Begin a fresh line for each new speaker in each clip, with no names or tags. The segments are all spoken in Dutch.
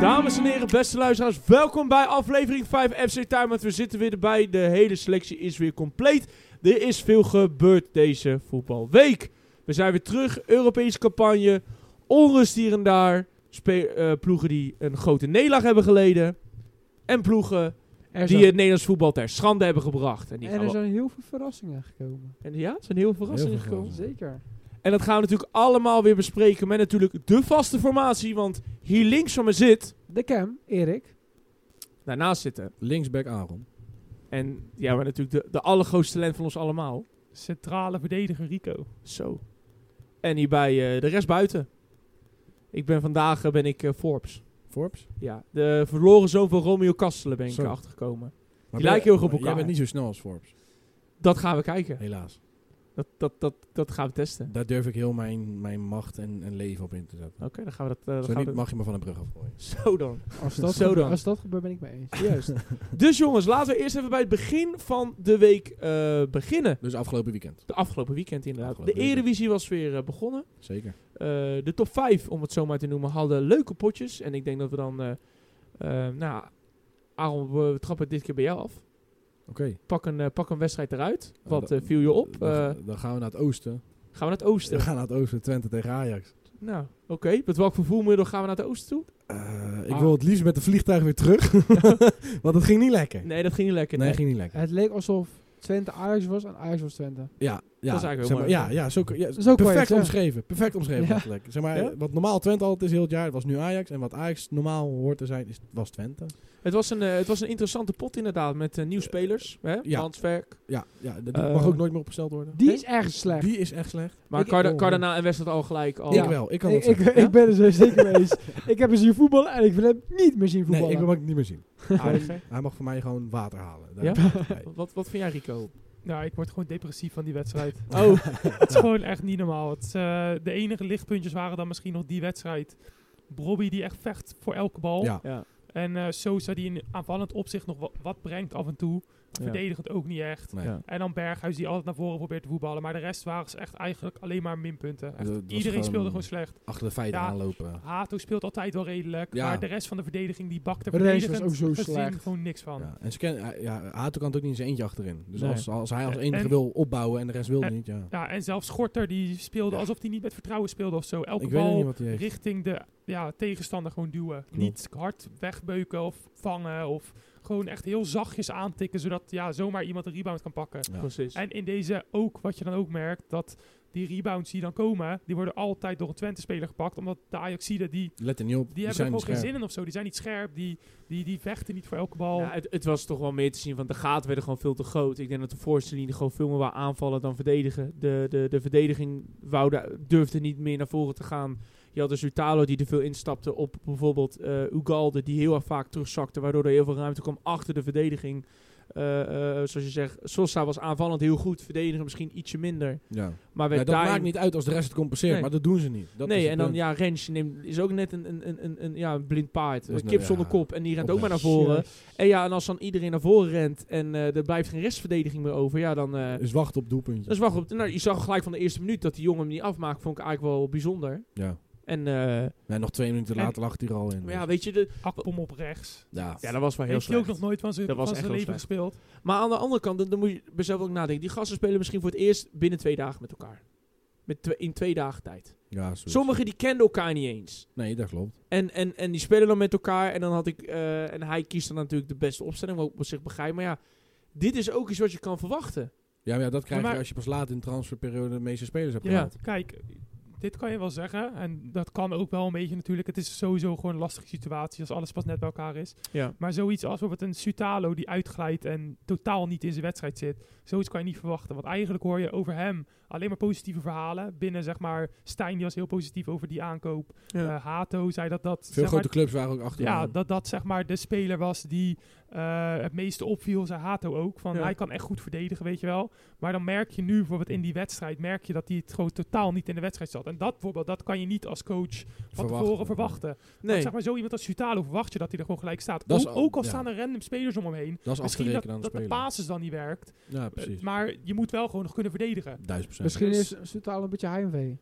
Dames en heren, beste luisteraars, welkom bij aflevering 5 FC Time. Want we zitten weer erbij. De hele selectie is weer compleet. Er is veel gebeurd deze voetbalweek. We zijn weer terug. Europese campagne. Onrust hier en daar. Spe- eh, ploegen die een grote nederlaag hebben geleden. En ploegen
Er
die
zijn,
het Nederlands voetbal ter schande hebben gebracht. En, die gaan
er
we-
zijn heel veel verrassingen gekomen.
en ja, het zijn heel veel verrassingen
Heel veel
gekomen.
Zeker.
En dat gaan we natuurlijk allemaal weer bespreken met natuurlijk de vaste formatie. Want hier links van me zit,
De Cam, Erik.
daarnaast zitten.
Linksback Aaron.
En ja, maar natuurlijk de, de allergrootste talent van ons allemaal.
Centrale verdediger Rico.
Zo. En hierbij eh, de rest buiten. Ik ben vandaag eh, ben ik eh, Forbes.
Forbes.
Ja, de verloren zoon van Romeo Kastelen ben ik
Zo.
erachter gekomen.
Maar
lijken heel erg op
maar
elkaar.
Jij bent niet zo snel als Forbes.
Dat gaan we kijken.
Helaas.
Dat, dat, dat, dat gaan we testen. Oké,
Daar durf ik heel mijn, mijn macht en, en leven op in te zetten.
dan gaan we dat... eh, dan gaan
zo niet
we dat-
mag je me van een brug afgooien.
Zo dan.
Als dat,
Zo
gebeurt,
dan.
als dat gebeurt, ben ik mee eens.
Juist. dus jongens, laten we eerst even bij het begin van de week eh, beginnen.
Dus afgelopen weekend.
De afgelopen weekend inderdaad.
Afgelopen
de Eredivisie was weer eh, begonnen.
Zeker.
Eh, de top 5, om het zo maar te noemen, hadden leuke potjes. En ik denk dat we dan. eh eh, nou, Aaron, we we trappen het dit keer bij jou af.
Oké.
Pak een, eh, pak een wedstrijd eruit.
Nou,
Wat
dan-
eh, viel je op?
Dan,
Eh,
dan gaan we naar het oosten.
gaan we naar het oosten?
We gaan naar het oosten. Twente tegen Ajax.
Nou, oké. Met welk vervoermiddel gaan we naar het oosten toe?
Eh, ik
Ah.
wil het liefst met de vliegtuig weer terug. Want het ging niet lekker.
Nee, dat ging niet lekker.
Nee,
Nee,
ging niet lekker.
Het leek alsof Twente Ajax was en Ajax was Twente.
Ja, ja,
is eigenlijk heel
zeg maar,
mooi.
ja, ja, zo, kun- ja,
Zo kan je het
perfect
zeggen.
omschreven. Perfect omschreven
Ja.
eigenlijk. Zeg maar,
Ja?
wat normaal Twente altijd is heel het jaar, het was nu Ajax. En wat Ajax normaal hoort te zijn, is, was Twente.
Het, was een, eh, het was een interessante pot inderdaad. Met eh, nieuwe spelers. hè?
ja.
Landswerk.
Ja, ja dat
Eh,
mag ook nooit meer opgesteld worden.
Die
Nee?
is erg slecht.
Die is echt slecht.
Maar
Ik-
Carda-
oh,
Cardona en Westland al gelijk. Al,
Ik wel, ik kan
ik,
het
ik,
zeggen.
Ja?
ik ben er zo zeker mee eens. Ik heb hem zien voetballen en ik wil hem niet meer zien
Nee,
voetballen.
ik wil hem ook niet meer zien.
Aardig, hè?
Hij mag voor mij gewoon water halen. Daar-
Ja?
Nee.
wat, wat vind jij, Rico?
Nou, ik word gewoon depressief van die wedstrijd.
Oh,
Het is gewoon echt niet normaal. Het, is, eh, de enige lichtpuntjes waren dan misschien nog die wedstrijd. Brobby die echt vecht voor elke bal.
Ja.
ja.
En eh Sosa die in aanvallend opzicht nog wa- wat brengt af en toe. Verdedigend ook niet echt.
Nee.
Ja.
En dan Berghuis die altijd naar voren probeert te voetballen. Maar de rest waren ze echt eigenlijk alleen maar minpunten. Echt,
Dat- dat was
Iedereen
gewoon-
speelde gewoon slecht.
Achter de feiten
Ja.
aanlopen.
Hato speelt altijd wel redelijk.
Ja.
Maar de rest van de verdediging die bakte
Rens was
verdedigend
ook zo
gezien
slecht.
gewoon niks van.
Ja. En ze kennen- hij- ja, Hato kan het ook niet in zijn eentje achterin. Dus
Nee.
als, als hij als
En-
enige
en-
wil opbouwen en de rest wil
en-
niet, ja.
Ja, en zelfs Schorter die speelde
Ja.
alsof hij niet met vertrouwen speelde of zo. Elke
Ik weet niet
bal
wat hij heeft.
richting de ja, tegenstander gewoon duwen. Niet hard wegbeuken of vangen of gewoon echt heel zachtjes aantikken, zodat ja, zomaar iemand een rebound kan pakken.
Ja.
precies.
En in deze ook, wat je dan ook merkt, dat die rebounds die dan komen, die worden altijd door een Twente-speler gepakt, omdat de Ajaxiden die...
Let er niet op.
Die hebben
zijn
er
niet
gewoon geen
scherp.
zin in of zo. Die zijn niet scherp. Die, die, die vechten niet voor elke bal.
Ja, Nou, het, het was toch wel meer te zien, want de gaten werden gewoon veel te groot. Ik denk dat de voorste linie gewoon veel meer wou aanvallen dan verdedigen. De, de, de verdediging wou daar- durfde niet meer naar voren te gaan. Je had dus Utalo die er veel instapte op bijvoorbeeld eh, Ugalde, die heel erg vaak terugzakte, waardoor er heel veel ruimte kwam achter de verdediging. Eh, eh, zoals je zegt, Sosa was aanvallend heel goed, verdedigen misschien ietsje minder.
Ja.
Maar
Ja,
werd
dat
daarin-
maakt niet uit als de rest het compenseert,
Nee.
maar dat doen ze niet. Dat is
nee,
het
en dan
punt.
ja, Rens je neemt, is ook net een, een, een, een, een- ja, een blind paard.
Dat is
Een
nou-
kip zonder
ja.
kop en die rent ook maar naar
Oprecht.
voren.
Yes.
En ja, en als dan iedereen naar voren rent en eh, er blijft geen restverdediging meer over, ja, dan. eh
Dus wacht op doelpuntje.
dus wacht op. Nou, je zag gelijk van de eerste minuut dat die jongen hem niet afmaakt, vond ik eigenlijk wel bijzonder.
Ja.
En, eh,
Nee, nog twee minuten
En-
later lag hij er al in.
maar ja,
dus-
weet je, de,
Akpom op rechts.
ja.
ja, dat was wel heel
Heeft hij ook
slecht.
nog nooit van zijn
Dat was
van
echt
zijn
heel
leven gespeeld.
Maar aan de andere kant, dan, dan moet je zelf ook nadenken. Die gasten spelen misschien voor het eerst binnen twee dagen met elkaar. Met twee- in twee dagen tijd.
Ja, zoiets.
Sommigen die kenden elkaar niet eens.
Nee, dat klopt.
En, en, en die spelen dan met elkaar. En dan had ik. eh, en hij kiest dan natuurlijk de beste opstelling. Wat ik op zich begrijp. Maar ja, dit is ook iets wat je kan verwachten.
Ja, maar ja, dat krijg
Maar-
je als je pas laat in de transferperiode de meeste spelers hebt
Ja.
gehaald.
Kijk, dit kan je wel zeggen. En dat kan ook wel een beetje natuurlijk. Het is sowieso gewoon een lastige situatie als alles pas net bij elkaar is.
Ja.
Maar zoiets als bijvoorbeeld een Sutalo die uitglijdt en totaal niet in zijn wedstrijd zit. Zoiets kan je niet verwachten. Want eigenlijk hoor je over hem alleen maar positieve verhalen. Binnen zeg maar, Stijn die was heel positief over die aankoop.
Ja.
Eh, Hato zei dat dat...
Veel
zeg maar,
grote clubs waren ook achter.
ja, dat dat zeg maar de speler was die eh, het meeste opviel. Zei Hato ook. Van
Ja.
hij kan echt goed verdedigen, weet je wel. Maar dan merk je nu bijvoorbeeld in die wedstrijd. Merk je dat hij het gewoon totaal niet in de wedstrijd zat. En dat bijvoorbeeld, dat kan je niet als coach van tevoren verwachten. Want
Nee.
zeg maar zo iemand als Sutalo verwacht je dat hij er gewoon gelijk staat.
Dat
Ook,
is al-
ook al
ja.
staan er random spelers om hem heen.
Dat is af te
Misschien dat,
rekenen aan de
dat de eh,
speler.
basis dan niet werkt.
Ja, precies.
Maar je moet wel gewoon nog kunnen verdedigen.
Duizend procent.
Misschien
Dus-
is Soetalo een beetje heimwee.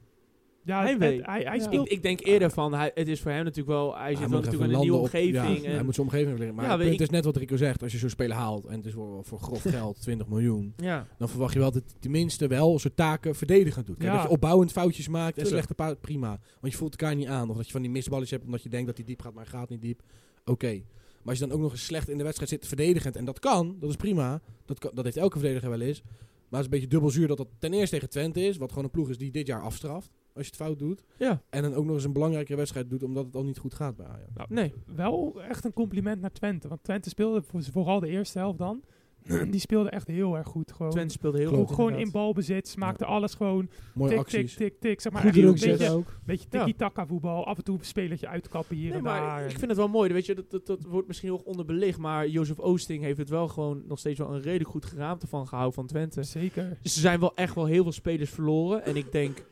Ja, het-
Heimwee.
het- hij, hij
Ja.
Ik,
speelt...
ik denk eerder van, hij, het is voor hem natuurlijk wel... Hij zit
moet
wel
even
natuurlijk in een nieuwe
landen op-
omgeving.
Ja,
en,
hij moet zijn omgeving leren. Maar
Ja,
het
weet
punt
ik-
is net wat Rico zegt. Als je zo'n speler haalt en het is voor, voor grof geld 20 miljoen.
ja.
Dan verwacht je wel dat hij tenminste wel zijn taken verdedigend doet. Kijk,
Ja.
Dat je opbouwend foutjes maakt en
Tuurlijk.
slechte paard, prima. Want je voelt elkaar niet aan. Of dat je van die misballetjes hebt omdat je denkt dat hij diep gaat, maar hij gaat niet diep. Oké. Maar als je dan ook nog eens slecht in de wedstrijd zit verdedigend. En dat kan, dat is prima. Dat, kan, dat heeft elke verdediger wel eens. Maar het is een beetje dubbel zuur dat dat ten eerste tegen Twente is. Wat gewoon een ploeg is die dit jaar afstraft. Als je het fout doet.
Ja.
En dan ook nog eens een belangrijke wedstrijd doet omdat het al niet goed gaat bij Ajax.
Nee.
Wel echt een compliment naar Twente. Want Twente speelde voor- vooral de eerste helft dan. Die speelde echt heel erg goed. Gewoon,
Twente speelde heel
Klopt.
goed.
ook gewoon in
inderdaad.
balbezit. Ze maakten alles gewoon
Mooie
tik, tik,
acties.
tik, tik. Zeg maar
Goed
echt een
druk
zetten
beetje,
zet ook.
beetje tiki-taka voetbal. Af en toe een spelertje uitkappen hier
Nee,
en
maar
daar.
ik vind het wel mooi. Weet je, dat, dat, dat wordt misschien nog onderbelicht. Maar Jozef Oosting heeft het wel gewoon nog steeds wel een redelijk goed geraamte van gehouden van Twente.
dus Zeker.
Ze zijn wel echt wel heel veel spelers verloren. En ik denk,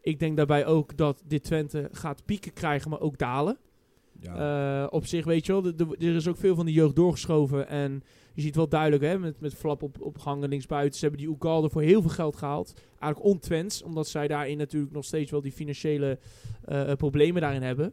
ik denk daarbij ook dat dit Twente gaat pieken krijgen, maar ook dalen.
Ja.
Eh, op zich, weet je wel, de- de- er is ook veel van de jeugd doorgeschoven. En je ziet wel duidelijk, hè, met, met flap op, op gangen linksbuiten. Ze hebben die Ugalde voor heel veel geld gehaald. Eigenlijk ontwens, omdat zij daarin natuurlijk nog steeds wel die financiële eh, problemen daarin hebben.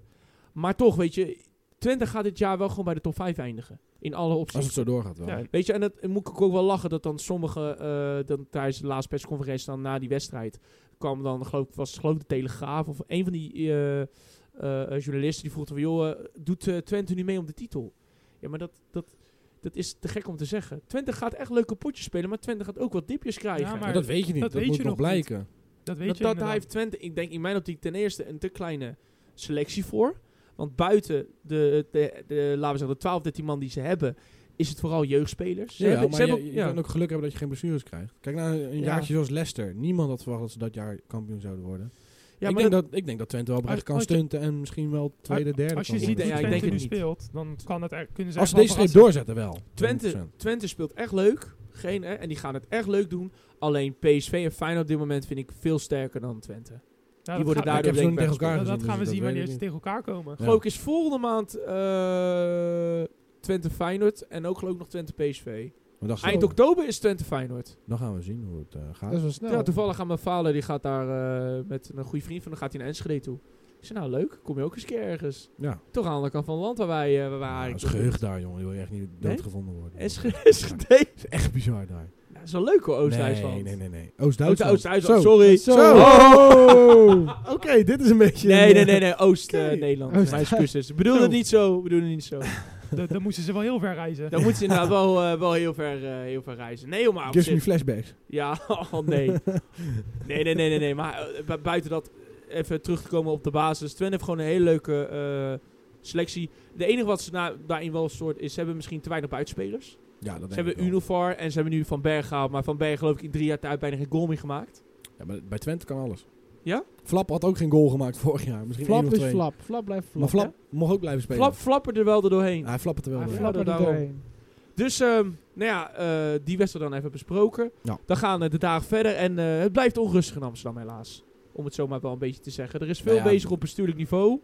Maar toch, weet je, Twente gaat dit jaar wel gewoon bij de top 5 eindigen. In alle
Als
opties.
het zo doorgaat wel.
Ja.
Weet je, en dat en moet ik ook wel lachen dat dan sommige, eh dan tijdens de laatste persconferentie dan na die wedstrijd kwam dan, geloof ik, was het geloof ik de Telegraaf of een van die eh, eh, eh, journalisten die vroeg van, joh, eh, doet eh, Twente nu mee om de titel? Ja, maar dat, dat, dat is te gek om te zeggen. Twente gaat echt leuke potjes spelen, maar Twente gaat ook wat dipjes krijgen.
Ja,
Ja,
maar
maar
Maar dat weet je niet.
dat
Dat,
weet
moet
je
nog
nog niet.
blijken.
Dat weet
dat,
je
dat daar
inderdaad.
heeft Twente, ik denk in mijn optiek ten eerste een te kleine selectie voor. Want buiten de, de, de laten we zeggen, de 12, 13 man die ze hebben, is het vooral jeugdspelers. Ze
ja,
hebben- ze
maar
hebben
je,
ook-
je
ja.
kan ook geluk hebben dat je geen blessures krijgt. Kijk naar een
Ja.
jaartje zoals Leicester. Niemand had verwacht dat ze dat jaar kampioen zouden worden.
Ja,
ik,
maar
denk dat, ik denk dat Twente wel oprecht
Als-
kan
als je-
stunten en misschien wel tweede, derde
Als je
kan
ziet
Ja,
hoe
worden.
ik
Twente
denk het
nu
niet.
speelt, dan kan het, er- kunnen ze
Als ze
echt
deze
wel
streep doorzetten wel.
Twente,
100%.
Twente speelt echt leuk. Geen, hè, en die gaan het echt leuk doen. Alleen PSV en Feyenoord op dit moment vind ik veel sterker dan Twente.
verrassen. Ja,
die
dat
worden
gaat-
Maar ik heb
daardoor
ze nog niet tegen
denk ik
elkaar
dat,
gezien,
dat gaan we
dus
zien
weet ik
wanneer ze
niet.
tegen elkaar komen.
Ja.
Geloof ik is volgende maand eh, Twente Feyenoord en ook geloof ik nog Twente PSV.
Maar dan gaan
Eind
we-
oktober is Twente Feyenoord.
Dan gaan we zien hoe het eh,
Dat is
gaat.
wel snel.
Ja, toevallig gaan mijn vader, die gaat daar eh, met een goede vriend van, dan gaat hij naar Enschede toe. Ik zei, nou leuk, kom je ook eens een keer ergens.
Ja,
Toch aan de andere kant van het land waar wij, eh waar wij
dat is
eigenlijk-
geheugd daar, jongen. Die wil je echt niet
Nee?
doodgevonden worden.
Enschede, Enschede.
is echt bizar daar.
Ja, dat is wel leuk hoor, Oost-Duitsland.
Nee, nee, nee. nee.
Oost-
Oost-Duitsland.
Oost-Duitsland,
Zo.
sorry.
Zo.
Oh! Oké, dit is een beetje...
Nee,
een,
nee,
eh,
nee, nee.
Oké.
Oost-Nederland.
Oost-
Mijn excuses. Ik bedoel het
Zo.
niet zo. Ik bedoel het niet zo.
Dan- Dan moesten ze wel heel ver reizen.
Dan moeten ze inderdaad wel, eh, wel heel, ver, eh, heel ver reizen. Nee, joh, maar op
Gives
zich-
me flashbacks.
Ja, oh nee. Nee, nee, nee, nee. nee. Maar eh, bu- buiten dat, eh, even terug te komen op de basis. Twente heeft gewoon een hele leuke eh, selectie. De enige wat ze na, daarin wel soort is, ze hebben misschien te weinig buitenspelers.
Ja, dat
Ze
denk ik
hebben
wel.
Univar en ze hebben nu Van Berg gehaald. Maar Van Berg geloof ik in drie jaar tijd bijna geen goal meer gemaakt.
Ja, maar bij Twente kan alles.
Ja?
Flap had ook geen goal gemaakt vorig jaar. Misschien één
Flap
of
is
twee.
flap. Flap blijft flap.
Maar Flap mocht ook blijven spelen.
Flap, flapper er wel doorheen.
Ja, hij flappert er wel
Hij
door.
Flap er
daarom.
doorheen.
Dus, ehm, nou ja, eh, die wedstrijd dan even besproken.
Ja.
Dan gaan eh, de dagen verder en eh, het blijft onrustig in Amsterdam helaas. Om het zomaar wel een beetje te zeggen. Er is veel
Nou ja.
bezig op bestuurlijk niveau.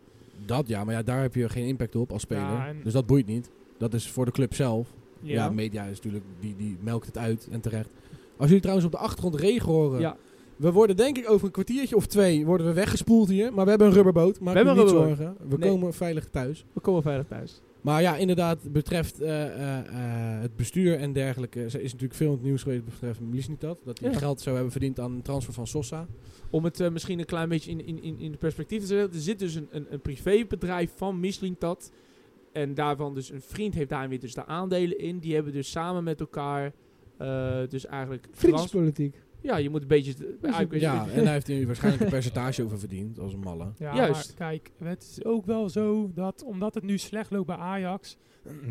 Dat ja, maar ja, daar heb je geen impact op als speler.
Ja, en-
Dus dat boeit niet. Dat is voor de club zelf. Ja,
ja,
media is natuurlijk, die, die melkt het uit en terecht. Als jullie trouwens op de achtergrond regen horen.
Ja.
We worden denk ik over een kwartiertje of twee worden we weggespoeld hier. Maar we hebben een rubberboot. Maak
We
je
hebben
niet
een rubberboot.
zorgen. We
Nee.
komen veilig thuis.
we komen veilig thuis.
Maar ja, inderdaad, betreft eh, eh, eh, het bestuur en dergelijke. Er is natuurlijk veel in het nieuws geweest betreft Milisnitat. Dat hij
Ja.
geld zou hebben verdiend aan een transfer van Sosa.
Om het eh, misschien een klein beetje in, in, in, in de perspectief te zetten. Er zit dus een, een, een privébedrijf van Mislintat. En daarvan dus een vriend heeft daarin weer dus de aandelen in. Die hebben dus samen met elkaar eh, dus eigenlijk... trans-
Vriendjespolitiek.
Ja, je moet een beetje... eigenlijk weet je,
Ja, en daar heeft hij waarschijnlijk een percentage over verdiend. Als een malle.
Ja,
Juist.
maar kijk, het is ook wel zo dat omdat het nu slecht loopt bij Ajax,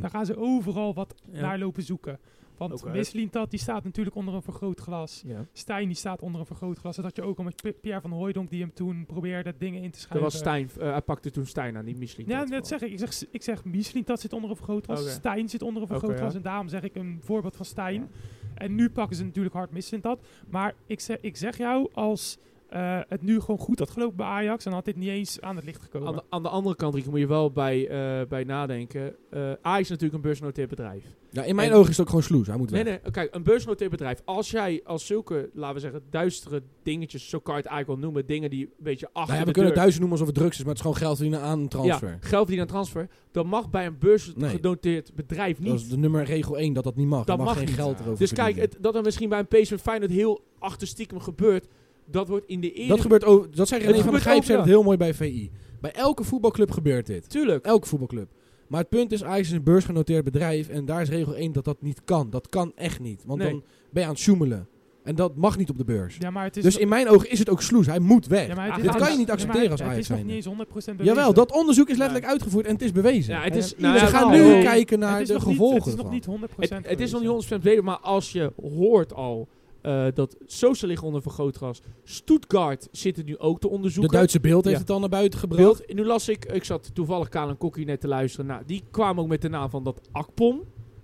dan gaan ze overal wat
Ja.
naar lopen zoeken. Want
Ook uit.
Mislintat die staat natuurlijk onder een vergrootglas.
Ja.
Stijn die staat onder een vergrootglas. Dat had je ook al met Pi- Pierre van Hooijdonk die hem toen probeerde dingen in te
Dat
schuiven.
was Stijn. eh, hij pakte toen Stijn aan, die Mislintat.
Ja, dat zeg ik. Ik zeg, ik zeg Mislintat zit onder een vergrootglas.
Oké.
Stijn zit onder een
Oké,
vergrootglas.
ja.
En daarom zeg ik een voorbeeld van Stijn. En nu pakken ze natuurlijk hard Mislintat. Maar ik zeg, ik zeg jou, als eh, het nu gewoon goed had gelopen bij Ajax, dan had dit niet eens aan het licht gekomen.
Aan de, aan de andere kant, Rick, moet je wel bij, eh, bij nadenken. Eh Ajax is natuurlijk een beursgenoteerd bedrijf.
Ja, in mijn
En-
ogen is het ook gewoon sloes. Hij moet weg. Nou
Nee, nee, kijk, een beursgenoteerd bedrijf. Als jij als zulke, laten we zeggen, duistere dingetjes, zo kan je het eigenlijk wel noemen, dingen die een beetje achter
Nou ja, we
de
kunnen het
deur-
duizend noemen alsof het drugs is, maar het is gewoon geld verdienen aan een transfer.
Ja, geld verdienen aan transfer. Dat mag bij een beursgenoteerd bedrijf
Dat is
niet.
de nummer regel 1 dat dat niet mag.
Dat
er mag,
mag
geen
niet.
geld erover
Dus kijk,
verdienen.
het, dat er misschien bij een PSV Feyenoord heel achterstiekem gebeurt, dat wordt in de eerste...
dat gebeurt ook. Dat zei René
Het
van der
gebeurt
Gijp zei dat heel mooi bij VI. Bij elke voetbalclub gebeurt dit.
Tuurlijk.
Elke voetbalclub. Maar het punt is, Ajax is een beursgenoteerd bedrijf en daar is regel 1 dat dat niet kan. Dat kan echt niet, want
Nee.
dan ben je aan het sjoemelen. En dat mag niet op de beurs.
ja, maar het is
Dus
nog-
in mijn ogen is het ook sloes. Hij moet weg.
ja, maar
Ah,
het is
dit
nog-
kan je
ja,
niet
maar
accepteren als
Het
Ajax
is nog niet
zijnde.
eens 100% bewezen.
Jawel, dat onderzoek is letterlijk
Ja.
uitgevoerd en het is bewezen.
Ja,
En
het is,
Ze
nou ja,
gaan
het-
nu
nee.
kijken naar
Oh. het is
de
nog
gevolgen
niet, Het is nog
van.
niet 100%.
Het, het is nog
bewezen.
niet 100% beter, maar als je hoort al eh, dat Sosa ligt onder vergrootglas. Stuttgart zit het nu ook te
De
onderzoeken.
Duitse beeld heeft
Ja.
het dan naar buiten gebracht.
Beeld. Nu las ik, ik zat toevallig Kaan en Kokkie net te luisteren. Nou, die kwamen ook met de naam van dat Akpom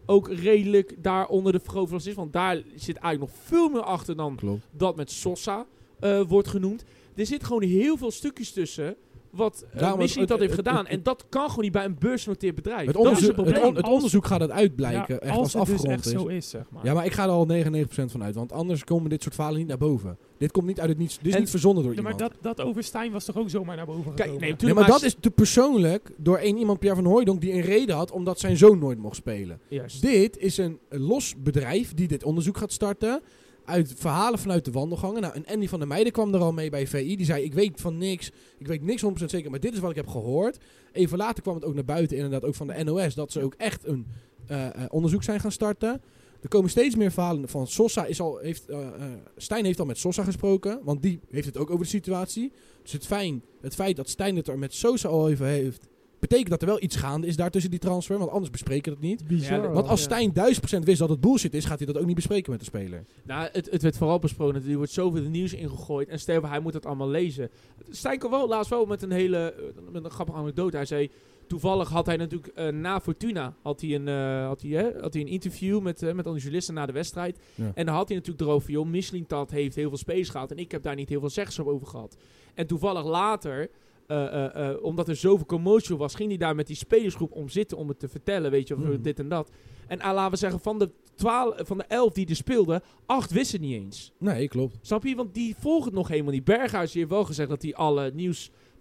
ook redelijk daar onder de vergrootglas is. Want daar zit eigenlijk nog veel meer achter dan
Klopt.
dat met Sosa eh, wordt genoemd. Er zit gewoon heel veel stukjes tussen wat eh,
Daarom
Missy
het-
dat heeft
het-
gedaan.
het- het-
en dat kan gewoon niet bij een beursgenoteerd bedrijf.
Het
dat is het
onderzoek,
probleem.
het, on- het
Als-
onderzoek gaat het
Ja,
uitblijken, echt als,
als het dus
afgerond
echt
is.
zo is, zeg maar.
Ja, maar ik ga er al 99% van uit, want anders komen dit soort falen niet naar boven. Dit komt niet uit het niets, dit is
En-
niet verzonnen door
Ja, maar
iemand.
dat, dat over Stijn was toch ook zomaar naar boven
Kijk,
gekomen?
nee,
nee,
natuurlijk.
maar dat is te persoonlijk door één iemand, Pierre van Hooijdonk, die een reden had omdat zijn zoon nooit mocht spelen.
Juist.
Dit is een los bedrijf die dit onderzoek gaat starten. Uit verhalen vanuit de wandelgangen. Nou, en Andy van der Meijden kwam er al mee bij VI. Die zei, ik weet van niks. Ik weet niks 100% zeker, maar dit is wat ik heb gehoord. Even later kwam het ook naar buiten, inderdaad, ook van de NOS. Dat ze ook echt een eh, eh, onderzoek zijn gaan starten. Er komen steeds meer verhalen van Sosa. Is al, heeft, eh, eh, Stijn heeft al met Sosa gesproken. Want die heeft het ook over de situatie. Dus het, fijn, het feit dat Stijn het er met Sosa al even heeft... Betekent dat er wel iets gaande is daar tussen die transfer. Want anders bespreken we het niet.
Bizar.
Ja,
hoor.
Want als
Ja.
Stijn 1000% wist dat het bullshit is, gaat hij dat ook niet bespreken met de speler.
Nou, het, het werd vooral besproken. Er wordt zoveel nieuws ingegooid. En Steven, hij moet dat allemaal lezen. Stijn kwam wel laatst wel met een hele eh, met een grappige anekdote. Hij zei, toevallig had hij natuurlijk eh, na Fortuna had hij een, eh, had hij, hè, had hij een interview met, eh, met al die journalisten na de wedstrijd.
Ja.
En daar had hij natuurlijk erover, joh, Mislintat heeft heel veel space gehad. En ik heb daar niet heel veel zeggenschap over gehad. En toevallig later... eh, eh, eh, omdat er zoveel commotie was, ging hij daar met die spelersgroep om zitten om het te vertellen, weet je, of
Mm.
dit en dat. En ah, laten we zeggen, van de, 12, van de 11 die er speelden, Acht wisten niet eens.
Nee, klopt.
Snap je? Want die volgen het nog helemaal niet. Berghuis heeft wel gezegd dat hij alle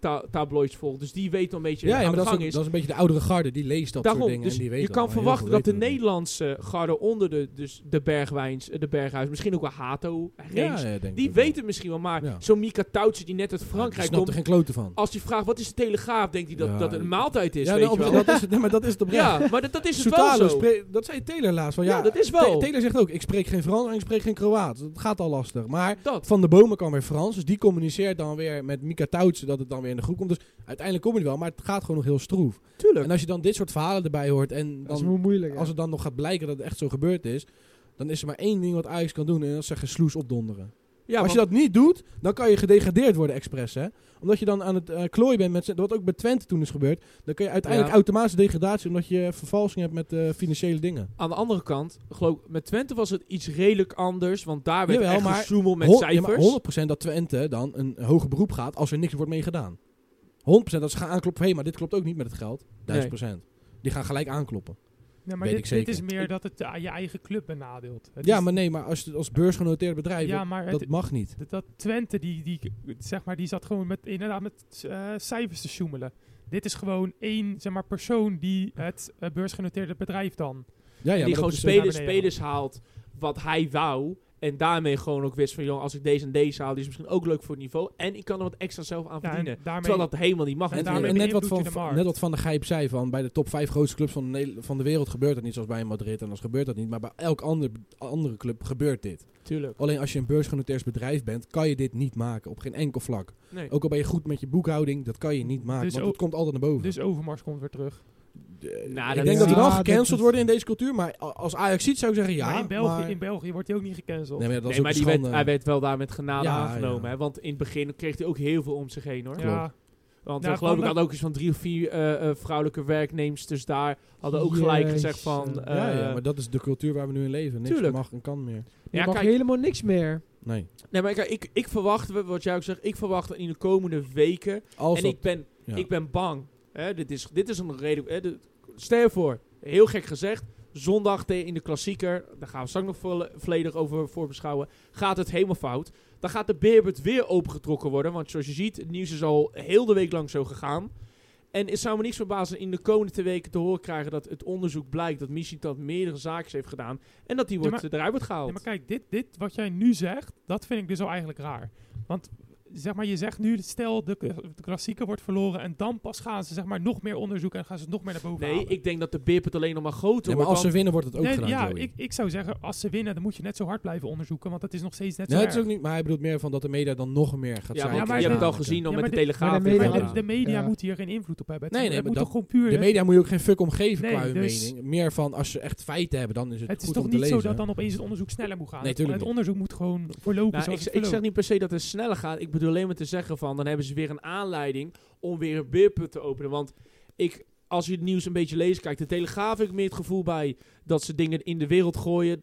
nieuwstabloids volgt. Dus die weet al een beetje
Ja, ja,
aan
maar
de
dat is,
gang
ook-
is.
dat is een beetje de oudere garde. Die leest dat soort
Daarom,
dingen
dus
en die weet
je
dat
kan
al. Heel
verwachten
veel
dat de
weten we.
Nederlandse garde onder de, dus de Bergwijns, eh, de Berghuis, misschien ook wel Hato, Rens,
Ja, ja, denk
die
ik wel.
weten misschien wel, maar
Ja.
zo'n Mika Toutsen die net uit
Die
Frankrijk
snapt er
komt,
geen klote van.
als die vraagt wat is de telegraaf, denkt hij dat,
Ja,
dat het een maaltijd is,
ja,
weet
nou,
je
op-
wel.
dat is het, nee, maar dat is het oprecht.
Ja, maar dat, dat is het
Soutalo
wel zo.
spree- dat zei Taylor laatst. Van, ja,
Ja, dat is wel.
Ta- Taylor zegt ook, ik spreek geen Frans en ik spreek geen Kroaat. Dat gaat al lastig. Maar
Dat.
Van de Bomen kan weer Frans. Dus die communiceert dan weer met Mika Toutsen dat het dan weer in de groep komt. Dus uiteindelijk kom je er wel, maar het gaat gewoon nog heel stroef.
Tuurlijk.
En als je dan dit soort verhalen erbij hoort en
dat is
dan
wel moeilijk. hè.
Als het dan nog gaat blijken dat het echt zo gebeurd is, dan is er maar één ding wat Ajax kan doen en dat is zeggen sloes opdonderen.
Ja,
Als je
want-
dat niet doet, dan kan je gedegradeerd worden expres, hè? Omdat je dan aan het eh klooien bent met z'n- wat ook bij Twente toen is gebeurd, dan kun je uiteindelijk
Ja.
automatisch degradatie omdat je vervalsing hebt met eh, financiële dingen.
Aan de andere kant, geloof ik, met Twente was het iets redelijk anders. Want daar werd
Jawel,
echt
maar
gesjoemeld met
Hon- ja, maar
cijfers.
100% dat Twente dan een hoger beroep gaat als er niks wordt mee gedaan. 100% dat ze gaan aankloppen, hé, maar dit klopt ook niet met het geld. 1000%. Die gaan gelijk aankloppen.
Nee, maar
Weet
dit,
ik
dit is
zeker.
meer dat het eh, je eigen club benadeelt. Het
ja,
is-
maar nee, maar als, als beursgenoteerd bedrijf,
ja,
dat-
maar het,
dat mag niet.
dat, dat Twente, die, die, zeg maar, die zat gewoon met, inderdaad met eh, cijfers te sjoemelen. Dit is gewoon één zeg maar, persoon die het eh, beursgenoteerde bedrijf dan.
Ja, ja, maar
die
dat
gewoon
is, eh,
spelers,
naar beneden.
spelers haalt wat hij wou. En daarmee gewoon ook wist van, joh, als ik deze en deze haal, die is misschien ook leuk voor het niveau. En ik kan er wat extra zelf aan
Ja, en
verdienen.
daarmee,
Terwijl dat helemaal niet mag.
En
En,
natuurlijk.
daarmee
en net, wat
beïnvloed
van,
je de markt.
net wat Van de Gijp zei, van bij de top 5 grootste clubs van de, Nederla- van de wereld gebeurt dat niet zoals bij Madrid. En anders gebeurt dat niet. Maar bij elk ander, andere club gebeurt dit.
Tuurlijk.
Alleen als je een beursgenoteerd bedrijf bent, kan je dit niet maken. Op geen enkel vlak.
Nee.
Ook al ben je goed met je boekhouding, dat kan je niet maken.
Dus
want
ook-
het komt altijd naar boven.
Dus Overmars komt weer terug.
Eh,
Nou, dat
ik denk
is-
dat die dan
Ja, dat
gecanceld
is-
worden in deze cultuur. Maar a- als Ajax ziet zou ik zeggen ja.
maar in België,
maar-
in België wordt hij ook niet gecanceld.
Nee, maar ja, dat
Nee,
is ook
maar
een
die werd,
schande.
hij werd wel daar met genade
Ja,
aangenomen.
ja.
Hè? Want in het begin kreeg hij ook heel veel om zich heen, hoor.
ja,
Want
Ja,
eh, geloof ik
van-
had ook eens van drie of vier eh, eh, vrouwelijke werknemsters daar. Hadden ook
Jezus.
gelijk gezegd van...
Ja,
eh,
ja, ja, maar dat is de cultuur waar we nu in leven. Niks
Tuurlijk.
mag en kan meer.
je
ja,
mag
kijk,
helemaal niks meer.
Nee.
Nee, maar kijk, ik, ik verwacht, wat jij ook zegt, ik verwacht in de komende weken.
Als
en
dat-
ik ben,
ja.
ik ben bang. Hè, dit, is, dit is een reden. Hè, de- stel je voor, heel gek gezegd. Zondag te- in de klassieker, daar gaan we straks nog volle- volledig over voor beschouwen. Gaat het helemaal fout. Dan gaat de Beerbert weer opengetrokken worden. Want zoals je ziet, het nieuws is al heel de week lang zo gegaan. En het zou me niks verbazen in de komende twee weken te horen krijgen dat het onderzoek blijkt dat Michitat meerdere zaken heeft gedaan. En dat die
Ja,
wordt, eh, eruit wordt gehaald.
Ja, maar kijk, dit, dit wat jij nu zegt, dat vind ik dus al eigenlijk raar. Want zeg maar, je zegt nu, stel de, de klassieker wordt verloren en dan pas gaan ze zeg maar nog meer onderzoek en gaan ze het nog meer naar boven
Nee,
halen.
ik denk dat de Beerbert alleen nog maar groter
Nee, maar
wordt.
als ze
want-
winnen wordt het ook
Nee,
gedaan,
ja,
Joey.
ik, ik zou zeggen, als ze winnen, dan moet je net zo hard blijven onderzoeken, want dat is nog steeds net zo
Nee, het is
erg.
ook niet, maar hij bedoelt meer van dat de media dan nog meer gaat
ja,
zijn.
maar
Ja, maar
je hebt
de-
het al gezien al met
Ja,
de
maar de-
telegraaf.
maar de media-
en
Maar
Breda.
de, de media
Ja.
moet hier geen invloed op hebben. Het,
Nee, nee,
het
maar
moet
dat-
toch gewoon puur...
De media moet je ook geen fuck om geven
Nee,
qua hun
dus-
mening. Meer van als ze echt feiten hebben, dan is het,
het is
goed
toch
om te
niet
lezen.
zo dat dan opeens het onderzoek sneller moet gaan.
Nee, tuurlijk
het
niet.
onderzoek moet gewoon voorlopen
Nou, ik,
zoals
z-
het
ik zeg
verloopt.
niet per se dat het sneller gaat. Ik bedoel alleen maar te zeggen van... dan hebben ze weer een aanleiding om weer een beerput te openen. Want ik, als je het nieuws een beetje leest... Kijk, de Telegraaf heb ik meer het gevoel bij... dat ze dingen in de wereld gooien...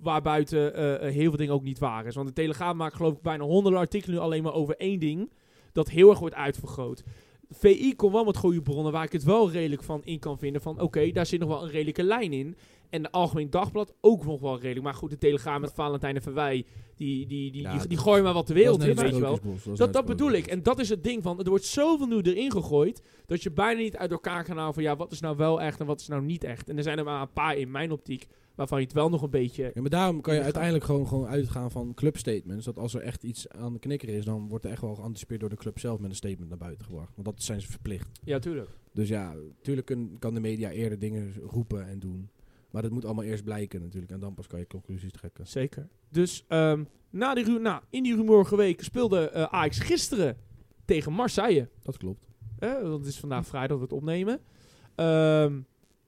waarbuiten eh, eh, heel veel dingen ook niet waar is. Want de Telegraaf maakt geloof ik bijna honderden artikelen... nu alleen maar over één ding... dat heel erg wordt uitvergroot. VI komt wel met goede bronnen... waar ik het wel redelijk van in kan vinden... van oké, daar zit nog wel een redelijke lijn in... En de Algemeen Dagblad ook nog wel redelijk. Maar goed, de Telegraaf met Valentijn en Verwij... die, die, die,
Ja,
die,
dat
die
is-
gooien maar wat de
Dat is
wereld
net
in,
als
weet je wel.
sprookjesbos, is
Dat,
net
dat
als
bedoel ik.
sprookjesbos.
En dat is het ding van... Er wordt zoveel nu erin gegooid... dat je bijna niet uit elkaar kan halen van... ja, wat is nou wel echt en wat is nou niet echt. En er zijn er maar een paar in mijn optiek... waarvan je het wel nog een beetje...
Ja, maar daarom kan je uiteindelijk gewoon, gewoon uitgaan van clubstatements. Dat als er echt iets aan de knikker is, dan wordt er echt wel geanticipeerd door de club zelf met een statement naar buiten gebracht. Want dat zijn ze verplicht.
Ja, tuurlijk.
Dus ja, natuurlijk kan de media eerder dingen roepen en doen. Maar dat moet allemaal eerst blijken natuurlijk. En dan pas kan je conclusies trekken.
Zeker. Dus ehm, na die, ru- na, in die rumorige week speelde eh Ajax gisteren tegen Marseille.
Dat klopt.
Eh, want het is vandaag vrijdag dat we het opnemen. Ehm,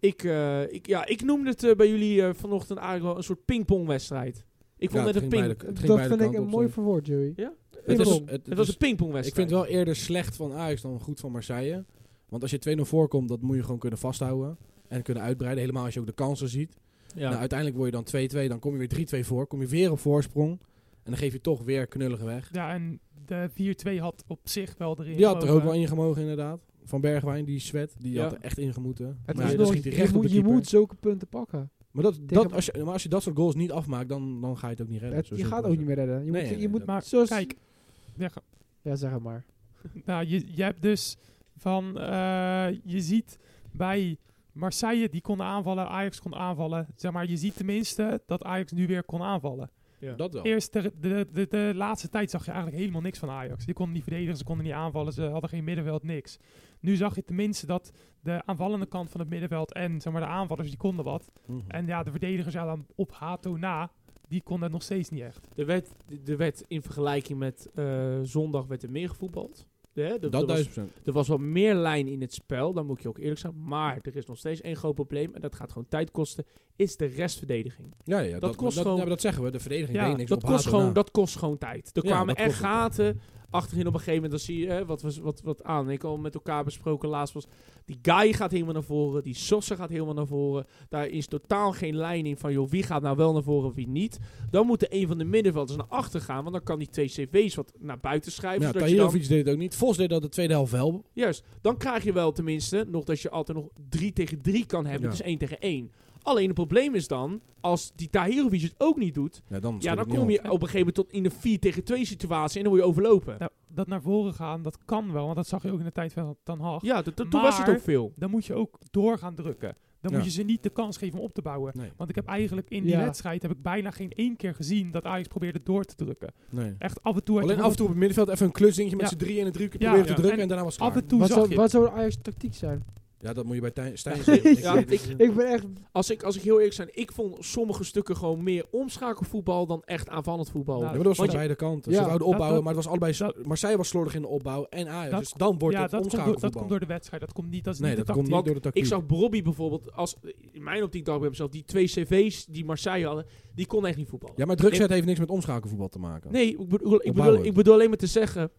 ik, eh, ik, ja, ik noemde het eh, bij jullie eh, vanochtend eigenlijk wel een soort pingpongwedstrijd. Ik vond
Ja,
het
het
een
ging
ping.
beide- het ging
dat
beide
vind ik
kanten
een
op,
mooi
sorry.
verwoord, Joey.
Ja?
Het is,
Pingpong.
het,
Het was
is-
een pingpongwedstrijd.
dus ik vind het wel eerder slecht van Ajax dan goed van Marseille. Want als je 2-0 voorkomt, dat moet je gewoon kunnen vasthouden. En kunnen uitbreiden. Helemaal als je ook de kansen ziet.
Ja.
Nou, uiteindelijk word je dan 2-2, dan kom je weer 3-2 voor, kom je weer op voorsprong. En dan geef je toch weer knullige weg.
Ja, en de 4-2 had op zich wel erin
Die had er ook
gemogen.
wel ingemogen inderdaad. Van Bergwijn, die sweat, die
Ja.
had er echt ingemoeten.
Het
maar
is
ja, dan
nog,
schiet hij
je,
recht op de
moet, je
keeper.
moet zulke punten pakken.
Maar, dat,
tegen-
dat, als je, maar als je dat soort goals niet afmaakt, dan, dan ga je het ook niet redden.
Het-
Zo
je
simpel
gaat
is
ook
het.
niet meer redden. Je
Nee,
moet,
nee,
je
nee,
moet
Maar
zoals-
kijk, weg,
Ja, zeg het maar.
Nou, je, je hebt dus van, eh, je ziet bij Marseille die kon aanvallen, Ajax kon aanvallen. Zeg maar, je ziet tenminste dat Ajax nu weer kon aanvallen.
Dat wel.
Eerst de, de, de, de laatste tijd zag je eigenlijk helemaal niks van Ajax. Die konden niet verdedigen, ze konden niet aanvallen, ze hadden geen middenveld, niks. Nu zag je tenminste dat de aanvallende kant van het middenveld en zeg maar, de aanvallers die konden wat.
Mhm.
En ja, de verdedigers ja, dan op Hato na, die konden het nog steeds niet echt.
Er werd, er werd in vergelijking met eh, zondag werd er meer gevoetbald. Hè, er- er
dat
was-
1000 procent.
Er was wel meer lijn in het spel, dan moet je ook eerlijk zijn. Maar er is nog steeds één groot probleem, en dat gaat gewoon tijd kosten, is de restverdediging.
Ja, ja,
dat
dat, dat,
kost
dat,
gewoon-
ja, maar dat zeggen we. De verdediging
Ja,
deed niks
Dat
op
kost,
Hato na.
gewoon, dat kost gewoon tijd. Er
Ja,
kwamen
dat
echt
klopt ook.
gaten achterin op een gegeven moment. Dan zie je, hè, wat, was, wat, wat aan ik al met elkaar besproken laatst was, die Guy gaat helemaal naar voren, die Sosse gaat helemaal naar voren. Daar is totaal geen lijn in van, joh, wie gaat nou wel naar voren, wie niet. Dan moet er een van de middenvelders naar achter gaan, want dan kan die twee CV's wat naar buiten schrijven.
ja,
zodat je dan-
Tahirovic deed het ook niet. Vos deed dat de tweede helft wel.
Juist, dan krijg je wel tenminste nog dat je altijd nog 3 tegen 3 kan hebben.
Ja.
Dus 1 tegen 1. Alleen het probleem is dan, als die Tahirovic het ook niet doet,
Ja, dan,
ja,
schiet
dan
het niet
kom
op.
je op een gegeven moment tot in een 4 tegen 2 situatie en dan word je overlopen.
Nou, dat naar voren gaan, dat kan wel, want dat zag je ook in de tijd van Ten Hag.
Ja, dat- dat- toen
Maar-
was het ook veel.
dan moet je ook door gaan drukken. Dan
Ja.
moet je ze niet de kans geven om op te bouwen.
Nee,
Want ik heb eigenlijk in die
Ja.
wedstrijd heb ik bijna geen één keer gezien dat Ajax probeerde door te drukken.
nee.
Echt af en toe. had je
Alleen af en toe op het middenveld even een klusdingetje met
Ja.
z'n drieën en een drie keer
Ja,
proberen
ja.
te drukken
En
en, daarna was het
af
klaar.
en toe
Wat
zag
zou,
je.
wat zou Ajax tactiek zijn?
Ja, dat moet je bij Tijn- Stijn
Ja, ik-
Ik ben echt...
Als ik, als ik heel eerlijk ben, ik vond sommige stukken gewoon meer omschakelvoetbal dan echt aanvallend voetbal.
Nou,
Ja, maar dat was
Want
van
je-
beide kanten.
Ja,
Ze wouden
dat-
opbouwen,
dat-
maar het was allebei...
dat-
Marseille was slordig in de opbouw en Ajax.
Dat-
dus dan wordt
ja,
het
dat komt, door, dat
omschakelvoetbal.
komt door de wedstrijd. Dat komt niet. Dat is
nee,
niet
dat
de
komt
tactiek.
niet door de tactiek.
Ik zag Bobby bijvoorbeeld, als, in mijn optiek dacht ik bij mezelf, die twee CV's die Marseille hadden, die kon echt niet voetballen.
Ja, maar drukzet heeft niks met omschakelvoetbal te maken.
Nee, ik bedoel, ik, bedoel,
Opbouwend.
ik bedoel alleen maar te zeggen.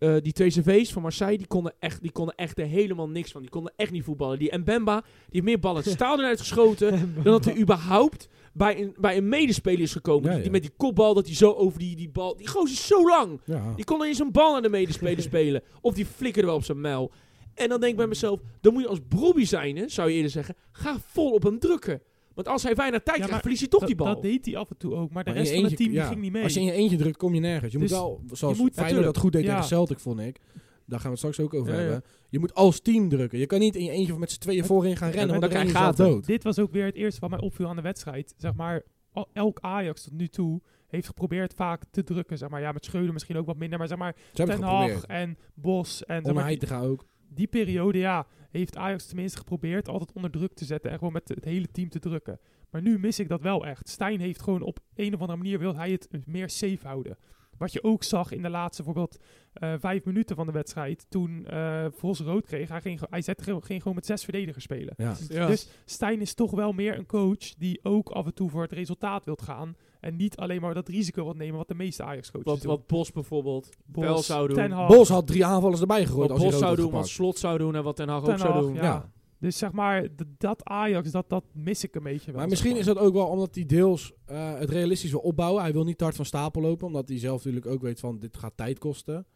eh, die twee CV's van Marseille, die konden, echt, die konden echt er helemaal niks van. Die konden echt niet voetballen. Die Mbemba, die heeft meer ballen het staal eruit geschoten dan dat hij überhaupt bij een, bij een medespeler is gekomen.
Ja,
Die- Die,
ja.
met die kopbal, dat hij zo over die, die bal... Die gozer is zo lang!
Ja.
Die kon dan eens een bal naar de medespeler spelen. Of die flikkerde wel op zijn muil. En dan denk ik bij mezelf, dan moet je als Brobby zijn, hè, zou je eerder zeggen, ga vol op hem drukken. Want als hij weinig tijd
Ja,
krijgt,
maar
verliest hij toch die
Dat-
bal.
Dat deed hij af en toe ook, maar de
Maar in
rest
je
van het
eentje-
team die
ja.
ging niet mee.
Als je in je eentje drukt, kom je nergens. Je
Dus
moet wel, zoals
je moet-
Feyenoord dat goed deed
Ja.
tegen Celtic, vond ik. Daar gaan we het straks ook over
Ja, ja.
hebben. Je moet als team drukken. Je kan niet in je eentje of met z'n tweeën
Maar-
voorin gaan rennen,
maar
want dan
dan
krijg je
krijg je
zelf dood.
Dit was ook weer het eerste wat mij opviel aan de wedstrijd. Zeg maar, al- elk Ajax tot nu toe heeft geprobeerd vaak te drukken. Zeg maar, ja, met Schreuder misschien ook wat minder. Maar zeg maar,
Ze hebben
Ten
het
Hag
geprobeerd.
en Bos en zeg
Om
maar,
hij te gaan ook.
die periode, ja, heeft Ajax tenminste geprobeerd altijd onder druk te zetten en gewoon met het hele team te drukken. Maar nu mis ik dat wel echt. Stijn heeft gewoon op een of andere manier wil hij het meer safe houden. Wat je ook zag in de laatste bijvoorbeeld eh, vijf minuten van de wedstrijd. Toen eh Vos rood kreeg, hij, ging, ge- hij zette, ge- ging gewoon met zes verdedigers spelen.
Ja.
Ja.
Dus Stijn is toch wel meer een coach die ook af en toe voor het resultaat wilt gaan. En niet alleen maar dat risico wilt nemen wat de meeste Ajax-coaches
wat,
doen.
wat Bos bijvoorbeeld,
Bos,
Wel zou doen.
Ten Hag,
Bos had drie aanvallers erbij
wat
gegooid als hij
Bos
rood
zou
had
doen,
gepakt.
wat Slot zou doen en wat Ten Hag
Ten
ook zou
Hag,
doen.
ja.
Ja.
Dus zeg maar, d- dat Ajax, dat, dat mis ik een beetje wel.
Maar misschien is dat ook wel omdat hij deels eh, het realistisch wil opbouwen. Hij wil niet te hard van stapel lopen, omdat hij zelf natuurlijk ook weet van dit gaat tijd kosten.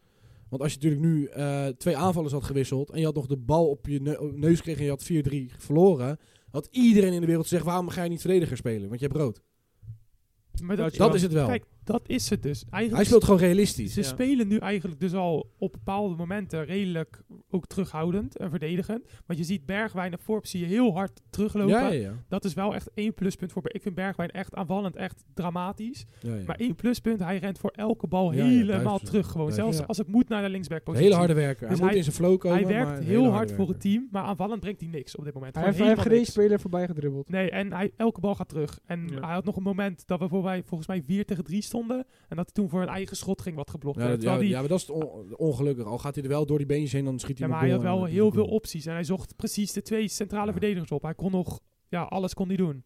Want als je natuurlijk nu eh, twee aanvallers had gewisseld en je had nog de bal op je ne- neus gekregen en je had 4-3 verloren, had iedereen in de wereld gezegd waarom ga je niet verdediger spelen? Want je hebt rood.
Maar dat,
Dat is het wel.
Kijk, dat is het dus. Eigenlijk
Hij speelt gewoon realistisch.
Ze
Ja.
spelen nu eigenlijk dus al op bepaalde momenten redelijk ook terughoudend en verdedigend. Want je ziet Bergwijn en Forbes zie je heel hard
Ja,
teruglopen.
ja, ja.
Dat is wel echt één pluspunt voor. Ber- Ik vind Bergwijn echt aanvallend, echt dramatisch.
ja, ja.
Maar één pluspunt, hij rent voor elke bal
Ja, ja,
helemaal
1000%.
terug. Gewoon.
Ja,
Zelfs
ja.
als het moet naar de linksbackpositie.
Hele harde werker. hij
Dus
moet
hij-
in zijn flow komen.
Hij
maar
werkt
een
heel
hele
hard
harde
voor het
werker.
team, maar aanvallend brengt hij niks op dit moment.
Hij
Gewoon
heeft, hij heeft
helemaal
geen speler
niks.
voorbij gedribbeld.
Nee, en hij, elke bal gaat terug. En
Ja.
hij had nog een moment dat we voor wij, volgens mij 4 tegen 3 stonden. En dat hij toen voor een eigen schot ging wat geblokt
Ja,
werd.
dat, ja,
Terwijl die-
ja, maar dat is on- ongelukkig. Al gaat hij er wel door die beentjes heen, dan schiet
ja,
hij
maar
hem
hij had
op goal
wel
en
heel
dan-
veel opties. En hij zocht precies de twee centrale
Ja.
verdedigers op. Hij kon nog, ja, alles kon hij doen.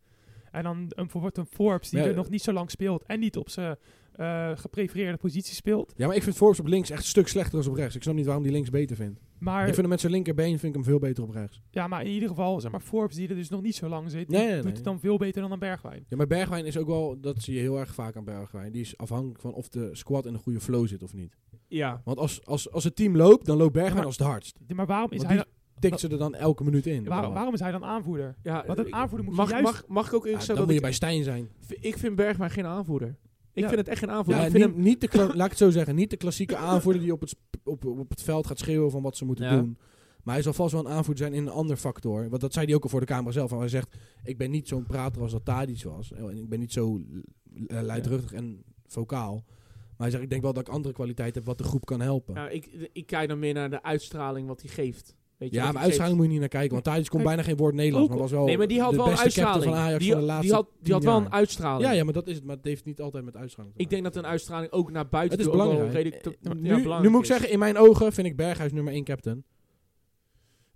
En dan een, bijvoorbeeld een Forbes die
Ja,
er
eh,
nog niet zo lang speelt. En niet op zijn eh, geprefereerde positie speelt.
Ja, maar ik vind Forbes op links echt een stuk slechter dan op rechts. Ik snap niet waarom die links beter vindt.
Maar,
ik vind hem met zijn linkerbeen vind ik hem veel beter op rechts.
ja, maar in ieder geval, zeg maar, Forbes die er dus nog niet zo lang zit. Die
Nee, nee,
doet
nee.
het dan veel beter dan een Bergwijn.
Ja, maar Bergwijn is ook wel, dat zie je heel erg vaak aan Bergwijn. Die is afhankelijk van of de squad in een goede flow zit of niet.
Ja.
Want als, als, als het team loopt, dan loopt Bergwijn
Maar-
als het hardst.
Maar waarom is,
Want
hij,
die- Tikt ze er dan elke minuut in.
dan- waar- waarom is hij dan aanvoerder?
ja.
Eh,
Want een aanvoerder moet je
mag,
juist...
mag, mag ik ook
Ja,
eerlijk
dan
zeggen,
moet je
dat
bij Stijn zijn.
ik, ik vind Bergwijn geen aanvoerder. Ik
Ja.
vind het echt geen
Ja,
aanvoerder. ik
niet,
vind hem,
niet de kla- laat ik het zo zeggen, niet de klassieke aanvoerder die op het, sp- op, op het veld gaat schreeuwen van wat ze moeten
Ja.
doen. Maar hij zal vast wel een aanvoerder zijn in een ander factor. Want dat zei hij ook al voor de camera zelf. Want hij zegt, ik ben niet zo'n prater als dat Tadic was. En ik ben niet zo eh, luidruchtig en vocaal. Maar hij zegt, ik denk wel dat ik andere kwaliteiten heb wat de groep kan helpen.
nou, ik, ik kijk dan meer naar de uitstraling wat hij geeft. Weet je, wat
Ja, maar
hij geeft.
uitstraling moet je niet naar kijken. Want Tadic kon
Kijk,
bijna geen woord Nederlands.
ook-
Maar was wel
Nee, maar die had
de
wel een
beste captain
uitstraling.
van Ajax
die,
van de laatste
die had, die
tien
had wel een
jaar.
uitstraling.
Ja, ja, maar dat is het. Maar het heeft niet altijd met uitstraling te
Ik denk dat een uitstraling ook naar buiten
Het is
toe ook wel
belangrijk.
redelijk te- ja,
maken. nu,
belangrijk
nu moet ik
is.
zeggen, in mijn ogen vind ik Berghuis nummer 1 captain.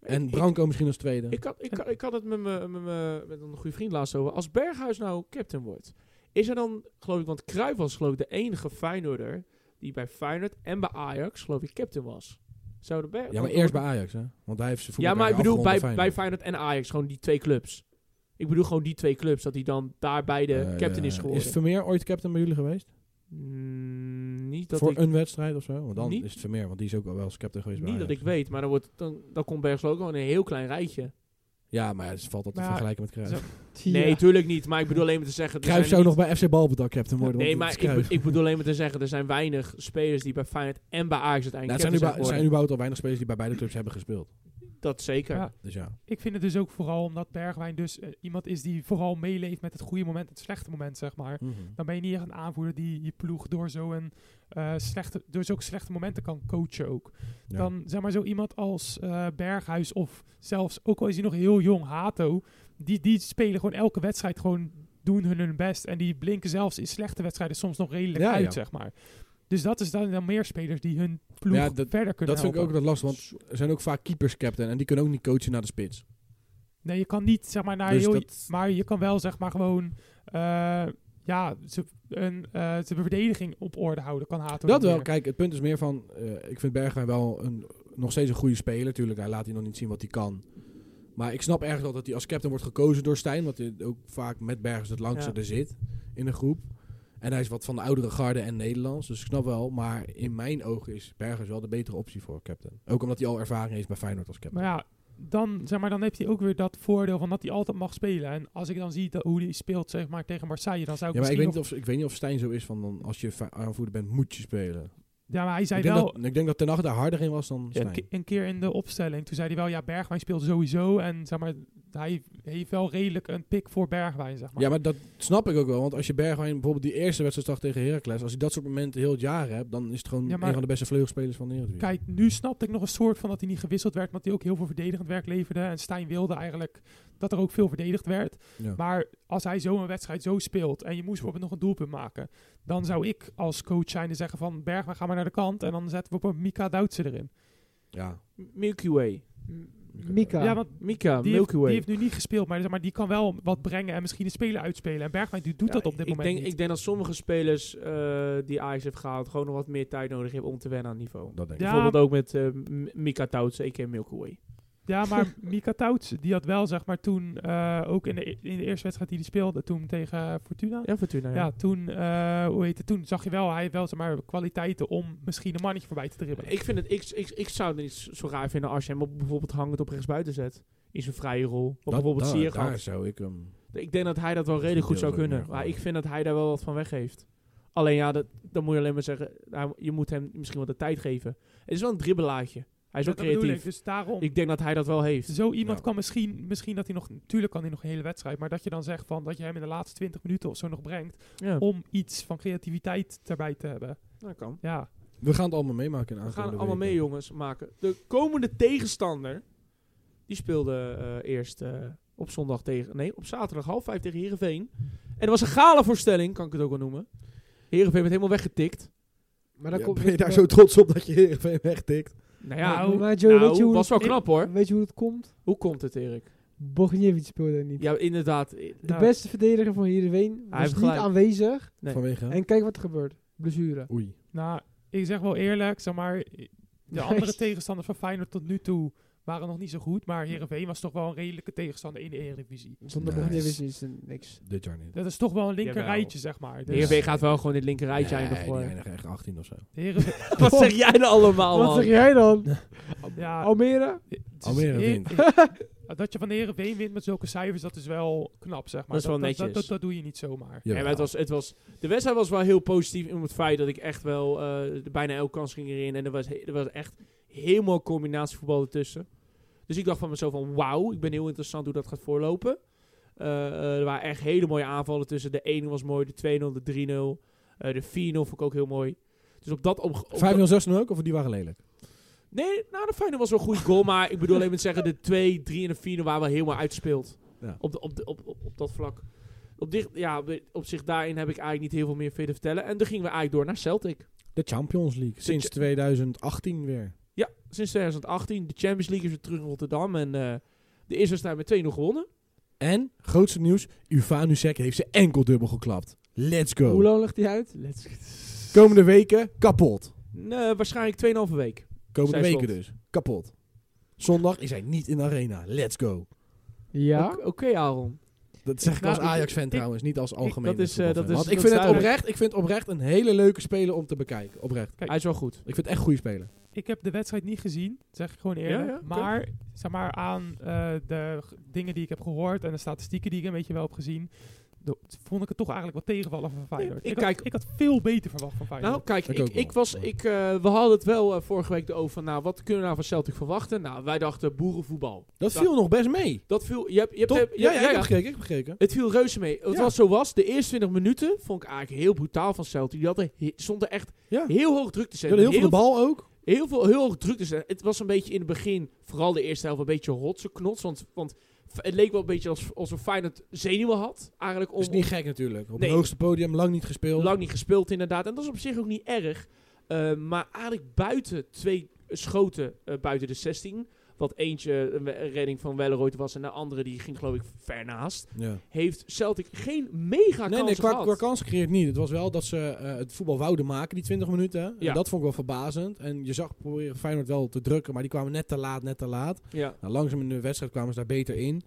En
Ik-
Branco misschien als tweede.
Ik had, ik, had- ik had het met, me, met, me, met een goede vriend laatst over. Als Berghuis nou captain wordt, is er dan, geloof ik, want Cruijff was geloof ik de enige Feyenoorder die bij Feyenoord en bij Ajax, geloof ik, captain was. Zouden Berg
ja, maar eerst bij Ajax, hè? Want hij heeft zijn
Ja, maar ik
voetbalcarrière
bedoel bij,
afgerond
bij Feyenoord en Ajax, gewoon die twee clubs. Ik bedoel gewoon die twee clubs, dat hij dan daar bij de
Eh,
captain
ja.
is geworden.
Is Vermeer ooit captain bij jullie geweest?
Mm, niet dat
Voor
ik,
een wedstrijd of zo? Want dan
Niet-
is het Vermeer, want die is ook wel wel eens captain geweest
niet
bij
dat
Ajax.
ik weet, maar dan, wordt, dan, dan komt Berghuis ook al in een heel klein rijtje.
Ja, maar ja, het valt dat te
Maar ja,
vergelijken met Cruijff.
zo-
Nee,
Ja.
tuurlijk niet, maar ik bedoel alleen maar te zeggen... er
Cruijff
zijn
zou
niet-
nog bij FC Balbetal captain worden.
Nee,
want het
maar
is
ik,
Cruijff.
be- ik bedoel alleen maar te zeggen, er zijn weinig spelers die bij Feyenoord en bij Ajax
Nou, het
uiteindelijk
zijn,
captain
überhaupt-
zijn
er
geworden.
zijn überhaupt al weinig spelers die bij beide clubs hebben gespeeld.
Dat zeker.
Ja.
Dus ja.
Ik vind het dus ook vooral omdat Bergwijn dus eh, iemand is die vooral meeleeft met het goede moment en het slechte moment, zeg maar. Dan ben je niet echt een aanvoerder die je ploeg door zo'n eh slechte, door zulke slechte momenten kan coachen ook.
Ja.
Dan zeg maar zo iemand als eh, Berghuis of zelfs, ook al is hij nog heel jong, Hato. Die, die spelen gewoon elke wedstrijd gewoon doen hun hun best. En die blinken zelfs in slechte wedstrijden soms nog redelijk
Ja,
uit,
ja.
zeg maar. Dus dat is dan, dan meer spelers die hun ploeg
Ja, dat-
verder kunnen
Dat vind ik ook
helpen.
dat lastig, want er zijn ook vaak keepers captain en die kunnen ook niet coachen naar de spits.
Nee, je kan niet zeg maar naar
Dus
heel...
dat-
Maar je kan wel zeg maar gewoon eh, ja, ze, een, eh, ze de verdediging op orde houden kan Hato.
Dat
niet
wel.
meer.
Kijk, het punt is meer van... eh, ik vind Bergwijn wel een, nog steeds een goede speler. Tuurlijk, hij laat hier nog niet zien wat hij kan. Maar ik snap ergens wel dat hij als captain wordt gekozen door Stijn. Want hij ook vaak met Bergers het langste
Ja.
er zit in de groep. En hij is wat van de oudere garde en Nederlands. Dus ik snap wel. Maar in mijn ogen is Bergers wel de betere optie voor captain. Ook omdat hij al ervaring heeft bij Feyenoord als captain.
Maar ja, dan, zeg maar, dan heeft hij ook weer dat voordeel van dat hij altijd mag spelen. En als ik dan zie dat, hoe hij speelt zeg maar, tegen Marseille, dan zou ik
Ja, maar ik
misschien
weet, niet of, ik weet niet of Stijn zo is van dan als je fa- aanvoerder bent, moet je spelen.
nog- Ja, maar hij zei
Ik denk,
wel...
dat, ik denk dat Ten Hag daar harder in was dan
Een,
Stijn.
ke- een keer in de opstelling, toen zei hij wel, ja, Bergwijn speelt sowieso. En zeg maar, hij heeft wel redelijk een pik voor Bergwijn, zeg maar.
Ja, maar dat snap ik ook wel. Want als je Bergwijn bijvoorbeeld die eerste wedstrijd zag tegen Heracles... als je dat soort momenten heel het jaar hebt... dan is het gewoon
Ja, maar-
een van de beste vleugelspelers van de wereld. weer.
Kijk, nu snapte ik nog een soort van dat hij niet gewisseld werd, want hij ook heel veel verdedigend werk leverde. En Stijn wilde eigenlijk dat er ook veel verdedigd werd.
Ja.
Maar als hij zo'n wedstrijd zo speelt en je moest bijvoorbeeld nog een doelpunt maken, dan zou ik als coach zijnde zeggen van Bergwijn, ga maar naar de kant en dan zetten we op een Mika Doutsen erin.
ja.
Milky Way.
Mika.
Ja, want
Mika,
die heeft,
Milky
die
Way.
heeft nu niet gespeeld, maar, zeg maar die kan wel wat brengen en misschien een speler uitspelen. En Bergwijn die doet
Ja,
dat op dit
ik
moment
denk,
niet.
Ik denk dat sommige spelers eh, die Ajax heeft gehaald... gewoon nog wat meer tijd nodig hebben om te wennen aan het niveau.
dat denk ik.
Ja.
Bijvoorbeeld ook met eh, M- Mika Touts, a.k.a. Milky Way.
Ja, maar Mika Touts, die had wel zeg maar toen, eh, ook in de, in de eerste wedstrijd die hij speelde, toen tegen eh, Fortuna.
Ja, Fortuna. Ja.
Ja, toen, eh, hoe heet het, toen zag je wel, hij heeft wel zeg maar, kwaliteiten om misschien een mannetje voorbij te dribbelen.
Ik, vind het, ik, ik, ik zou het niet zo raar vinden als je hem op, bijvoorbeeld hangend op rechtsbuiten zet. In zijn vrije rol. Of
Dat-
bijvoorbeeld
daar,
Sierga.
daar zou ik hem...
Ik denk dat hij dat wel
Dat is
redelijk goed
niet heel
zou
leuk
kunnen.
meer
Maar
geworden.
ik vind dat hij daar wel wat van weggeeft. Alleen ja, dat, dan moet je alleen maar zeggen... nou, je moet hem misschien wel de tijd geven. Het is wel een dribbelaadje. Hij is
Dat
ook
bedoel
creatief.
ik, dus daarom,
Ik denk dat hij dat wel heeft.
zo iemand
Nou.
kan misschien, misschien dat hij nog, natuurlijk kan hij nog een hele wedstrijd, maar dat je dan zegt van, dat je hem in de laatste 20 minuten of zo nog brengt,
Ja,
om iets van creativiteit daarbij te hebben.
dat kan.
Ja,
We gaan het allemaal meemaken in
We gaan
aankomende
allemaal mee,
weken.
jongens, maken. De komende tegenstander, die speelde eh, eerst eh, op zondag tegen... Nee, op zaterdag half vijf tegen Heerenveen. En dat was een gala voorstelling, kan ik het ook wel noemen. Heerenveen werd helemaal weggetikt.
Maar dan
Ja,
komt
ben je daar zo trots op dat je Heerenveen wegtikt?
Nou ja,
Nou,
Maar Joe, weet, je
nou,
hoe
was wel
ik-
knap hoor.
weet je hoe het komt?
Hoe komt het, Erik?
Bogdanovic speelde er niet.
Ja, inderdaad.
De
Nou,
beste verdediger van Heerenveen
heeft
was niet
gelijk.
aanwezig.
Nee.
Vanwege...
En kijk wat er gebeurt. Blessure.
Oei.
nou, ik zeg wel eerlijk, zeg maar, de andere tegenstanders van Feyenoord tot nu toe waren nog niet zo goed, maar Heerenveen was toch wel een redelijke tegenstander in de Eredivisie.
Zonder
Nice.
Bogdanovic is er niks.
Dit jaar niet.
Dat is toch wel een linker
Jawel.
rijtje, zeg maar. Dus
Heerenveen gaat wel gewoon dit linkerrijtje
Nee,
eindigen.
die
voor.
eindigen echt 18 of zo.
Heerenveen-
Wat zeg jij nou allemaal,
Wat zeg
man?
jij dan?
ja,
Oh,
Almere?
Het is
Almere
eer-
wint.
Ja, Dat je van de Heerenveen wint met zulke cijfers, dat is wel knap, zeg maar.
Dat is wel
Dat,
netjes.
dat, dat doe je niet zomaar.
Ja, maar het was, het was, de wedstrijd was wel heel positief in het feit dat ik echt wel eh, bijna elke kans ging erin. En er was, he- er was echt helemaal combinatievoetbal ertussen. Dus ik dacht van mezelf van wauw, ik ben heel interessant hoe dat gaat voorlopen. Eh, eh, er waren echt hele mooie aanvallen tussen. De 1 was mooi, de 2-0, de 3-0. eh, de 4-0 vond ik ook heel mooi. Dus op dat... Op, op dat-
5-0, 6-0 ook? Of die waren lelijk?
nee, nou de 5-0 was wel een goede goal. maar ik bedoel alleen maar te zeggen, de 2, 3 en de 4-0 waren wel helemaal uitspeeld.
Ja.
Op, de- op, de- op, op, op dat vlak. Op, dicht, ja, op- op zich daarin heb ik eigenlijk niet heel veel meer verder te vertellen. En dan gingen we eigenlijk door naar Celtic.
De Champions League. Sinds
Cha-
2018 weer.
Ja, sinds 2018. De Champions League is weer terug in Rotterdam. En eh, de eerste wedstrijd met 2-0 gewonnen.
En, grootste nieuws, Ufa Nusek heeft zijn enkel dubbel geklapt. Let's go.
Hoe lang ligt hij uit?
Komende weken kapot.
Nee, Eh, waarschijnlijk 2,5 week.
Komende
Zij
weken
stond.
dus. Kapot. Zondag is hij niet in de arena. Let's go.
Ja.
Oké, Aaron.
Dat zeg ik
Nou,
als Ajax-fan
ik-
trouwens, niet als algemeen.
dat is, eh, dat is-
Want ik
dat
vind,
is
het
duidelijk.
oprecht, ik vind het oprecht een hele leuke speler om te bekijken. Oprecht.
Hij is wel goed.
Ik vind het echt goede speler.
Ik heb de wedstrijd niet gezien, zeg ik gewoon eerlijk.
Ja, ja, oké.
Maar, zeg maar, aan eh, de g- dingen die ik heb gehoord en de statistieken die ik een beetje wel heb gezien, do- vond ik het toch eigenlijk wat tegenvallen van Feyenoord.
ik
had,
kijk-
ik had veel beter verwacht van
Nou,
Feyenoord.
kijk,
Ik
ik,
ook
ik,
wel.
was, ik, eh, we hadden het wel eh, vorige week over. Van, nou, wat kunnen we nou van Celtic verwachten? Nou, wij dachten boerenvoetbal.
Dat viel nog best mee.
Dat viel. Je hebt, je hebt,
Top.
je hebt-
ja, ja,
ja, ja.
ik heb gekeken. Ik heb gekeken.
Het viel reuze mee. Het
Ja.
was zo was. De eerste 20 minuten vond ik eigenlijk heel brutaal van Celtic. Die hadden, he- stonden echt
Ja.
heel hoog druk te
Ze
zetten.
hadden heel veel de bal ook.
heel, veel, heel hoog druk te zetten. Het was een beetje in het begin, vooral de eerste helft, een beetje rotse knots. Want, want f- het leek wel een beetje alsof, alsof Feyenoord zenuwen had. Eigenlijk om,
Is niet gek natuurlijk. Op
Nee.
het hoogste podium, lang niet gespeeld.
Lang niet gespeeld, inderdaad. En dat is op zich ook niet erg. Eh, maar eigenlijk buiten twee schoten eh, buiten de 16 Wat eentje een we- een redding van Welleroyd was en de andere die ging geloof ik ver naast.
Ja.
Heeft Celtic geen mega
Nee,
kansen
nee, qua,
gehad.
qua kansen creëert niet. Het was wel dat ze eh, het voetbal wouden maken, die 20 minuten. En
Ja.
dat vond ik wel verbazend. En je zag proberen Feyenoord wel te drukken, maar die kwamen net te laat, net te laat.
ja.
Nou, langzaam in de wedstrijd kwamen ze daar beter in.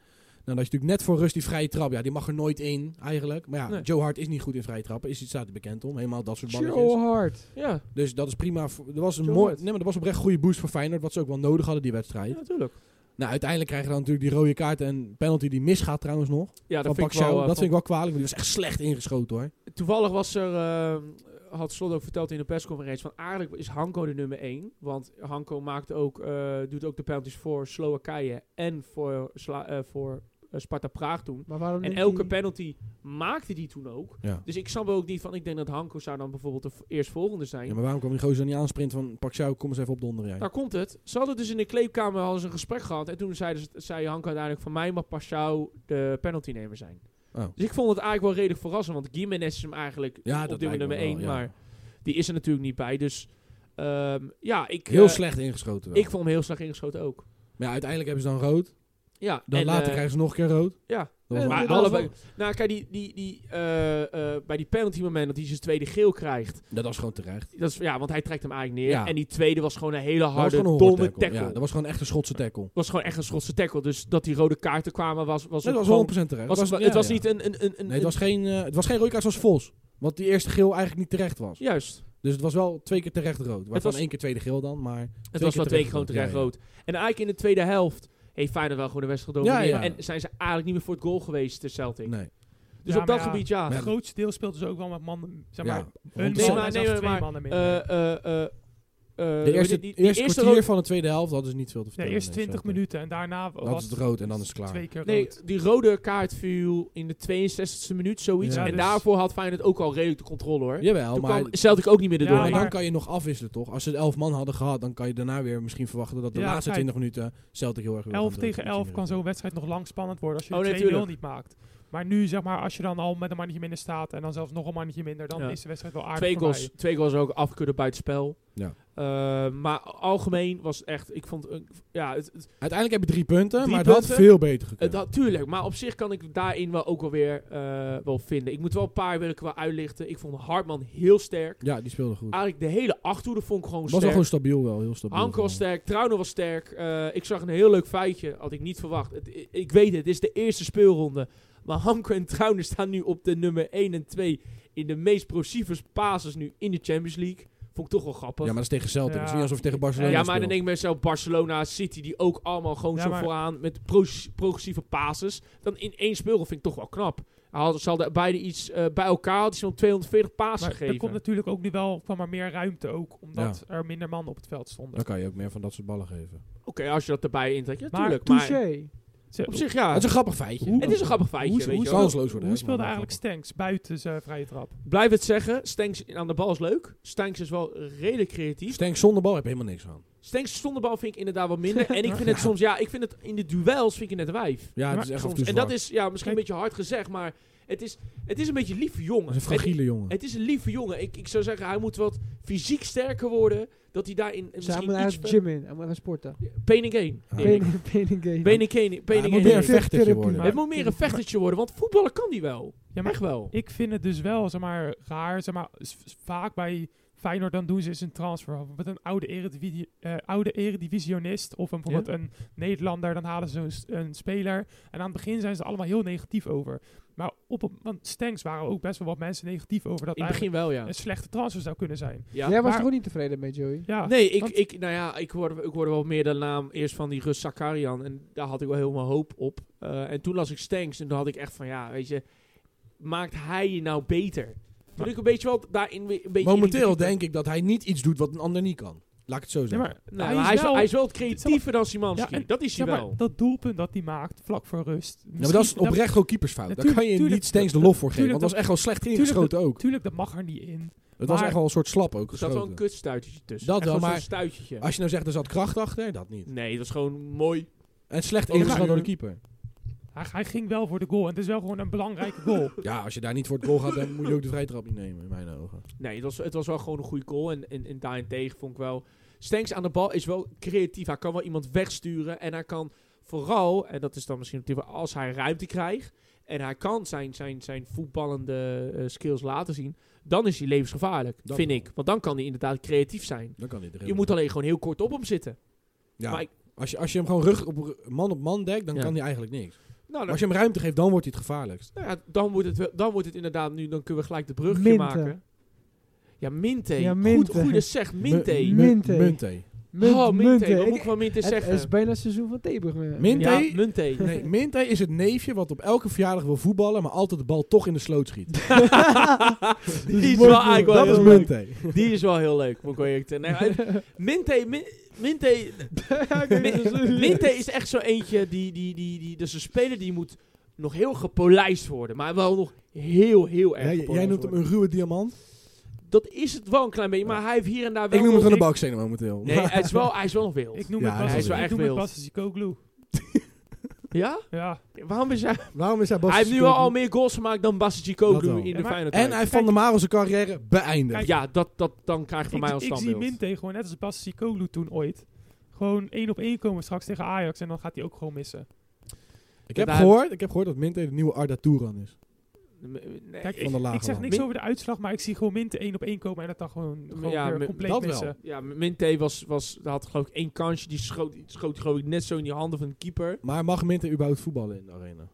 Nou, dat je natuurlijk net voor rust die vrije trap, ja, die mag er nooit in eigenlijk. Maar ja,
Nee.
Joe Hart is niet goed in vrije trappen, is, staat hij bekend om. Helemaal dat soort balletjes.
Chill hard.
Ja,
Dus dat is prima. voor- Er was een
Joe
mooi,
Hart.
nee, maar er was oprecht goede boost voor Feyenoord, wat ze ook wel nodig hadden die wedstrijd.
ja, natuurlijk.
Nou, uiteindelijk krijgen we dan natuurlijk die rode kaart en penalty die misgaat trouwens nog.
Ja,
van
dat vind, ik
Paxiao.
wel, eh,
dat vind ik
van-
wel kwalijk, want die was echt slecht ingeschoten hoor.
Toevallig was er, eh, had Slot ook verteld in de persconferentie, van eigenlijk is Hanko de nummer 1. Want Hanko maakt ook, eh, doet ook de penalties voor Slowakije en voor, Sla- eh, voor eh, Sparta Praag toen.
Maar waarom
En
niet
elke
die-
penalty maakte die toen ook.
Ja.
Dus ik snap er ook niet van, ik denk dat Hanko zou dan bijvoorbeeld de v- eerstvolgende zijn.
Ja, maar waarom kwam die gozer dan niet aansprint van Paxiao, kom eens even op donderen jij.
Daar komt het. Ze hadden dus in de kleedkamer hadden ze een gesprek gehad. En toen zeiden ze- zei Hanko uiteindelijk, van mij mag Paschau de penaltynemer zijn.
Oh.
Dus ik vond het eigenlijk wel redelijk verrassend. Want Gimenez is hem eigenlijk
Ja, dat
op dit moment
lijkt me
nummer 1.
wel, ja.
Maar die is er natuurlijk niet bij. Dus ehm, ja, ik,
Heel
eh,
slecht ingeschoten wel.
ik vond hem heel slecht ingeschoten ook.
Maar ja, uiteindelijk hebben ze dan rood.
Ja,
Dan
en,
later
eh,
krijgen ze nog een keer rood.
ja.
Dat was
Eh,
wel-
Maar
dat was
allebei, nou kijk, die, die, die, eh, eh, bij die penalty moment dat hij zijn tweede geel krijgt.
dat was gewoon terecht.
Dat is, ja, want hij trekt hem eigenlijk neer.
Ja.
En die tweede was gewoon een hele
Dat was
harde,
gewoon een
domme
holle
tackle.
tackle. Ja, dat was gewoon echt een Schotse tackle.
was gewoon echt een Schotse tackle. Dus dat die rode kaarten kwamen was, was
Dat
ook
was
gewoon...
100% terecht.
Was,
Dat
het
ja,
was
ja.
niet een... een, een, een
Nee, het was geen, eh, het was geen rode kaart zoals Vos. Want die eerste geel eigenlijk niet terecht was.
Juist.
Dus het was wel twee keer terecht rood. Waarvan
was-
één keer tweede geel dan, maar...
Het
keer
was wel twee keer
terecht
gewoon
rood. Ja,
terecht
ja.
rood. En eigenlijk in de tweede helft heeft Feyenoord wel gewoon de wedstrijd gedomineerd.
Ja, Nou, ja.
En zijn ze eigenlijk niet meer voor het goal geweest, de Celtic.
Nee.
Dus
Ja,
op dat
maar ja,
gebied, ja.
Het grootste deel speelt dus ook wel met mannen. Zeg maar,
Ja.
een
Nee,
man
maar- eh,
en
nee,
zelfs
maar-
twee
maar,
mannen minder.
Eh, eh, eh, eh,
De
weet
eerste,
je, die- die
eerste, kwartier
rode-
van de tweede helft hadden ze niet veel te
ja,
vertellen.
eerst
nee,
20
zo.
minuten en daarna
Dan is het rood en dan is het klaar.
Twee keer rood.
Nee, die rode kaart viel in de 62e minuut, zoiets.
Ja,
en
dus-
daarvoor had Feyenoord ook al redelijk de controle, hoor.
Jawel,
Toen
maar...
kwam Celtic ook niet meer
Ja,
erdoorheen.
maar
maar-
dan kan je nog afwisselen, toch? Als ze elf man hadden gehad, dan kan je daarna weer misschien verwachten dat de
Ja,
laatste
kijk.
20 minuten Celtic heel erg... weer
11
gaan drukken.
tegen 11 kan zo'n wedstrijd nog lang spannend worden als je
Oh, nee,
de 2-0
tuurlijk.
niet maakt. Maar nu, zeg maar, als je dan al met een mannetje minder staat en dan zelfs nog een mannetje minder, dan
Ja.
is de wedstrijd wel aardig
twee
voorbij.
goals, twee goals ook afkudden buitenspel.
Ja.
Eh, maar algemeen was het echt, ik vond, een- ja, het, het,
Uiteindelijk heb je drie punten,
Drie
maar het had
punten.
veel beter gekund.
het had, Eh, tuurlijk, maar op zich kan ik daarin wel ook wel weer eh, wel vinden. Ik moet wel een paar wil ik wel uitlichten. Ik vond Hartman heel sterk.
Ja, die speelde goed.
Eigenlijk de hele achterhoede vond ik gewoon
was wel
Ah, sterk.
gewoon stabiel wel, heel stabiel.
Hanko was
gewoon.
sterk, Trauner was sterk. Eh, ik zag een heel leuk feitje, had ik niet verwacht. Het- i- ik weet het, het is de eerste speelronde. Maar Hanko en Trauner staan nu op de nummer 1 en 2 in de meest progressieve passes nu in de Champions League. Vond ik toch wel grappig.
Ja, maar dat is tegen Celtic.
Ja.
Het is niet alsof je tegen Barcelona
Ja, maar
speelt.
dan denk ik mezelf, Barcelona, City, die ook allemaal gewoon
Ja,
zo
maar-
vooraan met pro- progressieve passes. Dan in één speelrol vind ik toch wel knap. Hij had- Ze hadden beide iets eh, bij elkaar, hadden ze wel 240 passes
Maar er komt
gegeven.
natuurlijk ook nu wel kwam er meer ruimte ook, omdat er minder mannen op het veld stonden.
Dan kan je ook meer van dat soort ballen geven.
Oké, als je dat erbij intrekt, ja,
Maar
tuurlijk. Maar,
Touché.
Ze-
op zich, ja.
Het is een grappig feitje.
Hoe-
Ah. Het is een grappig feitje,
Hoe,
weet
hoe
je wel.
kansloos worden.
Hoe
hè,
speelde
maar
eigenlijk Stanks buiten zijn vrije trap?
Blijf het zeggen, Stanks aan de bal is leuk. Stanks is wel redelijk creatief.
Stenks zonder bal heb je helemaal niks aan.
Stanks zonder bal vind ik inderdaad wat minder. en ik vind het soms, ja, ik vind het in de duels vind ik het net wijf.
Ja, het
Maar
is echt af
Soms.
en toe
En
zwak.
dat is ja, misschien een
Kijk.
beetje hard gezegd, maar het is, het is een beetje een lieve
Dat
jongen.
is een fragiele jongen.
Het, het is een lieve jongen. Ik, ik zou zeggen, hij moet wat fysiek sterker worden. Dat hij daarin
Dus hij
misschien
moet
iets...
eigenlijk gym in. Hij moet even sporten.
Peningeen.
Ja.
Benen- benen gamen.
Ja, hij moet meer een
Fysiotherapie.
vechtertje worden.
Het moet meer een vechtertje worden, want voetballen kan die wel.
Ja, maar
Echt wel.
ik vind het dus wel, zeg maar, raar. Zeg maar, s- s- vaak bij Feyenoord dan doen ze eens een transfer met een oude, eredivisie, eh, oude eredivisionist of een, bijvoorbeeld een Nederlander. Dan halen ze een, s- een speler. En aan het begin zijn ze er allemaal heel negatief over. Maar op, het- want Stanks waren ook best wel wat mensen negatief over dat
In het
eigenlijk
begin wel, ja.
een slechte transfer zou kunnen zijn.
ja.
Jij was
maar-
er ook niet tevreden mee, Joey?
Ja,
Nee, ik,
want-
ik, nou ja, ik, hoorde, ik hoorde wel meer de naam eerst van die Rus Zakarian. En daar had ik wel helemaal hoop op. Eh, en toen las ik Stanks en toen had ik echt van, ja, weet je... Maakt hij je nou beter? Toen
Maar-
ik een beetje wel daarin weer een beetje...
Momenteel denk ik dat hij niet iets doet wat een ander niet kan. Laat ik het zo
Ja,
zeggen.
maar
Nou, hij, is wel, hij is wel creatiever dan Simanski.
Ja, en-
dat is hij
ja, maar
wel.
dat doelpunt dat hij maakt vlak voor rust.
Ja, maar dat is
misschien-
oprecht ook keepersfout. Daar
Natuurlijk,
kan je
tuurlijk,
niet Stenks de lof voor geven.
tuurlijk,
Want dat was echt wel slecht ingeschoten ook.
Tuurlijk, dat mag er niet in.
Het was
maar-
echt wel een soort slap ook
Er zat wel een
geschoten.
kutstuitertje tussen.
Dat
Echt
wel,
gewoon zo'n
maar-
stuitertje.
Als je nou zegt er zat kracht achter, dat niet.
Nee, dat is gewoon mooi.
En slecht
Oh, maar-
ingeschoten door de keeper.
Hij, hij ging wel voor de goal. En het is wel gewoon een belangrijke goal.
Ja, als je daar niet voor het goal gaat, dan moet je ook de vrije trap niet nemen, in mijn ogen.
Nee, het was, het was wel gewoon een goede goal. En, en, en daarentegen vond ik wel... Stenks aan de bal is wel creatief. Hij kan wel iemand wegsturen. En hij kan vooral, en dat is dan misschien op dit moment, als hij ruimte krijgt. En hij kan zijn, zijn, zijn voetballende eh, skills laten zien. Dan is hij levensgevaarlijk,
Dan
vind
wel.
ik. Want dan kan hij inderdaad creatief zijn.
Dan kan hij erin.
Je moet alleen gewoon heel kort op hem zitten.
ja.
maar ik-
als, je, als je hem gewoon rug op ru- man op man dekt, dan
Ja.
kan hij eigenlijk niks.
Nou,
Maar
dan,
als je hem ruimte geeft, dan wordt hij het gevaarlijkst.
nou ja, dan, wordt het wel- dan wordt het inderdaad nu. Dan kunnen we gelijk de brugje
Minte.
maken. Ja, Minte.
Ja,
Goed,
Minte.
goede zeg, Minte.
M- Minte.
Minte.
oh, Minte. Wat moet
Ik-
ik van Minte
Het
zeggen?
is bijna het seizoen van Teburg. man.
Minte?
Ja, Minte.
Nee, Minte is het neefje wat op elke verjaardag wil voetballen, maar altijd de bal toch in de sloot schiet.
Die is
mooi
wel eigenlijk wel
dat is
heel leuk.
Minte.
Die is wel heel leuk, moet ik wel eerlijk zeggen. Nee, Minte, Min- Minte, Min- Minte is echt zo eentje die, die, die, die, dat is een speler die moet nog heel gepolijst worden, maar wel nog heel, heel erg.
Jij, jij
gepolijst
noemt hem
worden.
een ruwe diamant.
Dat is het wel een klein beetje, maar hij heeft hier en daar wel.
Ik noem hem
nog
gewoon de
niks-
baksteen momenteel.
Nee, hij is wel, hij is wel nog wild.
Ik noem
Ja,
het
hij
Bas,
is wel
ik
echt
noem het
wild.
Bas Sikoglu.
Ja?
Ja,
Waarom is hij?
Waarom is hij Bas
eh, Hij heeft nu al, al meer goals gemaakt dan Bassetje
Dat wel.
Kogu in
Ja,
de
maar-
Feyenoord.
En hij heeft Van der Marel zijn carrière beëindigd.
Ja, dat, dat, dan krijg je van
ik,
mij als
ik zie
standbeeld.
Minte gewoon net als Bas Sikoglu toen ooit. Gewoon één op één komen straks tegen Ajax en dan gaat hij ook gewoon missen.
Eh,
Ik, heb
Ja,
gehoord, ik heb gehoord dat Minte de nieuwe Arda Turan is.
Nee,
Kijk,
Van de lage
ik zeg
man.
niks
Min-
over de uitslag, maar ik zie gewoon Minte één op één komen en dat dan gewoon, gewoon
Ja,
weer
mi-
compleet
dat wel.
missen.
Ja, Minte was, was, had geloof ik één kansje. Die schoot, die schoot geloof ik net zo in die handen van de keeper.
Maar mag Minte überhaupt voetballen in de arena?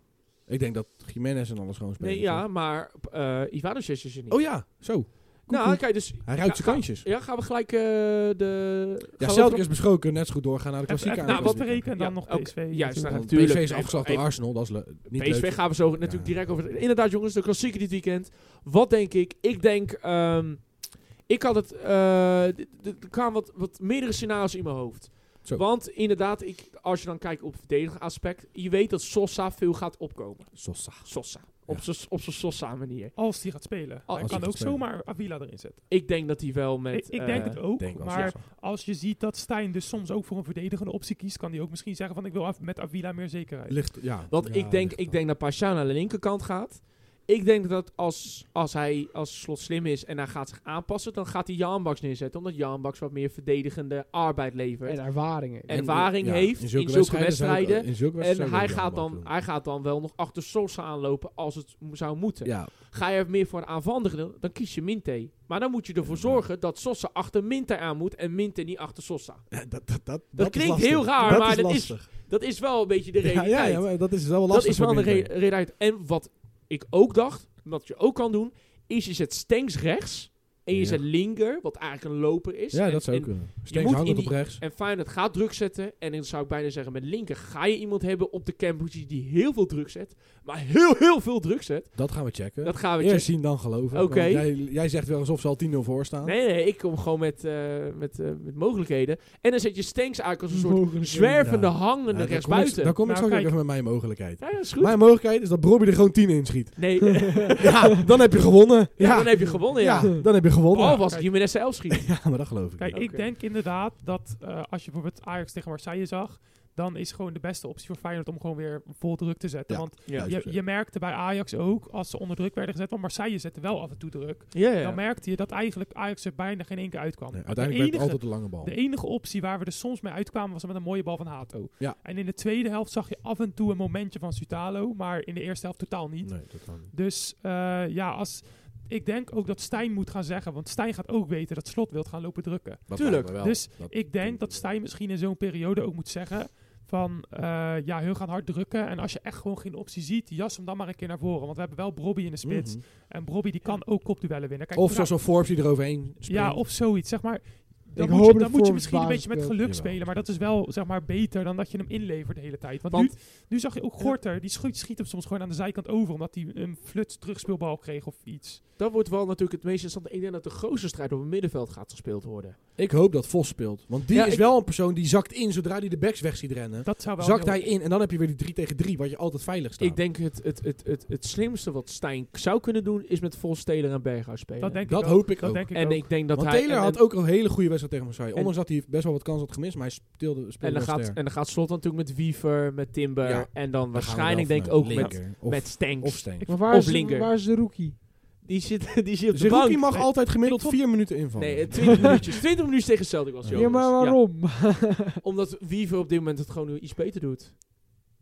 Ik denk dat Jiménez en alles gewoon spelen.
Nee, ja, maar eh Ivanovic is er niet.
Oh ja, zo.
nou, kijk, dus...
Hij ruikt
Ja,
zijn kantjes.
Ja, gaan we gelijk eh, de... gaan we
Ja, zelf
op-
is besproken. Net zo goed doorgaan naar de
Even,
klassieke
even
nou,
nou,
wat-
bespreken en dan
Ja,
nog
oké,
PSV.
juist,
natuurlijk.
nou,
PSV
natuurlijk.
is afgeslacht door
Even-
Arsenal. Dat is le- niet
PSV
leuk.
gaan we zo natuurlijk
Ja.
direct over. Inderdaad, jongens, de klassieker dit weekend. Wat denk ik? Ik denk. ehm, ik had het. eh, d- d- er kwamen wat, wat meerdere scenario's in mijn hoofd.
Zo.
Want inderdaad, ik, als je dan kijkt op het verdedigend aspect. Je weet dat Sosa veel gaat opkomen.
Sosa.
Sosa. Op z'n- op zijn Sosa manier.
Als die gaat spelen.
Als
Hij
die
kan
gaat
ook
spelen.
zomaar Avila erin zetten.
Ik denk dat hij wel met.
ik ik denk
eh,
het ook.
Denk wel
maar
Sosa.
als je ziet dat Stijn dus soms ook voor een verdedigende optie kiest, kan hij ook misschien zeggen van ik wil af- met Avila meer zekerheid.
Ligt, ja.
Want
Ja,
ik, denk,
ligt
ik
wel.
denk dat Pasha naar de linkerkant gaat. Ik denk dat als, als hij als slot slim is en hij gaat zich aanpassen, dan gaat hij Jan Baks neerzetten. Omdat Jan Baks wat meer verdedigende arbeid levert.
En ervaringen.
En- ervaring heeft in zulke wedstrijden.
zou ik- in zulke
En
wedstrijden zou
hij
ik wel
gaat,
wat
dan,
doen.
hij gaat dan wel nog achter Sosa aanlopen als het m- zou moeten.
Ja,
Ga je er meer voor een aanvallende, dan kies je Minte. Maar dan moet je ervoor zorgen dat Sosa achter Minte aan moet en Minte niet achter Sosa.
dat, dat, dat, dat,
klinkt
lastig.
heel raar,
dat
maar
is
dat is
lastig.
Dat is wel een beetje de
Ja,
realiteit.
ja, ja, maar dat is wel lastig.
dat is wel
voor
de re-
Minte.
realiteit. En wat ik ook dacht, wat je ook kan doen, is je zet Stengs rechts en je
Ja.
zet Linger, wat eigenlijk een loper is.
Ja,
en,
dat zou
en,
ook kunnen. Steeds
moet in
hangend op
die-
rechts.
en Feyenoord gaat druk zetten. En dan zou ik bijna zeggen, met Linker ga je iemand hebben op de campootje die heel veel druk zet. Maar heel, heel veel druk zet.
Dat gaan we checken.
Dat gaan we
Eerst
checken.
zien, dan geloven.
Oké.
Want Jij, jij zegt wel alsof ze al 10-0 voor staan.
Nee, nee, ik kom gewoon met, eh, met, eh, met mogelijkheden. En dan zet je Stenks eigenlijk als een soort
Mogelijk.
zwervende,
Ja.
hangende
Nou, dan kom ik,
rechtsbuiten.
dan kom ik
Nou,
zo
kijk.
even met mijn mogelijkheid.
Ja, dat is goed.
Mijn mogelijkheid is dat Bobby er gewoon 10 in schiet.
Nee,
Ja, dan heb je gewonnen.
ja,
Ja,
dan heb je gewonnen, ja. Oh.
Ja, dan heb je gewonnen.
Behalve als
Kijk.
Jiménez zelf schiet.
Ja, maar dat geloof ik
Kijk,
niet.
ik
Oké.
denk inderdaad dat eh, als je bijvoorbeeld Ajax tegen Marseille zag, dan is gewoon de beste optie voor Feyenoord om gewoon weer vol druk te zetten.
Ja.
Want
Ja,
Juist.
ja.
je, je merkte bij Ajax ook, als ze onder druk werden gezet, want Marseille zette wel af en toe druk.
ja,
Dan merkte je dat eigenlijk Ajax er bijna geen één keer uitkwam.
Nee,
De
uiteindelijk werkt
enige-
altijd de lange bal.
De enige optie waar we er soms mee uitkwamen was met een mooie bal van Hato.
Ja.
En in de tweede helft zag je af en toe een momentje van Sutalo, maar in de eerste helft totaal niet.
Nee, dat kan niet.
Dus eh, ja, als, ik denk ook dat Stijn moet gaan zeggen, want Stijn gaat ook weten dat Slot wil gaan lopen drukken.
Dat
Tuurlijk.
lijkt me wel.
Dus
Dat-
Ik denk dat Stijn misschien in zo'n periode ook moet zeggen van eh, ja, hun gaan hard drukken. En als je echt gewoon geen optie ziet, jas hem dan maar een keer naar voren. Want we hebben wel Brobby in de spits.
Mhm.
En Brobby die kan ook kopduellen winnen. Kijk,
Of
Bra-
nou-
zoals een Forbes die eroverheen springt.
ja, of zoiets, zeg maar. Dan,
Ik
moet
hoop
je,
dat
dan moet je
Forbes
misschien een
basis
beetje met
speelt.
geluk
Jawel.
spelen. Maar dat is wel zeg maar, beter dan dat je hem inlevert de hele tijd. Want,
Want-
nu, nu zag je ook Gorter. Die schiet, schiet hem soms gewoon aan de zijkant over. Omdat hij een flut terugspeelbal kreeg of iets.
Dat wordt wel natuurlijk het meest interessante. Ik denk dat de grootste strijd op het middenveld gaat gespeeld worden.
Ik hoop dat Vos speelt. Want die
Ja,
is
ik-
wel een persoon die zakt in zodra hij de backs weg ziet rennen.
Dat zou wel
Zakt
heel-
hij in en dan heb je weer die 3 tegen 3, wat je altijd veilig staat.
Ik denk het, het, het, het, het slimste wat Stijn zou kunnen doen, is met Vos, Teler en Berghuis spelen.
dat denk
Dat
ik
hoop
ook.
ik
dat
ook.
Denk ik
en
ook.
ik denk dat
Want
hij...
Taylor
en,
had ook een hele goede wedstrijd tegen Marseille.
En-
Ondanks dat hij best wel wat kans had gemist, maar hij speelde, speelde
En dan,
wel
gaat,
ster.
en dan gaat Slot natuurlijk met Wiever, met Timber.
Ja.
En dan
Daar gaan we
waarschijnlijk
wel
denk ik ook
vanuit.
met,
Linker. Of-
met Stenks.
Of Stenks.
Maar waar
Of
is,
Linker.
waar is de rookie?
Die zit, die zit op de
Zerouki
bank.
Dus mag
Nee,
altijd gemiddeld
ik vond-
vier minuten invallen.
Nee, eh, 20 minuutjes. 20 minuutjes tegen Celtic was Jonas.
Ja, maar waarom?
omdat Wiever op dit moment het gewoon iets beter doet.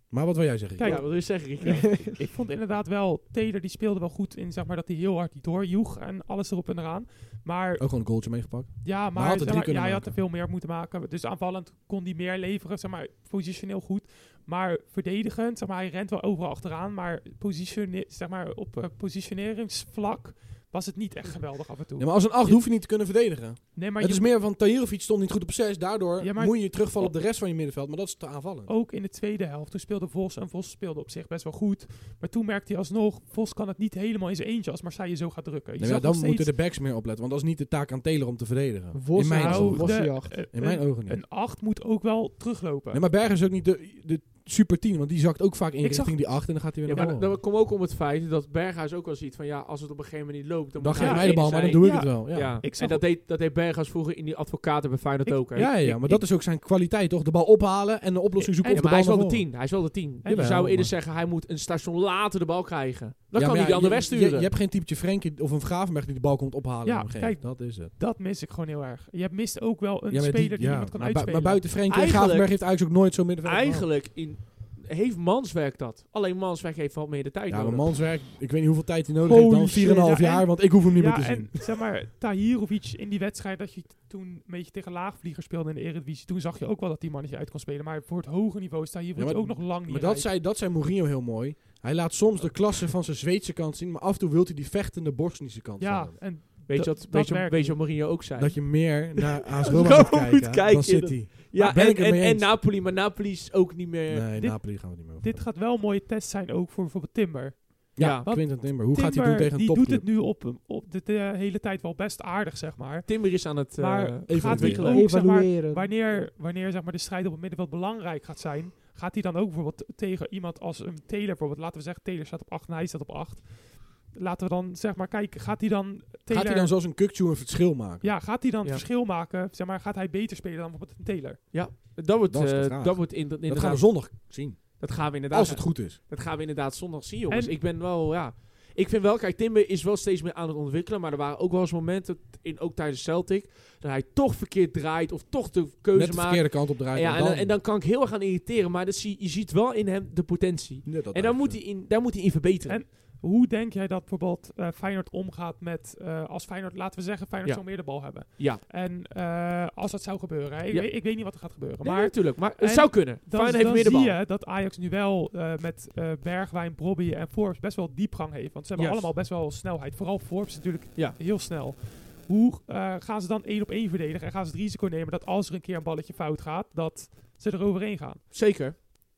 Maar wat wil jij zeggen?
Kijk,
ja, wat wil je zeggen, Rico?
Ik vond inderdaad wel, Taylor die speelde wel goed in, zeg maar, dat hij heel hard die doorjoeg en alles erop en eraan. Maar
Ook gewoon een goaltje meegepakt.
ja, maar,
had er
zeg
drie
maar,
kunnen
ja, hij had er
maken.
veel meer moeten maken. Dus aanvallend kon hij meer leveren, zeg maar, positioneel goed. Maar verdedigend, zeg maar, hij rent wel overal achteraan. Maar positione- zeg maar, op eh, positioneringsvlak was het niet echt geweldig af en toe.
Ja, maar als een acht hoef je niet te kunnen verdedigen.
nee, maar
het
je-
is meer van Tahirovic stond niet goed op 6. Daardoor
Ja, maar-
moet je terugvallen op de rest van je middenveld. Maar dat is te aanvallen.
ook in de tweede helft, toen speelde Vos en Vos speelde op zich best wel goed. Maar toen merkte hij alsnog, Vos kan het niet helemaal in zijn eentje als Marseille zo gaat drukken. Je
Nee, maar
zag
dan
nog steeds-
moeten de backs meer opletten. Want dat is niet de taak aan Taylor om te verdedigen.
Vos
in mijn
nou,
ogen.
Vos-
de-
Vossenjacht.
eh,
In mijn
een-
ogen niet.
Een 8 moet ook wel teruglopen.
Nee, maar Berger is ook niet de, de super 10. Want die zakt ook vaak in
Ik zag-
richting die 8. En dan gaat hij
Ja,
weer
maar
naar
dat,
voren.
dat komt ook om het feit dat Berghuis ook wel ziet van ja, als het op een gegeven moment niet loopt, dan,
Dan
moet
geef
hij
mij de bal, maar dan doe ik het wel.
Ja.
Ja, ja.
Ik zag
en dat deed, dat deed Berghuis vroeger in die advocaten bij Feyenoord
Ik-
ook. Hè?
ja, ja, maar dat is ook zijn kwaliteit, toch? De bal ophalen en een oplossing
Ja,
zoeken op
maar
de
hij
bal
is wel de
naar voren.
tien. Hij is wel de tien. En je
Jawel,
zou eerder
maar-
zeggen, hij moet een station later de bal krijgen. Dan
Ja,
kan
maar
hij die
ja,
ander
je-
wegsturen.
Je, je hebt geen typetje Frenkie of een Gravenberg die de bal komt ophalen.
Ja,
op een gegeven moment.
kijk,
dat is het.
Dat mis ik gewoon heel erg. Je hebt mist ook wel een
Ja, maar
speler die,
ja,
iemand kan
maar, bu-
uitspelen.
maar buiten Frenkie en
Eigenlijk-
Gravenberg heeft eigenlijk ook nooit zo'n middenveld. gehad.
Eigenlijk in, heeft Manswerk dat. Alleen Manswerk heeft wat meer de tijd
Ja, maar
nodig.
Manswerk, ik weet niet hoeveel tijd hij nodig
Holy
heeft. Dan 4,5
shit. Ja,
jaar, want ik hoef hem niet
ja,
meer te
en
zien.
zeg maar, Tahirovic in die wedstrijd dat je toen een beetje tegen laagvlieger speelde in de Eredivisie. Toen zag je ook wel dat die mannetje uit kon spelen. Maar voor het hoge niveau is Tahirovic
Ja, maar-
ook nog lang niet
Maar dat
rijp.
zei, dat zei Mourinho heel mooi. Hij laat soms de klasse van zijn Zweedse kant zien, maar af en toe wil hij die vechtende Bosnische kant
Ja,
zien.
en
Weet je
dat-
wat,
dat
weet je, wat-
werkt
weet je wat Mourinho ook zei?
Dat je meer naar AS
Zo
Roma moet kijken,
moet kijken.
dan City.
ja,
daar ben
en,
ik het
en,
mee
en
eens.
Napoli. Maar Napoli is ook niet meer...
Nee,
dit-
Napoli gaan we niet meer over.
dit gaat wel een mooie test zijn ook voor bijvoorbeeld Timber.
ja,
ja,
want
Quinten Timber. Hoe gaat hij
Timber,
doen tegen een
die doet
topclub?
het nu op, op de, de hele tijd wel best aardig, zeg maar.
Timber is aan het... eh,
Maar
even
gaat hij
ontwikkelen.
ook, zeg maar,
Evalueren.
Wanneer, wanneer zeg maar, de strijd op het middenveld belangrijk gaat zijn, gaat hij dan ook bijvoorbeeld tegen iemand als een Taylor, bijvoorbeeld, laten we zeggen, Taylor staat op 8 en hij staat op 8. Laten we dan zeg maar kijken, gaat hij dan Taylor,
Gaat hij dan zoals een Kukcu een verschil maken?
ja, gaat hij dan
Ja.
verschil maken? Zeg maar, gaat hij beter spelen dan bijvoorbeeld een Taylor?
dat wordt,
Dat is de
eh,
vraag.
dat wordt in, inderdaad...
dat gaan we zondag zien.
dat gaan we inderdaad...
Als het goed is.
Dat gaan we inderdaad zondag zien, jongens.
En-
ik ben wel, ja... Ik vind wel, kijk, Timber is wel steeds meer aan het ontwikkelen. Maar er waren ook wel eens momenten, t- in, ook tijdens Celtic... dat hij toch verkeerd draait of toch de keuze
Net de
maakt.
verkeerde kant op draaien.
ja, en, dan, en dan kan ik heel erg aan irriteren. Maar dat zie, je ziet wel in hem de potentie.
Ja, dat
En daar
is,
moet,
eh,
hij in, daar moet hij in verbeteren.
En- Hoe denk jij dat bijvoorbeeld eh, Feyenoord omgaat met, eh, als Feyenoord, laten we zeggen, Feyenoord
Ja.
zou meer de bal hebben.
ja,
En eh, als dat zou gebeuren, hè, ik,
Ja.
weet, ik weet niet wat er gaat gebeuren,
nee,
maar
natuurlijk. Maar het
en
zou kunnen.
dan,
Feyenoord heeft
dan
meer de bal.
zie je dat Ajax nu wel eh, met eh, Bergwijn, Brobby en Forbes best wel diepgang heeft. Want ze hebben
Juist.
allemaal best wel snelheid. Vooral Forbes natuurlijk
Ja.
heel snel. Hoe eh, gaan ze dan één op één verdedigen? En gaan ze het risico nemen dat als er een keer een balletje fout gaat, dat ze er overheen gaan?
Zeker.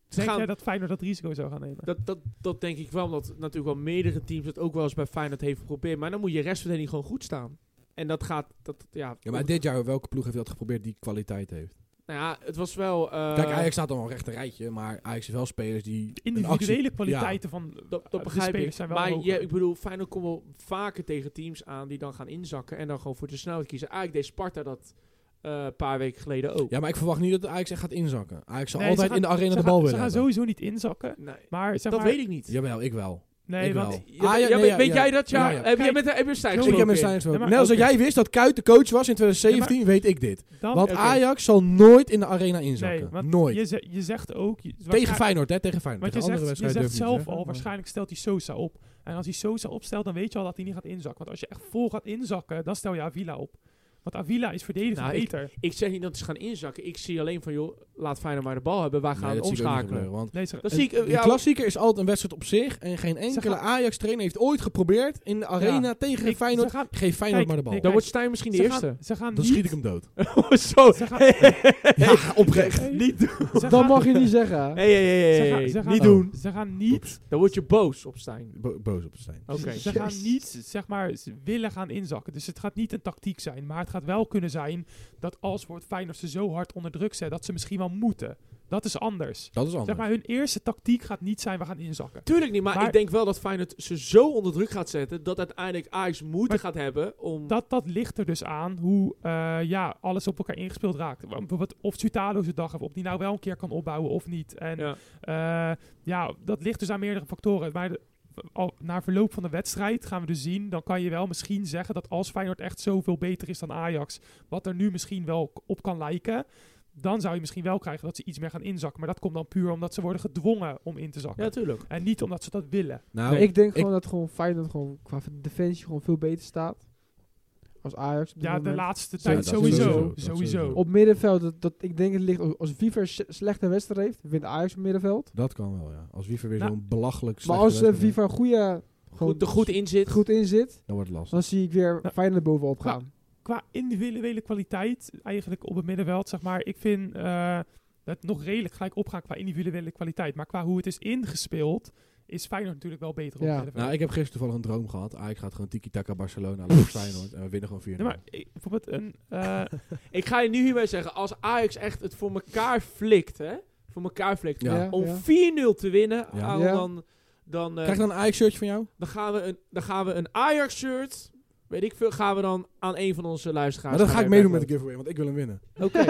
Ze
Denk
gaan-
jij dat Feyenoord dat risico zou gaan nemen?
dat, dat, dat denk ik wel, omdat natuurlijk wel meerdere teams dat ook wel eens bij Feyenoord heeft geprobeerd. Maar dan moet je restverdediging gewoon goed staan. En dat gaat, dat, ja...
Ja, maar dit jaar, welke ploeg heeft dat geprobeerd die kwaliteit heeft?
Nou ja, het was wel... eh,
Kijk, Ajax staat dan al recht een rijtje, maar Ajax heeft wel spelers die...
De
een actie-
individuele kwaliteiten van eh,
Dat,
de
dat begrijp
spelers
ik.
zijn wel
maar
hoger.
je, ik bedoel, Feyenoord komt wel vaker tegen teams aan die dan gaan inzakken en dan gewoon voor de snelheid kiezen. Eigenlijk deed Sparta dat eh, een paar weken geleden ook.
Ja, maar ik verwacht niet dat Ajax echt gaat inzakken. Ajax zal
Nee, ze
altijd
gaan-
in de arena
ze
de
gaan,
bal
ze
willen
gaan
hebben.
sowieso niet inzakken.
Nee,
Maar zeg
dat
maar,
weet ik niet.
Jawel, ik wel.
Nee,
ik
want
wel.
Ja,
Ah, ja,
ja,
nee,
weet
ja,
jij
ja.
dat? Ja,
Ja, ja.
Heb, je
Kijk,
met, heb je een stijl
Ik heb een
gesproken?
Stijn
Ja, maar
Net als
oké.
jij wist dat Kuit de coach was in 2017, weet ik dit.
dan,
Want
Oké.
Ajax zal nooit in de arena
Nee,
inzakken.
want
nooit.
je, ze- je zegt ook... je-
Tegen Feyenoord, hè? Tegen Feyenoord.
Want je
Tegen andere
zegt, je
wedstrijden
zegt
durf ik
zelf
niet te
al,
zeggen, maar-
waarschijnlijk stelt hij Sosa op. En als hij Sosa opstelt, dan weet je al dat hij niet gaat inzakken. Want als je echt vol gaat inzakken, dan stel je Avila op. Want Avila is verdedigend
Nou,
beter.
Ik zeg niet dat ze gaan inzakken. Ik zie alleen van, joh, laat Feyenoord maar de bal hebben. Wij
Nee,
gaan
dat zie ik ook niet gebeuren,
omschakelen.
Want
nee, ze-
Dat
Een-
zie ik... eh,
een
ja,
klassieker is altijd een wedstrijd op zich. En geen enkele
gaan-
Ajax-trainer heeft ooit geprobeerd in de arena tegen
ik-
Feyenoord.
ze gaan-
Geef Feyenoord
Kijk,
maar de bal.
nee,
dan wordt Stijn misschien de
ze
eerste.
Gaan, ze gaan
Dan
niet-
schiet ik hem dood.
Oh, zo.
Ze gaan-
ja, oprecht.
Nee,
Niet doen.
ze
Dat
gaan-
mag je niet zeggen.
Hey, hey, hey,
ze
hey,
gaan-
hey.
ze gaan-
Niet doen.
Ze gaan niet...
Dan word je boos op Stijn.
Bo- boos op het zijn.
Oké.
Ze gaan niet, zeg maar, z- willen gaan inzakken. Dus het gaat niet een tactiek zijn. Maar het gaat wel kunnen zijn dat als wordt Feyenoord ze zo hard onder druk zet, dat ze misschien wel moeten. Dat is anders.
Dat is
Zeg
anders.
maar, hun eerste tactiek gaat niet zijn, we gaan inzakken.
Tuurlijk niet, maar,
Maar-
ik denk wel dat Feyenoord ze zo onder druk gaat zetten... dat uiteindelijk Ajax moeite
Maar-
gaat hebben om...
dat, dat ligt er dus aan hoe eh, ja, alles op elkaar ingespeeld raakt. Wa- Bijvoorbeeld of Zutalo zijn dag heeft, of die nou wel een keer kan opbouwen of niet. En
Ja.
ja, ja dat ligt dus aan meerdere factoren. Maar de- al, na verloop van de wedstrijd gaan we dus zien. Dan kan je wel misschien zeggen dat als Feyenoord echt zoveel beter is dan Ajax. Wat er nu misschien wel k- op kan lijken. Dan zou je misschien wel krijgen dat ze iets meer gaan inzakken. Maar dat komt dan puur omdat ze worden gedwongen om in te zakken.
Ja, tuurlijk.
en niet omdat ze dat willen.
Nou,
ik denk gewoon dat gewoon Feyenoord gewoon qua defensie gewoon veel beter staat. Als Ajax. Op, dit
Ja, de
moment.
laatste
Ja,
tijd
dat
sowieso.
sowieso,
Sowieso.
dat sowieso.
op middenveld, dat, dat, ik denk het ligt als- als Viver s- slechte wedstrijd heeft, wint Ajax op middenveld.
dat kan wel, ja. Als Wiever weer
Nou,
zo'n belachelijk
Maar
slechte
als eh,
wedstrijd heeft,
Viva een goede, gewoon
Goed, er goed in zit.
goed in zit,
dan wordt het lastig.
dan zie ik weer
Nou,
Feyenoord bovenop
qua-
gaan.
Qua individuele kwaliteit, eigenlijk op het middenveld, zeg maar. Ik vind eh dat nog redelijk gelijk opgaan qua individuele kwaliteit. Maar qua hoe het is ingespeeld, is Feyenoord natuurlijk wel beter op
Ja.
het middenveld.
Nou, ik heb gisteren toevallig een droom gehad. Ajax gaat gewoon tiki-taka Barcelona laten Feyenoord. En we winnen gewoon 4
Nee, maar ik- bijvoorbeeld een... eh,
Ik ga je nu hierbij zeggen, als Ajax echt het voor elkaar flikt, hè? Voor elkaar flikt.
Ja.
Om
ja.
4-0 te winnen,
Ja.
Aaron,
Ja.
dan, dan, eh,
Krijg dan een Ajax-shirtje van jou?
dan, gaan we een, dan gaan we een Ajax-shirt, weet ik veel, gaan we dan aan een van onze luisteraars.
Maar dat ga ik meedoen met de
de
giveaway, want ik wil hem winnen.
Oké.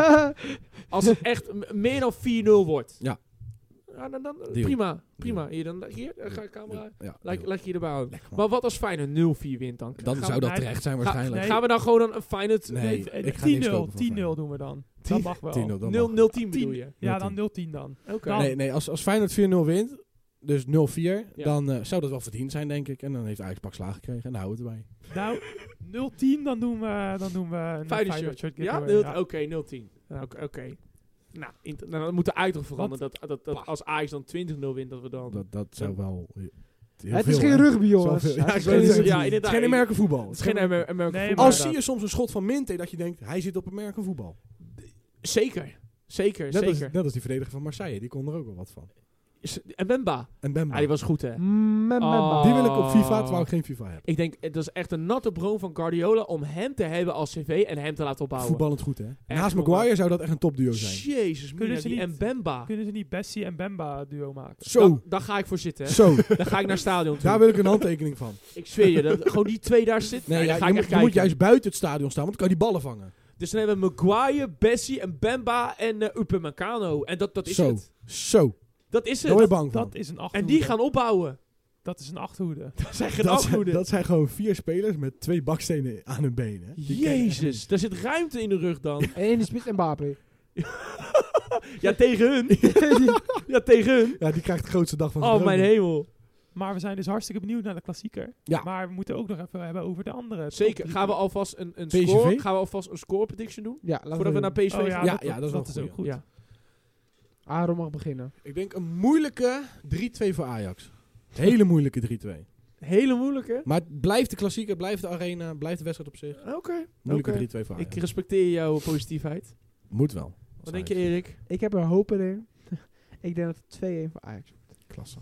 Als het echt m- meer dan 4-0 wordt.
Ja.
Ja, dan, dan,
Deal.
prima, prima. Hier, dan, hier, eh, ga ik camera.
Ja,
Laat, laat je hierbij houden.
Lekker, man.
Maar wat als Feyenoord 0-4 wint dan?
Dan
Gaan
zou
we
dat
naar-
terecht zijn
Ga-
waarschijnlijk.
Gaan we dan gewoon een, een Feyenoord 0-0
Nee,
eh,
ik ga niks kopen
10-0,
van
10-0 doen we dan. Dat mag wel.
10-0, dan mag.
10 bedoel je?
Ja,
10-0.
dan 0-10 dan.
Oké.
Dan-
Nee, nee als, als Feyenoord 4-0 wint, dus 0-4,
Ja.
dan eh, zou dat wel verdiend zijn, denk ik. En dan heeft Ajax pak slaag gekregen en dan houden we het erbij.
Nou, 0-10 dan doen we, dan doen we een
Feyenoord
Feyenoord shirt
Ja,
giveaway,
nul-
ja.
oh.
oké, 0-10.
Ja.
Oké, oké. Nou, inter- nou, dan moet de uitdruk veranderen dat, dat, dat als Ajax dan 20-0 wint, dat we dan...
Dat, dat zou wel... eh, heel
Het is
veel,
geen
hè.
rugby, jongens.
Zoveel. Ja,
Het
ik
is
weet
geen
het
rugby.
Ja,
niet. Het is
inderdaad.
geen Amerika voetbal.
het is geen Amer- American
Nee,
voetbal,
maar-
Als
inderdaad.
zie je soms een schot van Minte dat je denkt, hij zit op Amerika voetbal.
Zeker, zeker,
Net als,
zeker.
net als die verdediger van Marseille, die kon er ook wel wat van.
Is- En Bemba.
En
Ja,
Bemba.
Ah, die was goed, hè.
Mm, mem- mem-
Oh.
Die wil ik op FIFA, terwijl ik geen FIFA heb.
Ik denk, eh, dat is echt een natte bron van Guardiola om hem te hebben als cv en hem te laten opbouwen.
Voetballend goed, hè? Naast
nog
Maguire zou dat echt een topduo zijn.
Jezus,
Kunnen
Mina,
ze
die
niet-
en Bemba.
Kunnen ze niet Bessie en Bemba duo maken?
Dan,
Zo,
daar ga ik voor zitten, hè.
zo.
Dan ga ik naar het stadion toe.
Daar wil ik een handtekening van.
Ik zweer je, dat, gewoon die twee daar zitten.
Nee,
Nee,
ja,
ga ik
je, moet,
echt
je moet
kijken.
juist buiten het stadion staan, want dan kan je die ballen vangen.
Dus dan hebben we Maguire, Bessie en Bemba en eh Upamecano. En dat, dat is
Zo.
het.
Zo,
Dat is
daar word je
het.
bang van.
Dat is een
En
achterhoede.
die gaan opbouwen.
Dat is een achterhoede.
Dat zijn geen
Dat zijn,
afgoeden.
dat zijn gewoon vier spelers met twee bakstenen aan hun benen.
Jezus, daar zit ruimte in de rug dan.
En in de spits en Mbappé.
Ja, tegen hun. ja, tegen hun.
Ja, die krijgt de grootste dag van zijn
Oh, mijn
leven.
hemel.
Maar we zijn dus hartstikke benieuwd naar de klassieker.
Ja.
Maar we moeten ook nog even hebben over de andere. top
Zeker.
drie. Oh
Gaan we alvast een, een
PSV?
score, gaan we alvast een score prediction doen?
Ja, laten
Voordat we naar
doen.
PSV
Oh,
gaan.
ja,
Ja,
dat,
ja,
dat,
dat is
is
wel
ook goed.
Ja.
Aaron mag beginnen.
Ik denk een moeilijke 3-2 voor Ajax. Hele moeilijke 3-2.
Hele moeilijke.
Maar het blijft de klassieker, blijft de arena, blijft de wedstrijd op zich.
Oké.
Moeilijke
Oké.
3-2 voor Ajax.
Ik respecteer jouw positiefheid.
Moet wel. Als
Wat denk je,
Ajax.
Erik?
Ik heb er hoop in. ik denk dat het 2-1 voor Ajax wordt.
Klasse.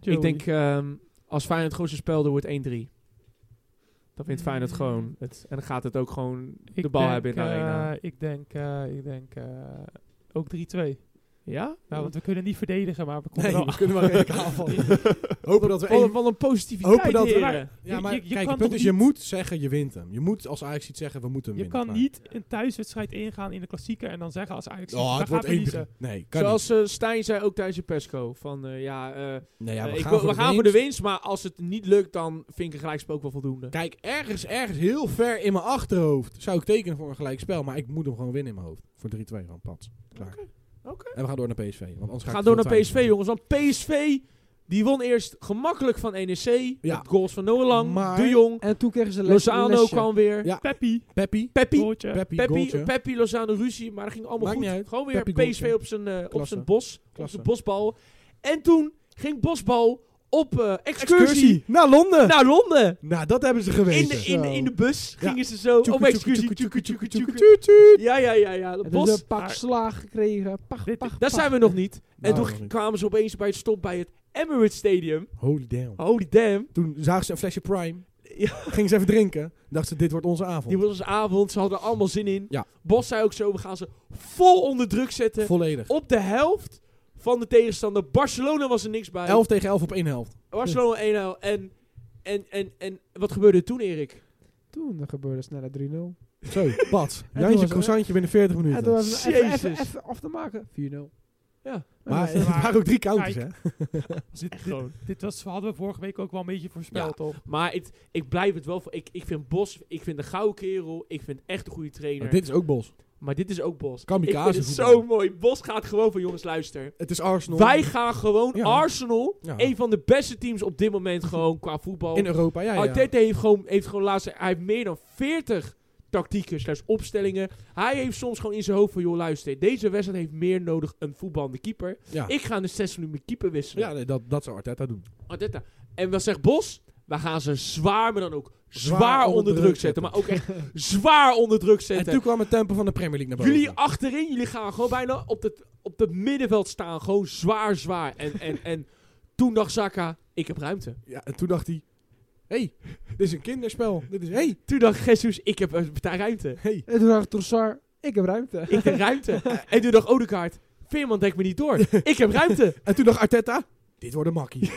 Ik denk, ehm, als Feyenoord gewoon zijn spel door wordt 1-3. Dan wint Feyenoord
Mm.
gewoon het. En dan gaat het ook gewoon
Ik
de bal
denk,
hebben in de
eh,
arena.
ik denk, eh, ik denk eh, ook 3-2.
Ja?
Nou, want we kunnen niet verdedigen, maar we
Nee,
komen wel
we kunnen wel redelijk aanvallen. Hopen dat we
Wat een-
één...
wat een positiviteit,
Hopen dat we-
heren.
Ja, maar
je- je
kijk,
kan
het punt
toch
is, je
niet-
moet zeggen je wint hem. Je moet als Ajax iets zeggen, we moeten hem
Je
winnen.
kan
klaar.
niet een thuiswedstrijd ingaan in de klassieker en dan zeggen als Ajax
Oh,
we
het
gaan
wordt 1-3.
verliezen.
Nee, kan
Zoals eh, Stijn zei ook tijdens de persco. Van eh, ja, eh,
niet. Nee, ja,
eh, ik wil- we, gaan,
de
voor de
winst.
winst. Maar als het niet lukt, dan vind ik een gelijkspel ook wel voldoende.
Kijk, ergens, ergens heel ver in mijn achterhoofd zou ik tekenen voor een gelijk spel. Maar ik moet hem gewoon winnen in mijn hoofd. Voor 3-2 gewoon, pats. Klaar.
oké.
En we gaan door naar PSV. Want anders
we
ga
gaan
ik
door
veel
naar PSV,
twijfelen.
jongens. Want PSV, die won eerst gemakkelijk van NEC.
Ja.
Met goals van Noah Lang,
Maar-
De Jong.
En toen kregen ze les-
Lozano
lesje.
kwam weer.
Ja.
Peppi,
Peppi.
Peppi.
broodje.
Peppi,
Peppi,
goaltje.
Peppi Lozano ruzie, maar dat ging allemaal
Maakt
goed.
niet uit.
Gewoon weer
Peppi
PSV
goaltje.
op zijn, eh, op
Klasse.
zijn bos, op
Klasse.
zijn bosbal. En toen ging bosbal op eh, excursie,
Excursie naar Londen. Nou,
naar Londen.
dat hebben ze
In
geweest.
de, in, de- in de bus
Ja.
gingen ze zo op excursie. Ja, ja, ja, ja.
En
dat
toen
Bos, Ah.
een pak
Maar-
slaag gekregen. Pach,
Dit-
pach,
daar
pach.
zijn we nog niet. En
Nou,
toen
nog niet.
kwamen ze opeens bij het stop bij het Emirates Stadium.
Holy damn.
Holy damn.
Toen zagen ze een flesje Prime.
Ja.
Gingen ze even drinken. Dachten ze, dit wordt onze
Die
avond.
was ons avond, ze hadden er allemaal zin in.
Ja.
Bos zei ook zo, we gaan ze vol onder druk zetten.
Volledig.
Op de helft van de tegenstander. Barcelona was er niks bij.
11 tegen 11 op één helft.
Barcelona 1-0. En, en, en, en wat gebeurde er toen, Erik?
Toen gebeurde sneller 3-0.
Zo, pats.
toen was
Jantje
het-
croissantje binnen 40
En toen
minuten.
was het even, even,
Jezus.
even af te maken. 4-0.
Maar
dat is
het
waar.
waren ook drie counters,
Kijk.
hè?
Dit, dit, dit was, hadden we vorige week ook wel een beetje voorspeld, toch?
Maar het, ik blijf het wel voor. Ik, ik vind Bos, ik vind de gouden kerel, ik vind echt een goede trainer.
Maar dit is ook Bos.
Maar dit is ook Bos.
Kamikaze
ik vind het
voetbal.
zo mooi. Bos gaat gewoon van jongens, luister.
Het is Arsenal.
Wij gaan gewoon
Ja.
Arsenal,
Ja.
een van de beste teams op dit moment gewoon qua voetbal.
in Europa, ja, ja.
Arteta heeft gewoon, heeft gewoon laatst, hij heeft meer dan 40 tactieken slash opstellingen. Hij heeft soms gewoon in zijn hoofd van, joh luister, deze wedstrijd heeft meer nodig een voetballende keeper.
Ja.
Ik ga in de 6 minuten mijn keeper wisselen.
Ja, nee, dat, dat zou Arteta doen.
Arteta. En wat zegt Bos? We gaan ze zwaar, maar dan ook zwaar,
Zwaar
onder, druk, zetten. Maar ook echt zwaar onder druk
En
zetten.
toen kwam het tempo van de Premier League naar boven.
Jullie achterin, jullie gaan gewoon bijna op het, op het middenveld staan. Gewoon zwaar, zwaar. En, en, en toen dacht Zaka, ik heb ruimte.
ja, en toen dacht hij... hey, dit is een kinderspel. Dit is... hey,
Toen dacht Jesus, ik heb eh, daar ruimte.
hey.
En toen dacht Trossard, ik heb ruimte.
Ik heb ruimte. en toen dacht Odekaart, Veerman dekt me niet door. ik heb ruimte.
En toen dacht Arteta... Dit wordt een makkie.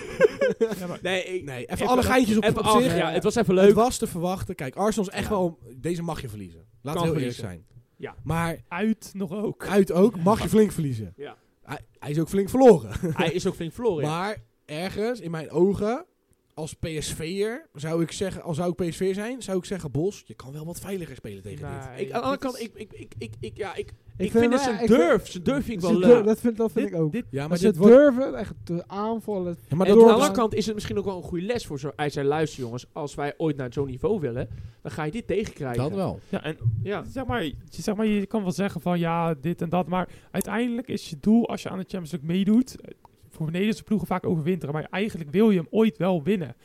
Ja, maar
Nee, ik-
Nee, even,
Even
alle
dat-
geintjes op,
even
op
af.
zich.
Ja, het was even
Het
leuk.
was te verwachten. Kijk, Arsenal is echt
Ja.
wel... Deze mag je verliezen. Laten we heel eerlijk
verliezen.
zijn.
Ja.
Maar
uit nog ook.
uit ook mag je flink verliezen.
Ja.
Hij, hij is ook flink verloren.
Hij is ook flink verloren. ja.
Maar ergens, in mijn ogen, als PSV'er zou ik zeggen... Al zou ik PSV'er zijn, zou ik zeggen... Bos, je kan wel wat veiliger spelen tegen dit.
ik, aan de andere kant, ik, ik, ik, ik, ik- ja, ik, ik,
vind
vind
hem-
het zijn
ik vind-
durf. Zijn durf vind ik wel
Ze
leuk.
dur- Dat vind, dat vind
Dit-
ik ook.
dit-
Ja,
maar
maar
ze
dit wordt...
durven echt te aanvallen.
Ja,
en aan
maar dat
de
wordt-
andere kant is het misschien ook wel een goede les voor zo. Hij zei, luister jongens, als wij ooit naar zo'n niveau willen, dan ga je dit tegenkrijgen.
Dat wel.
Ja, en
Ja.
Zeg maar, je, zeg maar, je kan wel zeggen van ja, dit en dat. Maar uiteindelijk is je doel als je aan de Champions League meedoet. eh, Voor Nederlandse ploegen vaak overwinteren. Maar eigenlijk wil je hem ooit wel winnen.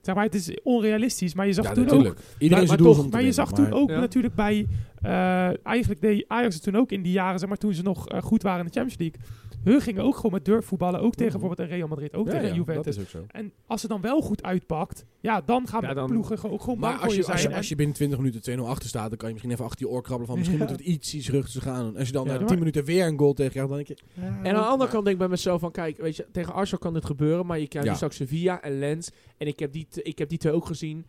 Zeg maar, het is onrealistisch. Maar je zag
Ja,
toen ook.
natuurlijk.
Maar,
Iedereen
maar
zijn doel
toch,
is om te
maar je
winnen,
zag toen
maar-
ook
Ja.
natuurlijk bij. eh, eigenlijk deed Ajax het toen ook in die jaren, zeg maar, toen ze nog eh, goed waren in de Champions League. Hun gingen ook gewoon met durf voetballen. Ook tegen
Mhm.
bijvoorbeeld een Real Madrid, ook
Ja,
tegen
ja,
een Juventus.
dat is ook zo.
En als het dan wel goed uitpakt, ja, dan gaan
Ja, dan-
ploegen gewoon, gewoon
Maar
bang voor
als
je
je,
zijn.
als, je,
En-
als je binnen 20 minuten 2-0 achter staat, dan kan je misschien even achter je oor krabbelen van misschien
Ja.
moeten we het iets, iets rustig gaan doen. Als je dan
Ja.
na
Ja,
10
maar-
minuten weer een goal tegen krijgt, dan denk je...
En aan de andere kant denk ik bij mezelf van, kijk, weet je, tegen Arsenal kan dit gebeuren, maar je krijgt
Ja.
nu straks Sevilla en Lens. En ik heb die, t- ik heb die twee ook gezien.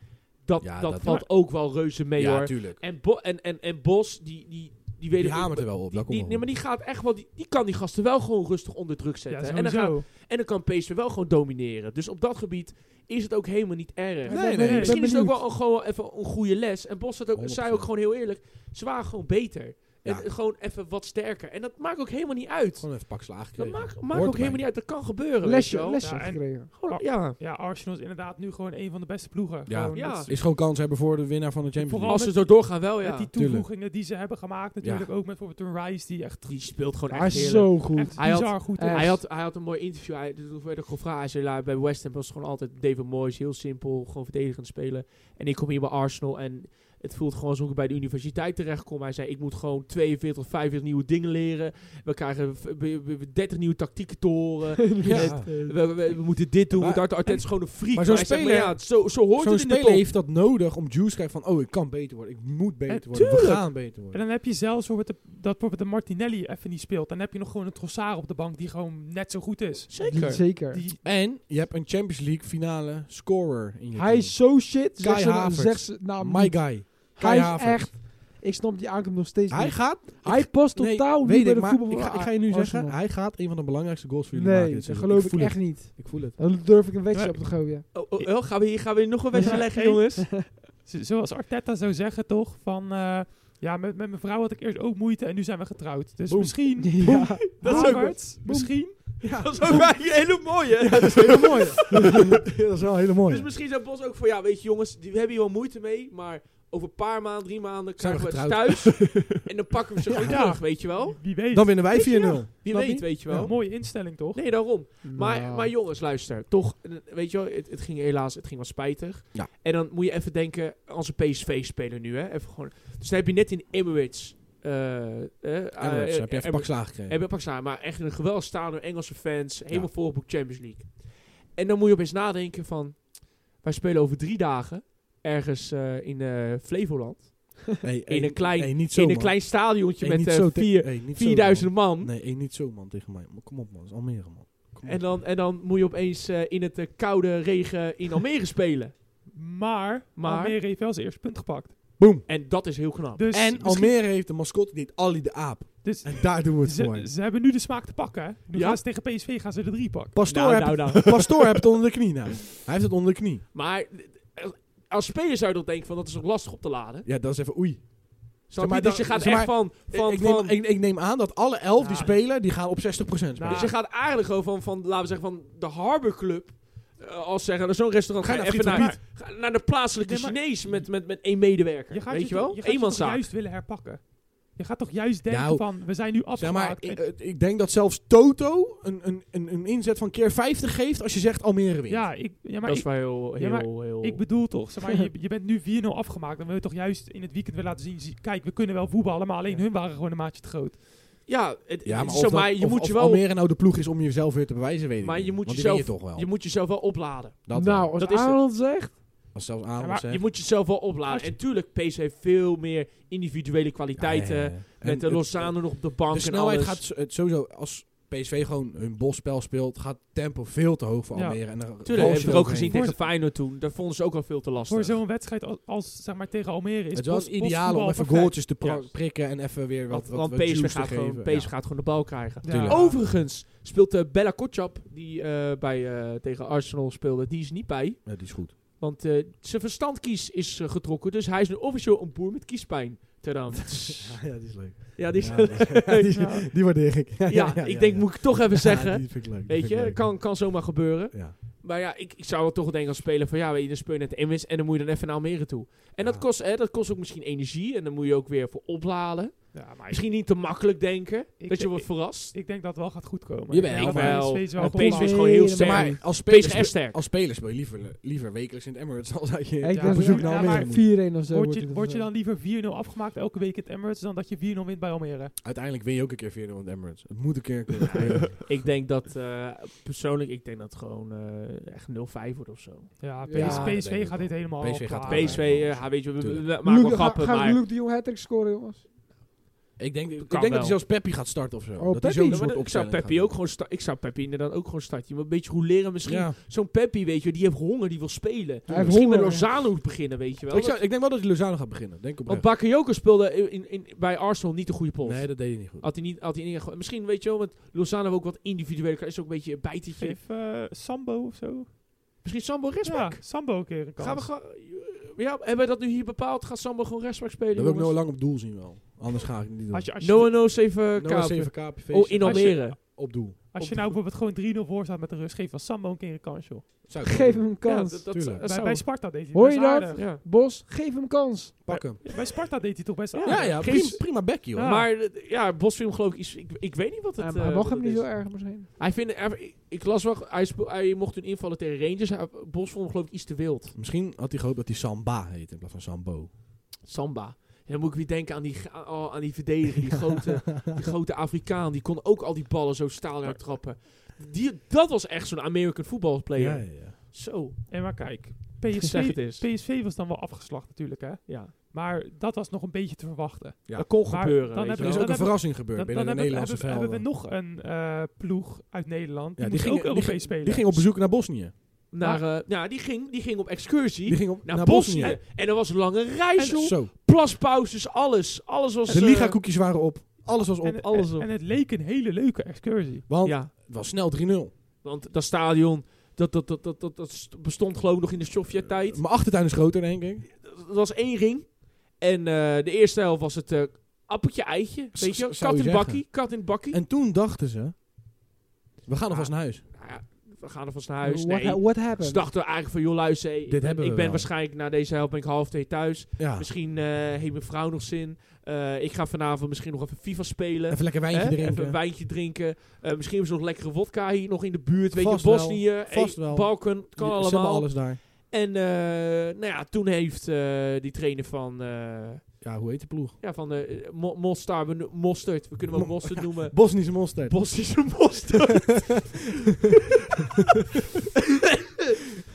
Dat,
Ja,
dat
dat-
valt ook wel reuze mee
ja,
hoor.
tuurlijk.
En, Bo- en, en, en Bos, die, die, die weet
Die
het-
hamert er wel op,
Die,
dat komt
die-
wel.
nee, maar die gaat echt wel, die, die kan die gasten wel gewoon rustig onder druk zetten.
ja,
en, dan
sowieso.
gaat- en dan kan PSV wel gewoon domineren. Dus op dat gebied is het ook helemaal niet erg.
Ik ben-
nee,
ik
nee,
ben
Misschien is het ook
benieuwd.
wel een- gewoon even een goede les. En Bos had ook,
100%.
zei ook gewoon heel eerlijk, ze waren gewoon beter.
Ja.
En gewoon even wat sterker. En dat maakt ook helemaal niet uit.
Gewoon even een pak slaag
Dat
gekregen.
maakt,
Hoort
maakt ook
erbij.
helemaal niet uit. Dat kan gebeuren. weet je
lesje Ah.
wel.
lesje
Ja, en-
gekregen.
Gewoon, ja.
Ja, Arsenal is inderdaad nu gewoon een van de beste ploegen.
Ja.
Gewoon,
Ja.
dat is-
Is gewoon kans hebben voor de winnaar van de Champions
Vooral
League.
Als ze zo doorgaan wel,
met
ja.
die
tuurlijk.
toevoegingen die ze hebben gemaakt natuurlijk.
Ja.
Ook met bijvoorbeeld een Rice die echt,
Die speelt gewoon
Hij
echt
is
heerlijk.
zo goed.
echt
Hij had-
bizar goed is.
eh,
Hij had, hij had een mooi interview. Hij, toen werd ik gevraagd. Hij zei, "Ja, bij West Ham was het gewoon altijd David Moyes. Heel simpel. Gewoon verdedigend spelen. En ik kom hier bij Arsenal. En het voelt gewoon alsof ik bij de universiteit terechtkom. Hij zei, ik moet gewoon 42, 45 nieuwe dingen leren. We krijgen v- b- b- 30 nieuwe tactieken te horen.
Ja.
We, we- we- we moeten dit doen.
Maar-
Maar, dat Arteta is gewoon een freak.
maar zo'n
hij zegt,
speler-
ja, zo, zo hoort
Zo'n
het in de
speler
top.
heeft dat nodig om juice te krijgen van... Oh, ik kan beter worden. Ik moet beter
Eh,
worden. We
tuurlijk.
gaan beter
en
worden.
dan heb je zelfs bijvoorbeeld de, dat bijvoorbeeld de Martinelli even niet speelt. Dan heb je nog gewoon een Trossard op de bank die gewoon net zo goed is.
Die-
Zeker.
Zeker.
Die,
En je hebt een Champions League finale scorer in je
hij is zo shit.
Kai
Zeg ze,
Havertz.
zeg ze nou
team.
niet.
My guy. Kai
Hij is
Havertz.
echt... Ik snap die aankoop nog steeds
Hij
niet.
gaat...
Hij past
Nee,
totaal
weet
niet bij
ik,
de
maar
voetbal
ik ga,
van
ik ga je nu
Arsenal.
zeggen, hij gaat een van de belangrijkste goals voor jullie maken.
Nee,
dit
dat
seizoen.
geloof ik,
voel
echt
het.
niet.
Ik voel het.
Dan durf ik een wedstrijd
Nee.
op te gooien.
Oh, oh, oh, gaan, we hier, gaan we hier nog een wedstrijd
Ja.
leggen,
Hey.
jongens?
z- zoals Arteta zou zeggen toch, van... eh, ja, met, met mijn vrouw had ik eerst ook moeite en nu zijn we getrouwd. Dus
Boom.
misschien...
Ja.
Dat is ook-
Havertz, Misschien.
Dat is ook wel een hele mooie.
dat is heel mooi. dat is wel heel mooi.
Dus misschien zijn Bos ook van, ja, weet je jongens, die, we hebben hier wel moeite mee, maar over een paar maanden, drie maanden
Zijn we
krijgen we het thuis. en dan pakken we ze gewoon
Ja.
terug, weet je wel.
Wie weet.
Dan winnen wij
Weet
4-0.
je
Ja.
Wie
Snap
weet,
je?
weet je
Een
wel.
mooie instelling toch?
Nee, daarom. Maar,
Nou.
maar jongens, luister. Toch, eh, weet je wel, het, het ging helaas, het ging wel spijtig.
Ja.
En dan moet je even denken, als een PSV-speler nu, hè. Even gewoon, dus dan heb je net in Emirates... eh, eh, eh,
Emirates, heb je even
Emirates-
een pak slaag gekregen.
Hebben Pakistan, maar echt een geweldig staan door Engelse fans. Helemaal volgeboekt Champions League. En dan moet je opeens nadenken van... Wij spelen over drie dagen ergens eh, in eh, Flevoland.
Nee,
in
eh,
een klein-
nee, niet zo,
in een
man.
klein stadiontje
Nee,
met
niet
eh,
zo te-
vier,
nee, niet zo,
4000 man.
man. Nee, eh, niet zo man tegen mij. Maar Kom op man, dat is Almere man. Kom
En,
op.
dan, en dan moet je opeens eh, in het eh, koude regen in Almere spelen.
Maar,
Maar-
Almere heeft wel zijn eerste punt gepakt.
Boom.
En dat is heel knap.
Dus,
En Almere heeft een mascotte die heet Ali de Aap.
dus
En daar doen we het voor.
ze, ze hebben nu de smaak te pakken. hè. Nu
Ja.
gaan ze tegen PSV gaan ze de drie pakken.
Pastoor,
Nou,
heeft
nou, nou.
het- Pastoor heeft het onder de knie nou. Hij heeft het onder de knie.
Maar eh, als speler zou je dan denken van dat is nog lastig op te laden.
Ja, dat is even oei.
Snap je?
maar
dus
dan-
je gaat
zeg
echt van... van,
ik, ik,
van- Nou.
neem, ik, ik neem aan dat alle elf die
Ja.
spelen, die gaan op 60% spelen.
Nou,
dus je gaat eigenlijk gewoon van, van laten we zeggen, van de Harbor Club... eh, als zeggen, naar zo'n restaurant
Ga
ga
je
je
naar
even naar,
Friet van
ga naar de plaatselijke
Nee, maar-
Chinees met, met, met één medewerker.
Je gaat
weet
je,
je
toch-
wel?
Je gaat je toch
Eenmanszaak.
juist willen herpakken. Je gaat toch juist denken
Nou,
van, we zijn nu
Zeg
afgemaakt.
maar,
en-
ik, eh, ik denk dat zelfs Toto een, een, een, een inzet van keer 50 geeft als je zegt Almere wint.
ja, ik, ja, maar
dat
ik,
is wel heel...
Ja,
heel,
maar
heel
ik bedoel toch, zeg maar, je, je bent nu 4-0 afgemaakt. Dan wil je toch juist in het weekend weer laten zien, zie- kijk, we kunnen wel voetballen, maar alleen hun waren gewoon een maatje te groot.
ja, het,
Ja, maar,
het
of,
is zo,
dat-
maar je
of-
moet
of
je wel...
Almere nou de ploeg is om jezelf weer te bewijzen, weet ik
Maar
niet.
je moet
Want
jezelf-
die win je toch wel.
Je moet jezelf wel opladen.
dat
nou,
wel.
als
Dat is het.
Aaron zegt...
als zelfs
Ja,
Aaron
maar
zegt.
Je moet jezelf wel
Als
opladen.
je-
En tuurlijk, PSV heeft veel meer individuele kwaliteiten.
Ja, ja, ja. En
eh, Met de
het-
Lozano nog op de bank
De
en alles.
snelheid gaat s- het sowieso, als PSV gewoon hun bosspel speelt, gaat het tempo veel te hoog voor
Ja.
Almere. En dan
Tuurlijk,
vals
hebben
je
we ook
eroverheen.
gezien
Voor
tegen Feyenoord toen. Daar vonden ze ook al veel te lastig.
Voor zo'n wedstrijd als, als, zeg maar, tegen Almere is
Het was
bos-
ideaal om
bosvoetbal
even
perfect.
goaltjes te pra-
Ja.
prikken en even weer wat,
want
wat,
want
wat juice
PSV,
te
gaat gewoon,
geven.
PSV
Ja.
gaat gewoon de bal krijgen.
Ja.
Tuurlijk.
Overigens speelt eh, Bella Kotschap, die eh, bij, eh, tegen Arsenal speelde, die is niet bij.
Ja, die is goed.
Want eh, zijn verstandkies is eh, getrokken. Dus hij is nu officieel een boer met kiespijn. Ter hand.
Ja, die is leuk.
ja, die is-
die, die waardeer ik. Ja,
ja, ik denk, moet ik toch even zeggen.
die vind ik leuk. die
weet
vind ik
je,
leuk.
kan, kan zomaar gebeuren.
Ja.
Maar ja, ik, ik zou wel toch wel denken als speler van ja, weet je, dan speel je net één winst en dan moet je dan even naar Almere toe. En
Ja.
dat, kost, hè, dat kost ook misschien energie en dan moet je ook weer voor opladen.
Ja, maar ik,
Misschien niet te makkelijk denken,
Ik-
dat je
ik-
wordt verrast.
ik denk dat het wel gaat goed
Jawel.
komen. Ik denk dat
Jawel.
PSV is wel
Want
gewoon-
PSV is gewoon heel
Nee,
sterk.
maar als
PSV is
spelers,
sterk.
als spelers speel je liever, liever wekelijks in het Emirates dan dat je
Ik
Ja,
denk
bezoek
dat
naar
ja, maar
Almere
moet.
4-1 of zo.
Word je,
het
word je
wel.
dan liever 4-0 afgemaakt elke week in het Emirates dan dat je 4-0 wint bij Almere?
Uiteindelijk win je ook een keer 4-0 in het Emirates. Het moet een keer gebeuren.
Ik denk dat, eh, persoonlijk, ik denk dat het gewoon eh, echt 0-5 wordt of zo.
Ja, PS-
Ja,
dat denk
PSV
ik
gaat
wel.
dit helemaal
PSV
opklaar.
gaat Ah,
PSV,
nee,
eh, ja, weet je, we, we- we
tuurlijk.
maken wel
Luke- ga-
grappen,
Gaat
maar...
Luke de Jong hat scoren, jongens?
ik denk, ik
Kan
denk dat hij
wel.
zelfs Peppi gaat starten of zo. dat hij
Oh, Peppi.
zo'n
Ja, maar
soort
dat- ik zou
opstelling
Peppi
gaat
ook
doen.
gewoon sta- ik zou Peppi inderdaad ook gewoon starten. Je moet een beetje roleren misschien.
Ja.
Zo'n Peppi, weet je, die heeft honger, die wil spelen.
Hij heeft
misschien
honger,
met Lozano beginnen, weet je wel.
Ik, zou, ik denk wel dat hij Lozano gaat beginnen. Denk
Want
oprecht.
Bakayoko speelde in, in, in- bij Arsenal niet de goede pols.
Nee, dat deed hij niet goed.
Had hij niet, had hij niet, misschien, weet je wel, want Lozano heeft ook wat individuele... Is ook een beetje een bijtetje.
Geef eh, Sambo of zo.
Misschien Sambo
Ja,
rechtsback.
Sambo een keer een kans.
Gaan we gewoon... Ja, hebben we dat nu hier bepaald? Gaat Sambo gewoon rechtsback spelen,
Dat wil ik Noah
jongens?
lang op doel zien wel. Anders ga ik het niet doen.
Als je, als je,
Noah Noos even
Noah
kapen.
7 KPV.
Oh, in
Als je-
Almere.
op doel.
als je nou bijvoorbeeld gewoon 3-0 voor staat met de rust, geef dan Sambo een keer een kans, joh.
Zou ik
Geef
doen.
hem een
Ja,
kans.
dat- dat-
Tuurlijk.
dat
Bij,
zou-
bij Sparta deed hij het
Hoor
best
je dat?
aardig.
Ja.
Bos, geef hem kans.
Pak hem.
Bij Sparta deed hij toch best aardig.
Ja, ja,
Geef-
prima, prima bekkie hoor.
Ja.
Maar eh, ja, Bosfilm geloof ik, is, ik, ik weet niet wat het
Ja, maar
eh,
hij
wat
mag hem
het
niet
is.
zo erg misschien.
Hij vindt, hij- ik- ik las wel, hij, speel- hij mocht toen invallen tegen Rangers. Hij- Bos vond hem geloof ik iets te wild.
Misschien had hij gehoopt dat hij Samba heet in plaats van Sambo.
Samba. En dan moet ik weer denken aan die, ga- oh, aan die verdediger, die grote, die grote Afrikaan. Die kon ook al die ballen zo staal uit trappen. Die, dat was echt zo'n American football player.
ja, ja.
Zo.
En maar kijk,
Zeg het
PSV,
eens.
PSV was dan wel afgeslacht natuurlijk, hè.
Ja.
Maar dat was nog een beetje te verwachten.
Ja.
Dat kon
Maar
gebeuren.
dan
weet
heb
je
Er
wel.
is
Dan
ook een
hebben-
verrassing
Dan,
gebeurd
dan
binnen de
hebben, we-
Nederlandse
hebben, we- hebben we
velden.
nog een eh, ploeg uit Nederland. Die
Ja,
moest
die ging-
ook Europees spelen.
Die ging op bezoek naar Bosnië.
Naar, eh, nou, die ging, die ging op excursie
Die ging op,
naar,
naar,
Bosnië.
Bosnië.
En er was een lange reis, joh.
Zo.
Plaspauzes, alles. Alles was...
De
eh,
liga-koekjes waren op. Alles was
en,
op.
het-
alles op.
en het leek een hele leuke excursie.
Want
Ja.
het was snel 3-0.
Want dat stadion, dat, dat, dat, dat, dat, dat st- bestond geloof ik nog in de Sovjet-tijd.
Mijn achtertuin is groter, denk ik.
Dat was één ring. En eh, de eerste helft was het eh, appeltje eitje.
Z-
Weet je, wel?
zou
kat
je
in
zeggen.
bakkie, kat in bakkie.
En toen dachten ze... We gaan alvast naar huis.
nou ja, we gaan er vast naar huis.
What,
Nee.
ha- what
Ze
happened?
dachten eigenlijk van, joh luister, hey,
eh, Dit
ik,
hebben
ik
we
ben
wel.
waarschijnlijk na deze helft ben ik half twee thuis.
Ja.
Misschien eh, heeft mijn vrouw nog zin. Eh, ik ga vanavond misschien nog even FIFA spelen.
Even lekker wijntje
Hè? Even een
drinken.
wijntje drinken. Eh, misschien hebben ze nog lekkere wodka hier nog in de buurt. Weet
Vast
je,
wel.
Bosnië, hey,
Vast wel.
Balkan, het kan
Ze hebben
allemaal.
alles daar.
En eh, nou ja, toen heeft eh, die trainer van, eh
Ja, hoe heet die ploeg?
ja, van eh, Mo- Mostar, we no- Mostert, we kunnen hem ook
Mo-
Mostert noemen.
Bosnische Monster.
Bosnische Mostert.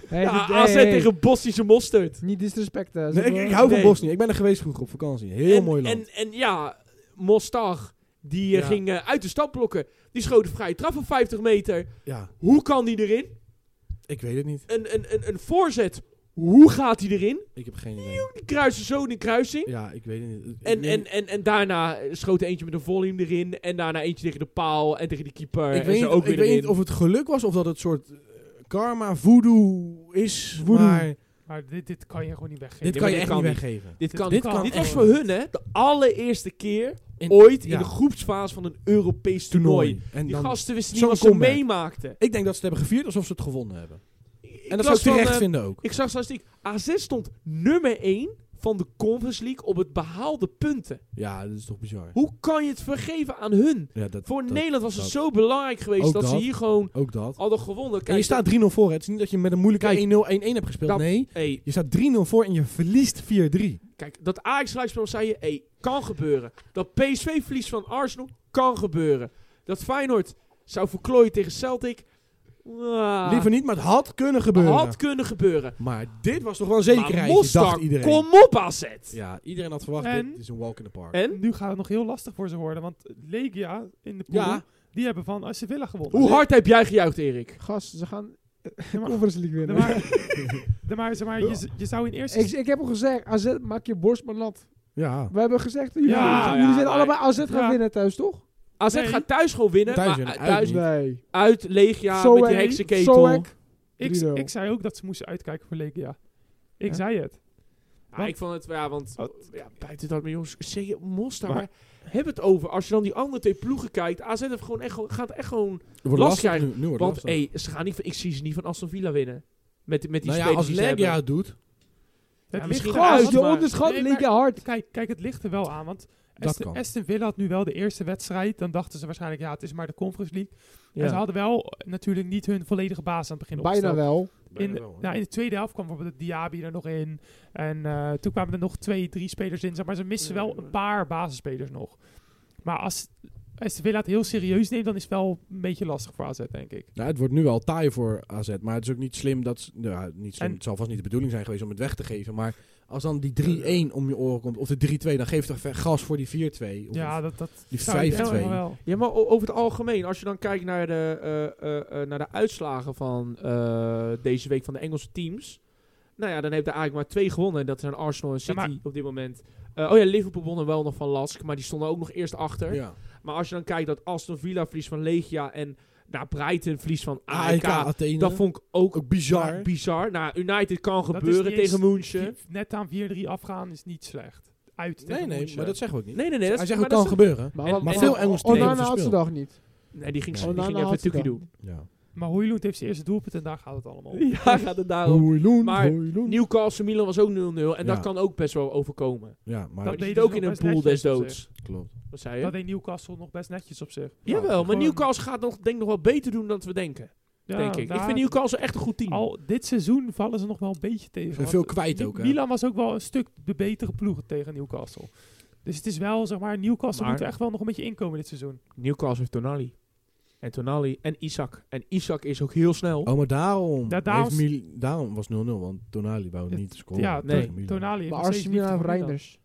Hey,
ja,
dit- hey,
AZ
hey.
tegen Bosnische Mostert.
Niet disrespect. hè. Ze
Nee, ik,
hebben-
ik hou van
Nee.
Bosnië. Ik ben er geweest vroeger op vakantie. Heel
en,
mooi land.
En, en ja, Mostar, die eh,
Ja.
ging eh, uit de stad blokken. Die schoot een vrije trap van 50 meter.
ja,
Hoe kan die erin?
ik weet het niet.
Een, een, een, een voorzet Hoe gaat hij erin?
Ik heb geen idee.
Die kruisen zo in een kruising.
Ja, ik weet het niet.
En,
Ik-
en, en, en daarna schoot er eentje met een volley erin. En daarna eentje tegen de paal en tegen de keeper.
ik
en
weet,
zo
niet,
ook
ik
weer
weet niet
erin.
of het geluk was of dat het soort eh, karma, voodoo is.
Voodoo.
Maar
Maar dit, dit kan je gewoon niet weggeven.
dit
maar
kan je
dit
echt
kan
niet
niet.
weggeven.
Dit, kan,
dit
dit,
kan
dit was
echt
voor
niet.
hun hè, de allereerste keer
In-
ooit
ja.
in de groepsfase van een Europees toernooi.
En
Die
dan,
gasten wisten niet
zo'n
wat ze
comeback.
meemaakten.
ik denk dat ze het hebben gevierd alsof ze het gewonnen hebben.
Ik
En dat zou
las
ik terecht
van, eh,
vinden ook.
Ik zag statistiek. AZ stond nummer 1 van de Conference League op het behaalde punten.
Ja, dat is toch bizar.
Hoe kan je het vergeven aan hun?
Ja, dat,
Voor
dat-
Nederland was het
dat-
zo belangrijk geweest
Ook
dat, ze
dat.
hier gewoon
Ook dat.
hadden gewonnen.
en je
Oh, Kijk,
staat 3-0 voor. hè. Het is niet dat je met een moeilijke 1-0,
Kijk,
1-1 hebt gespeeld.
dat-
nee,
hey,
je staat 3-0 voor en je verliest 4-3.
kijk, dat Ajax gelijkspel zei je, hey, kan gebeuren. Dat PSV verlies van Arsenal kan gebeuren. Dat Feyenoord zou verklooien tegen Celtic. ah,
Liever niet, maar het had kunnen gebeuren.
Had kunnen gebeuren.
Maar dit was toch wel een zekerheid,
maar Mostar,
dacht iedereen.
kom op AZ.
Ja, iedereen had verwacht,
En-
dit is een walk in the park.
En?
Nu gaat het nog heel lastig voor ze worden. Want Legia in de pool,
Ja.
die hebben van AC Sevilla gewonnen.
Hoe hard heb jij gejuicht, Erik?
Gast, ze gaan
Ja, maar-
Conference League
Ja,
winnen.
maar, ja, maar, zeg maar, je, z- je zou in eerste
ik, ik heb al gezegd, AZ, maak je borst maar nat.
Ja.
We hebben gezegd, jullie,
Ja,
jullie
ja,
zijn
maar-
allebei AZ gaan
Ja.
winnen thuis, toch?
AZ
Nee.
gaat thuis gewoon winnen.
Thuis
maar
winnen,
uit-
uit
thuis
niet.
Nee.
uit Legia met die
Soek,
heksenketel.
Soek.
Ik,
3-0.
ik zei ook dat ze moesten uitkijken voor Legia. Ik
Ja.
zei het.
Ja,
Want-
ik vond het, ja, want
Wat?
ja, buiten dat, maar jongens, zeg je, Mostar,
Maar-
heb het over. Als je dan die andere twee ploegen kijkt, AZ heeft gewoon echt, gewoon- gaat echt gewoon... Last
Wordt lastig
krijgen,
nu, nu wordt het
Want
lastig.
hey, ze gaan niet, van- ik zie ze niet van Aston Villa winnen. Met, met die
nou ja,
spelers
als
die ze
Legia
hebben.
het doet,
Het
misschien
ligt er
gaan
aan.
ze
Gast,
maar-
je onderschat
Nee,
nee,
maar-
hard.
Kijk, kijk, het ligt er wel aan. Want
Dat
Aston,
kan.
Aston Villa had nu wel de eerste wedstrijd. Dan dachten ze waarschijnlijk, ja, het is maar de Conference League.
Ja.
En ze hadden wel eh, natuurlijk niet hun volledige baas aan het begin
Bijna
opgesteld.
wel.
In, nou, in de tweede helft kwam bijvoorbeeld Diaby er nog in. En eh, toen kwamen er nog twee, drie spelers in. Zeg maar ze missen
Ja,
wel
ja.
een paar basisspelers nog. Maar als Aston Villa het heel serieus neemt, dan is het wel een beetje lastig voor AZ, denk ik.
nou, het wordt nu al taai voor AZ, maar het is ook niet slim dat... ze- Nou, ja, niet slim,
En-
het zal vast niet de bedoeling zijn geweest om het weg te geven, maar als dan die 3-1 om je oren komt, of de 3-2, dan geeft toch ver- gas voor die 4-2. Of
Ja, dat, dat
die 5-2.
zou ik wel- wel.
Ja, maar o- over het algemeen, als je dan kijkt naar de, eh, eh, eh, naar de uitslagen van eh, deze week van de Engelse teams. Nou ja, dan heeft er eigenlijk maar twee gewonnen. En dat zijn Arsenal en City
maar-
op dit moment. Eh, oh ja, Liverpool wonnen wel nog van Lask, maar die stonden ook nog eerst achter.
Ja.
Maar als je dan kijkt dat Aston Villa verlies van Legia en nou, Brighton verlies van AEK.
AEK E Athene.
dat vond ik ook
ook bizar.
bizar. Nou, United kan
is
gebeuren
niet eens
tegen München.
Die- Net aan 4-3 afgaan is niet slecht. Uit tegen
Nee, nee,
München.
maar dat zeggen we ook niet.
Nee, nee, nee. Dat
Hij
is-
zegt
maar
het
dat
kan
is-
gebeuren.
En-
wat-
maar
veel Engels teams
Onana had ze
verspeeld.
dag niet.
Nee, die ging, die
Nee.
ging
Onana
even
had ze
tukkie
dag.
doen.
Ja.
Maar Hoyloend heeft zijn eerste doelpunt en daar gaat het allemaal om.
Ja, gaat het daarom.
Hoeiloen,
Oh, Maar
hoeiloen.
Newcastle Milan was ook 0-0. En dat
Ja.
kan ook best wel overkomen.
Ja,
Maar
maar...
die
deden
zit
ze
ook
nog
in een
best
pool
netjes,
desdoods.
Klopt.
Wat zei je?
Dat deed Newcastle nog best netjes op zich.
Jawel, maar
Gewoon-
Newcastle gaat nog, denk ik nog wel beter doen dan we denken.
Ja,
denk ik. Ik
daar-
vind Newcastle echt een goed team.
Al dit seizoen vallen ze nog wel een beetje tegen.
Ze zijn
want
veel kwijt
Mi-
ook, hè?
Milan was ook wel een stuk de betere ploeg tegen Newcastle. Dus het is wel, zeg maar, Newcastle
Maar-
moet er echt wel nog een beetje inkomen dit seizoen.
Newcastle heeft Tonali. En Tonali en Isaac. En Isaac is ook heel snel.
Oh, maar daarom,
Ja, daarom
heeft Mil- daarom was 0-0, want Tonali wou
Het-
niet scoren.
ja,
nee.
tegen Milan.
Tonali heeft
Maar
nog steeds
Arsenal Milan
liefde
heeft
voor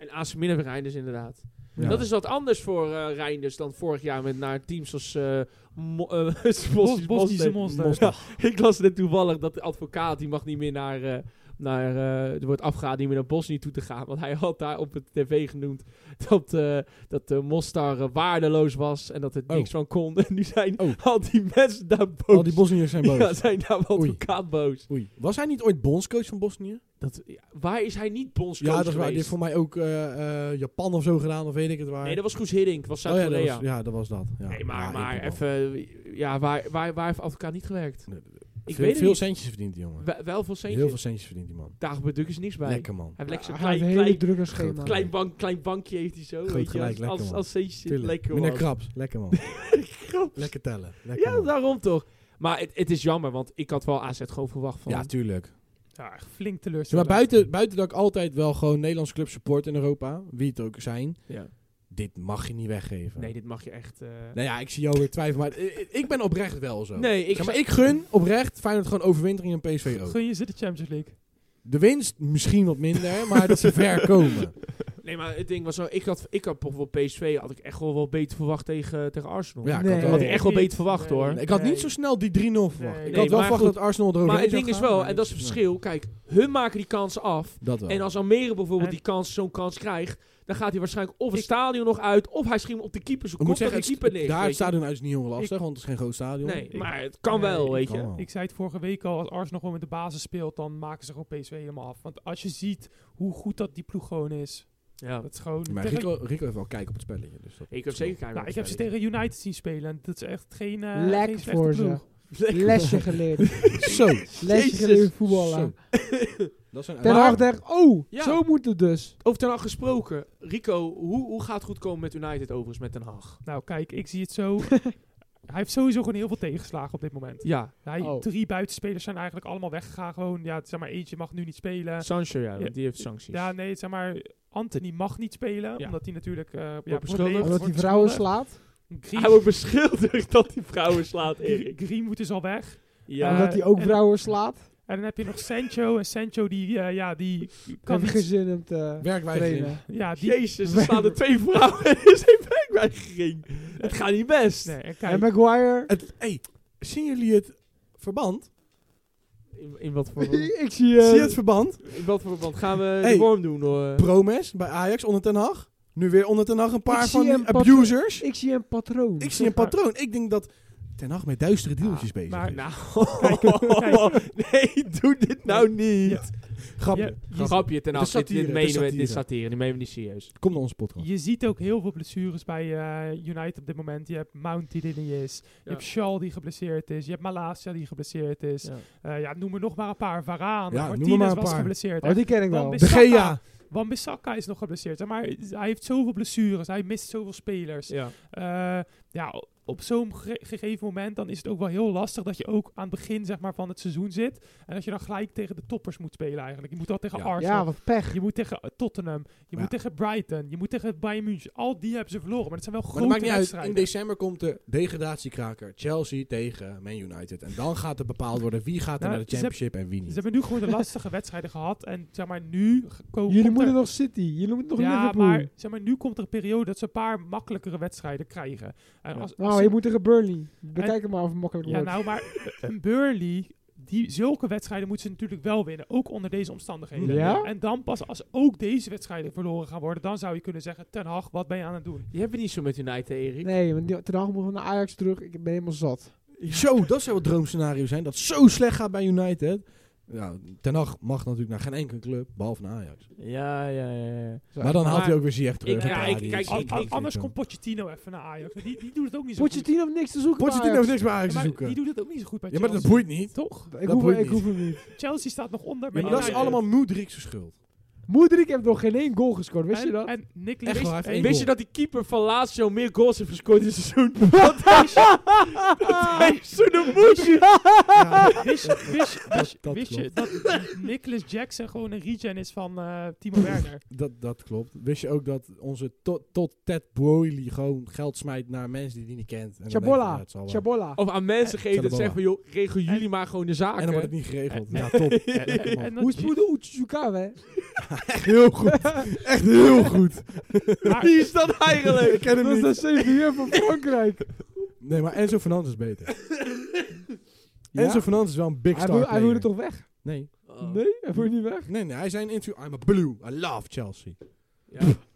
Milan.
Reinders.
En AC Milan heeft Reinders inderdaad.
Ja.
Dat is wat anders voor eh, Reinders dan vorig jaar met naar teams als eh mo- eh, Bos-
Bos- Bosnische
Bosnië.
monster.
Ja, ik las net toevallig dat de advocaat die mag niet meer naar, eh, naar eh, er wordt afgeraden niet meer naar Bosnië toe te gaan, want hij had daar op het tv genoemd dat, eh dat de Mostar eh, waardeloos was en dat het
Oh.
niks van kon. En nu zijn
Oh.
al die mensen daar boos.
Al die Bosniërs zijn boos.
Ja, zijn daar wel
Oei.
advocaat boos.
Oei. Was hij niet ooit bondscoach van Bosnië?
Dat, ja, waar is hij niet bondscoach
Ja, dat is waar.
geweest?
Die heeft voor mij ook eh, eh, Japan of zo gedaan, of weet ik het waar.
Nee, dat was Koes Hiddink, was
oh, ja,
Zuid-Korea.
dat was, ja, dat was dat. Ja.
Nee, maar,
Ja, ik
maar
ben bang.
even... Ja, waar, waar, waar heeft advocaat niet gewerkt?
Nee,
ik
veel,
weet het
veel
niet.
centjes verdient die jongen.
We- wel veel
Heel
centjes.
veel centjes verdient die man.
Dagenbert Duk is niks bij.
Lekker man.
Hij heeft lekker zo'n
Hij
klein,
heeft een
klein,
hele drukke schema.
klein, bank, klein bankje heeft hij zo.
Groot
weet je,
gelijk,
als,
lekker,
als,
man.
als centje zit,
Tuurlijk.
lekker
Meneer
man.
Krabs, lekker man. Lekker tellen. Lekker
Ja,
man.
daarom toch. Maar het, het is jammer, want ik had wel AZ gewoon verwacht van...
ja, tuurlijk.
Ja, echt flink
Ja, maar
teleurstellend.
buiten, buiten dat ik altijd wel gewoon Nederlandse club support in Europa, wie het ook zijn,
Ja.
dit mag je niet weggeven.
Nee, dit mag je echt... eh,
Nou ja, ik zie jou weer twijfelen, maar i- i- ik ben oprecht wel zo.
Nee, ik...
Zeg maar
zou-
ik gun oprecht Feyenoord gewoon overwintering en PSV ook.
Gun je ze de Champions League?
De winst misschien wat minder, maar dat ze ver komen.
Nee, maar het ding was zo, ik had, ik had bijvoorbeeld PSV had ik echt wel wel beter verwacht tegen, tegen Arsenal.
Ja, ik
Nee.
had,
had
wel-
ik echt wel beter verwacht
Nee.
hoor.
ik had niet
Nee.
zo snel die 3-0 verwacht.
Nee.
Ik
Nee,
had wel
maar
verwacht
goed.
oh, dat Arsenal erover
Maar het ding is wel, en dat is het verschil, kijk, hun maken die kansen af.
Dat wel.
En als Almere bijvoorbeeld
En-
die kans, zo'n kans krijgt, dan gaat hij waarschijnlijk of het stadion nog uit, of hij schiet hem op de keeper. Zo
ik
komt
moet
zeggen,
zeggen,
de keeper
het,
neer.
het, daar
weet
het
je.
stadion uit is niet heel lastig,
Ik-
want het is geen groot stadion. Oh.
Nee,
Ik-
maar het kan
Nee,
wel,
ik
weet
kan
je.
wel.
Ik zei het vorige week al, als Arsenal gewoon met de basis speelt, dan maken ze gewoon PSV helemaal af. Want als je ziet hoe goed dat die ploeg gewoon is,
Ja.
dat is gewoon...
Maar
tegen-
Rico, Rico heeft wel kijk op het spelletje. Dus dat
Ik heb zeker kijken.
nou, ik heb ze tegen United zien spelen en dat is echt geen, eh
Lek
geen slechte
voor ze.
ploeg.
Lesje geleerd.
Zo.
Lesje
Jezus.
geleerd voetballen.
Dat zijn
Ten
Maar-
Hag dacht, oh,
Ja.
zo moet het dus.
Over Ten Hag gesproken. Rico, hoe, hoe gaat het goed komen met United overigens met Ten Hag?
Nou kijk, ik zie het zo... Hij heeft sowieso gewoon heel veel tegenslagen op dit moment.
Ja,
Hij,
Oh.
Drie buitenspelers zijn eigenlijk allemaal weggegaan. Gewoon, ja, zeg maar, eentje mag nu niet spelen.
Sancho, ja,
ja.
die heeft sancties.
Ja, nee, zeg maar, Anthony mag niet spelen.
Ja.
Omdat hij natuurlijk... eh ja,
beschuldigd.
wordt
Omdat hij
beschuldigd.
vrouwen slaat.
Hij wordt beschuldigd dat hij vrouwen slaat,
Grie-
Erik.
Greenwood is dus al weg.
Ja.
omdat hij ook
en-
vrouwen slaat.
En dan heb je nog Sancho. En Sancho die, eh, ja, die kan
Kan
niet-
geen zin om te
Werkwijze.
trainen.
Ja, die...
Jezus, er staan er twee vrouwen en er zijn ging. Het gaat niet best.
Nee, en kijk,
En Maguire,
Het, hey, zien jullie het verband?
In, in wat voor verband,
ik zie, eh,
Zie je het verband?
in wat voor verband gaan we de
Hey.
worm doen? Hoor.
Promes bij Ajax onder Ten Hag. Nu weer onder Ten Hag een paar
zie
van die
een patro-
abusers.
ik zie een patroon.
Ik zie een
maar-
patroon. Ik denk dat Ten Hag met duistere deeltjes bezig
maar-
is.
Nou,
Kijk, kijk.
nee, doe dit nou niet.
Ja.
Grapje.
je- je,
Grapje.
Grapje, ten
Het is
Hag, dit, dit
satire,
menen
het is
we, dit is
satire.
satire, die menen we niet serieus.
Kom naar onze podcast.
je ziet ook heel veel blessures bij eh, United op dit moment. Je hebt Mount die er niet is. Je
Ja.
hebt Shaw die geblesseerd is. Je hebt Malasia die geblesseerd is.
Ja.
Eh, ja, noem er nog maar een paar. Varaan,
Ja, noem er maar
Martinez
een
was
paar.
geblesseerd.
Oh, die ken ik
Dan
wel.
is-
De Gea.
Wan Bissaka is nog geblesseerd. Maar hij heeft zoveel blessures. Hij mist zoveel spelers.
Ja.
Eh, ja, op zo'n ge- gegeven moment dan is het ook wel heel lastig dat je ook aan het begin zeg maar, van het seizoen zit. En dat je dan gelijk tegen de toppers moet spelen eigenlijk. Je moet al tegen
Ja.
Arsenal.
Ja, wat pech.
Je moet tegen eh, Tottenham. Je
Ja.
moet tegen Brighton. Je moet tegen Bayern München. Al die hebben ze verloren. Maar het zijn wel
Maar dat
grote
maakt niet uit. In
wedstrijden.
december komt de degradatiekraker Chelsea tegen Man United. En dan gaat er bepaald worden wie gaat er
Nou,
naar de
ze hebben-
championship en wie
Ze
niet.
hebben nu gewoon de lastige wedstrijden gehad. En zeg maar, nu ge- ko-
Jullie
komt
moeten
er...
nog City. Jullie moeten nog
ja,
Liverpool.
maar, zeg maar nu komt er een periode dat ze een paar makkelijkere wedstrijden krijgen. En
Ja.
als, als
Nou,
ze-
je moet tegen Burnley. Bekijk het maar of het makkelijk
Ja,
wordt.
nou, maar een Burnley, die, zulke wedstrijden moeten ze natuurlijk wel winnen. Ook onder deze omstandigheden.
Ja?
En dan pas als ook deze wedstrijden verloren gaan worden, dan zou je kunnen zeggen, Ten Hag, wat ben je aan het doen?
Je hebt het niet zo met United, Erik.
Nee, want die- ten Hag moet van naar Ajax terug. Ik ben helemaal zat.
Zo, dat zou het droomscenario zijn. Dat zo slecht gaat bij United. Ja, Ten Hag mag natuurlijk naar geen enkele club, behalve naar Ajax.
Ja, ja, ja. ja.
Zo.
maar dan haalt
maar-
hij ook weer Ziyech terug.
Ik-
en
ja,
Tadic.
ik- kijk,
Al-
ik-
al-
ik-
anders komt Pochettino even naar Ajax. Die, die doet het ook niet zo goed.
Pochettino heeft niks te zoeken bij
Pochettino heeft nou niks bij Ajax
Ja,
te
maar
zoeken.
die doet het ook niet zo goed bij
Ja, maar
Chelsea.
dat boeit niet.
Toch?
Ik
Dat
hoef,
boeit
ik
niet.
hoef hem niet.
Chelsea staat nog onder.
Maar dat is
United.
allemaal Moedrikse schuld.
Moederik heeft nog geen één goal gescoord. Wist
En-
je dat?
En Nick
Echt waar, hij heeft
Lees...
één
Wist je dat die keeper van Lazio meer goals heeft gescoord dit seizoen? Dat heeft ze de moesje.
Wist je- wist je- wist je-
dat
wist je dat Nicholas Jackson gewoon een regen is van eh, Timo Werner?
Dat, dat klopt. Wist je ook dat onze tot, tot Ted Boyle gewoon geld smijt naar mensen die die niet kent? En dan denk je, ja,
Chabolla.
het zal wel.
Chabolla.
Of aan mensen geeft het zeggen van, joh, regel jullie
En-
maar gewoon de zaken.
En dan wordt het niet geregeld.
En-
Ja, top.
En- en- en dat-
Hoe spoelde Utsukave? hè?
Echt heel goed. Echt heel goed.
Maar-
Wie is dat eigenlijk?
Ik ken
Dat
hem
is de
niet.
CVM van Frankrijk.
Nee, maar Enzo Fernandes is beter.
Ja?
Enzo Fernandes is wel een big
Hij
star
wil- Hij
player.
wilde toch weg?
Nee.
dus- Oh.
Nee, hij wilde niet weg.
Nee, nee, hij zei in een interview, I'm a blue, I love Chelsea.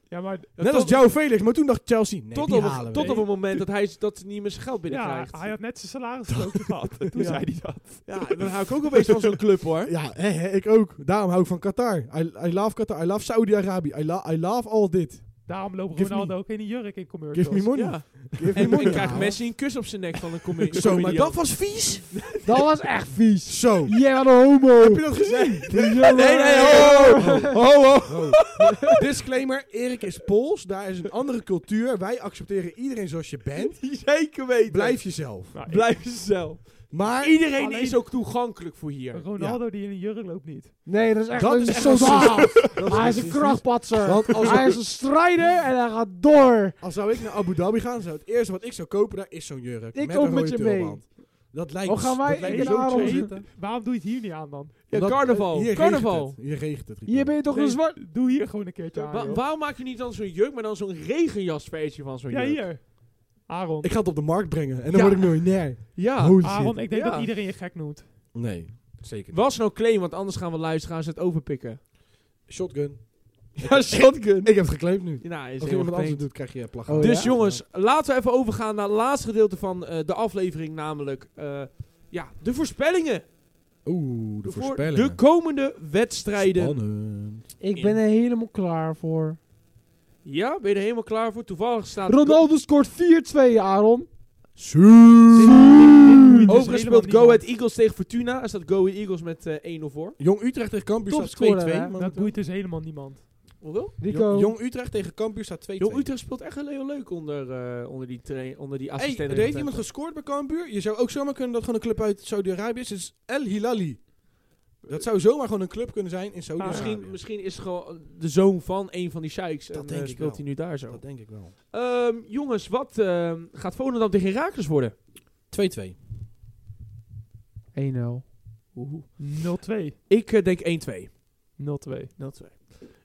Ja, maar
Net als Joe Felix, maar toen dacht Chelsea, nee,
Tot
die
op, het-
halen we.
tot op het moment dat hij dat hij niet meer zijn geld
ja,
binnenkrijgt.
hij had net zijn salaris gesproken gehad. En Toen
Ja.
zei hij dat.
Ja, dan hou ik ook opeens van zo'n club hoor.
Ja, hè, hè, ik ook. Daarom hou ik van Qatar. I, I love Qatar, I love Saudi-Arabië, I, lo- I love all dit.
Daarom loopt
Give
Ronaldo ook in een jurk in commercials.
Give me money.
Ja.
Give me
En dan
money.
krijgt
Ja.
Messi een kus op zijn nek van een commi-
Zo, maar
comedian.
dat was vies.
Dat was echt vies.
Zo.
Jij had een homo.
Heb je dat gezien?
Ja,
Nee, nee,
maar-
ho, ho, ho, ho, ho. Disclaimer, Erik is Pools, daar is een andere cultuur. Wij accepteren iedereen zoals je bent.
Zeker weten.
Blijf jezelf.
Nou, ik-
Blijf jezelf.
Maar
Iedereen
Alleen-
is ook toegankelijk voor hier.
Ronaldo die in een jurk loopt niet.
Nee, dat is echt
Dat
een
is echt
soldaat.
dat
Hij is een krachtpatser.
Want als-
hij is een strijder en hij gaat door.
Als zou ik naar Abu Dhabi gaan, zou het eerste wat ik zou kopen daar is zo'n jurk.
Ik
met
ook
een
met
rode
je mee.
tulband. Dat lijkt
Oh, gaan wij
dat lijkt
in
me zo
de
chill
avond?
zitten.
Waarom doe je het hier niet aan dan?
Ja,
Omdat, eh,
carnaval.
hier regent
carnaval.
het. Hier regent het. Rico.
Hier ben je toch
Nee.
een zwart...
Doe hier gewoon een keertje aan.
Wa-
joh.
waarom maak je niet dan zo'n jurk, maar dan zo'n regenjasfeestje van zo'n
Ja,
jurk?
hier. Aaron.
Ik ga het op de markt brengen en dan
Ja.
word ik miljonair.
Ja. ah,
Holy
Aaron, ik denk
Ja.
dat iedereen je gek noemt.
Nee, zeker niet.
Was nou claim, want anders gaan we luisteraars het overpikken.
Shotgun.
Ja, shotgun.
Ik heb het geclaimd nu.
Nou, is
Als
heel
iemand anders het
vreemd.
doet, krijg je plaggen.
Oh,
Dus
ja?
jongens, laten we even overgaan naar het laatste gedeelte van eh, de aflevering, namelijk eh, ja, de voorspellingen.
Oeh, de
Voor
voorspellingen.
de komende wedstrijden.
Spannend.
Ik ben er helemaal klaar voor.
Ja, ben je er helemaal klaar voor? Toevallig staat...
Ronaldo scoort 4-2, Aaron.
Dit is
Overigens
helemaal
speelt Go Ahead
niemand.
Eagles tegen Fortuna. Er staat Go Ahead Eagles met eh, 1-0 voor.
Jong Utrecht tegen Cambuur staat 2-2.
Topscorer, hè?
momenteel.
Dat boeit dus helemaal niemand.
Hoeveel?
Rico.
Jong- Jong Utrecht tegen Cambuur staat 2-2.
Jong Utrecht speelt echt heel heel leuk onder, eh, onder die, tra- onder die
Hey,
assistenten.
er heeft iemand gescoord bij Cambuur. Je zou ook zomaar kunnen dat gewoon een club uit Saudi-Arabië is. Het is El Hilali. Dat zou zomaar gewoon een club kunnen zijn in
Ah,
Saudi-Arabië.
misschien, misschien is het gewoon de zoon van een van die sheiks.
Dat
en, eh,
denk ik
speelt
wel.
hij nu daar zo.
Dat denk ik wel.
Ehm, jongens, wat ehm, gaat Volendam tegen Herakles worden?
2-2.
1-0.
0-2.
Ik eh, denk 1-2.
0-2.
0-2.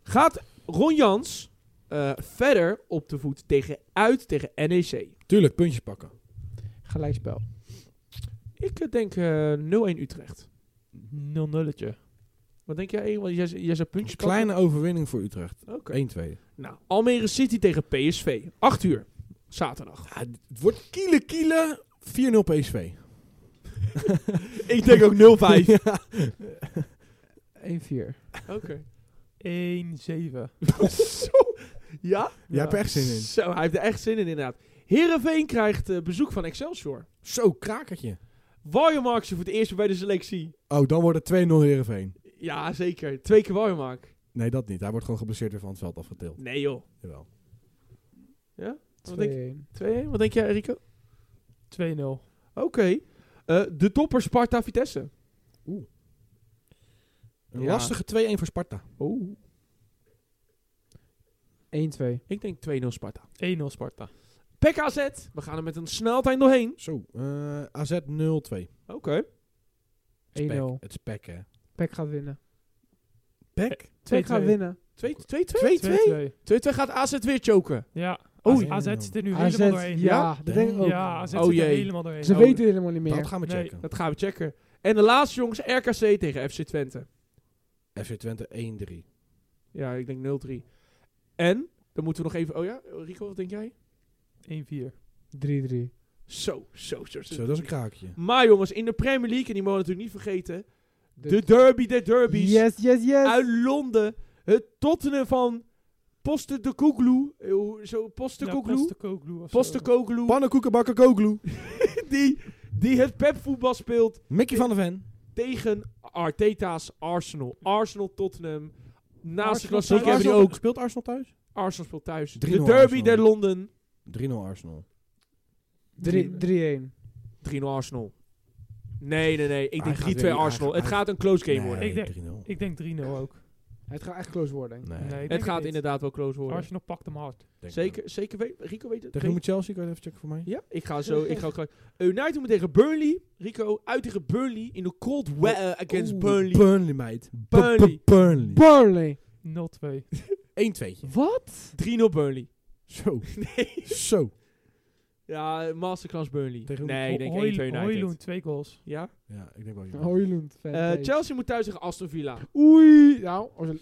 Gaat Ron Jans eh, verder op de voet tegen, uit tegen E NEC?
Tuurlijk, puntjes pakken.
Gelijkspel.
Ik eh, denk eh, 0-1 Utrecht.
0-nulletje.
Wat denk jij? Want jij, jij zou puntjes
Een kleine overwinning voor Utrecht.
Oké.
1-2.
pakken. Nou, Almere City tegen PSV. 8 uur. Zaterdag.
Ja, het wordt kiele kiele 4-0 PSV.
Ik denk ook 0-5.
1-4.
Oké.
1-7.
Zo. Ja?
Jij hebt er echt zin in.
Zo, hij heeft er echt zin in inderdaad. Heerenveen krijgt eh, bezoek van Excelsior.
Zo, krakertje.
Warjemarkse voor het eerst weer bij de selectie.
Oh, dan wordt het 2-0 Heerenveen.
Ja, zeker. Twee keer Warjemark.
Nee, dat niet. Hij wordt gewoon geblesseerd weer van het veld afgetild.
Nee joh.
Jawel.
Wat denk,
2-1.
2-1? Wat denk jij Rico?
2-0.
Oké. Eh, de topper Sparta Vitesse.
Een
Ja.
lastige 2-1 voor Sparta.
Oh.
1-2.
Ik denk 2-0 Sparta.
1-0 Sparta.
Pek AZ. We gaan er met een sneltrein doorheen.
Zo, eh, AZ 0-2.
Oké.
Het is pek.
1-0.
Het is pek, hè.
Pek gaat winnen.
Pek?
Pek gaat
2-2.
winnen.
2-2?
2-2.
2-2.
2-2 gaat AZ weer choken.
Ja.
Oh,
AZ
ja.
zit er nu
AZ,
helemaal doorheen.
ja, dat denk ik ook.
Ja, AZ
Oh,
zit er
jee.
helemaal doorheen.
Ze
Oh.
weten het helemaal niet meer.
Dat gaan we
Nee.
checken.
Dat gaan we checken. En de laatste jongens, RKC tegen FC Twente.
FC Twente 1-3.
Ja, ik denk 0-3. En, dan moeten we nog even... Oh ja, Rico, wat denk jij?
1-4.
3-3.
Zo, zo, zo. zo.
Zo, dat is een kraakje.
Maar jongens, in de Premier League, en die mogen we natuurlijk niet vergeten... De,
De-
derby der derbies.
Yes, yes, yes.
Uit Londen. Het Tottenham van Poste de Koglu. Eh, hoe- Zo, Poste
Ja,
Koglu.
Postecoglou of zo.
Poste Koglu.
Pannenkoekenbakken Koglu.
Die, die het pepvoetbal speelt
Mickey van der Ven.
tegen Arteta's Arsenal. Arsenal Tottenham. Naast de
Arsenal
klassiek
thuis?
hebben die
Arsenal-
ook.
Speelt Arsenal thuis?
Arsenal speelt thuis. De
3-0
derby
Arsenal.
der Londen.
3-0 Arsenal.
Drie- 3-1.
3-0 Arsenal. Nee, nee, nee. Ik
Ah, Hij
denk
gaat
3-2
weer- hij
Arsenal.
gaat-
Het
hij-
gaat een close game worden.
Nee,
Ik denk-
3-0.
Ik denk 3-0 ook.
Het gaat echt close worden.
Nee.
Nee, ik denk
Het gaat
niet.
inderdaad wel close worden.
Arsenal pakt hem hard.
denk ik
Zeker, zeker weet, Rico weet het.
wel. Tegen wie
Weet-
moet Chelsea? Kan je even checken voor mij?
Ja, ik ga zo. ik ga ook gelijk. United moet tegen Burnley. Rico, uit tegen Burnley. In de cold
Oh,
weather against
Oeh,
Burnley.
Burnley, meid.
Burnley.
B- b- Burnley.
Burnley.
0-2.
1-2.
Wat?
3-0 Burnley.
Zo.
Nee.
Zo.
Ja, masterclass Burnley.
Tegen
nee, ik denk 1-2
Hoy- Hoylund,
United.
twee goals.
Ja?
Ja, ik denk wel. ja.
Hoylund. fan
Eh,
page.
Chelsea moet thuis tegen Aston Villa.
Oei. Nou, als een-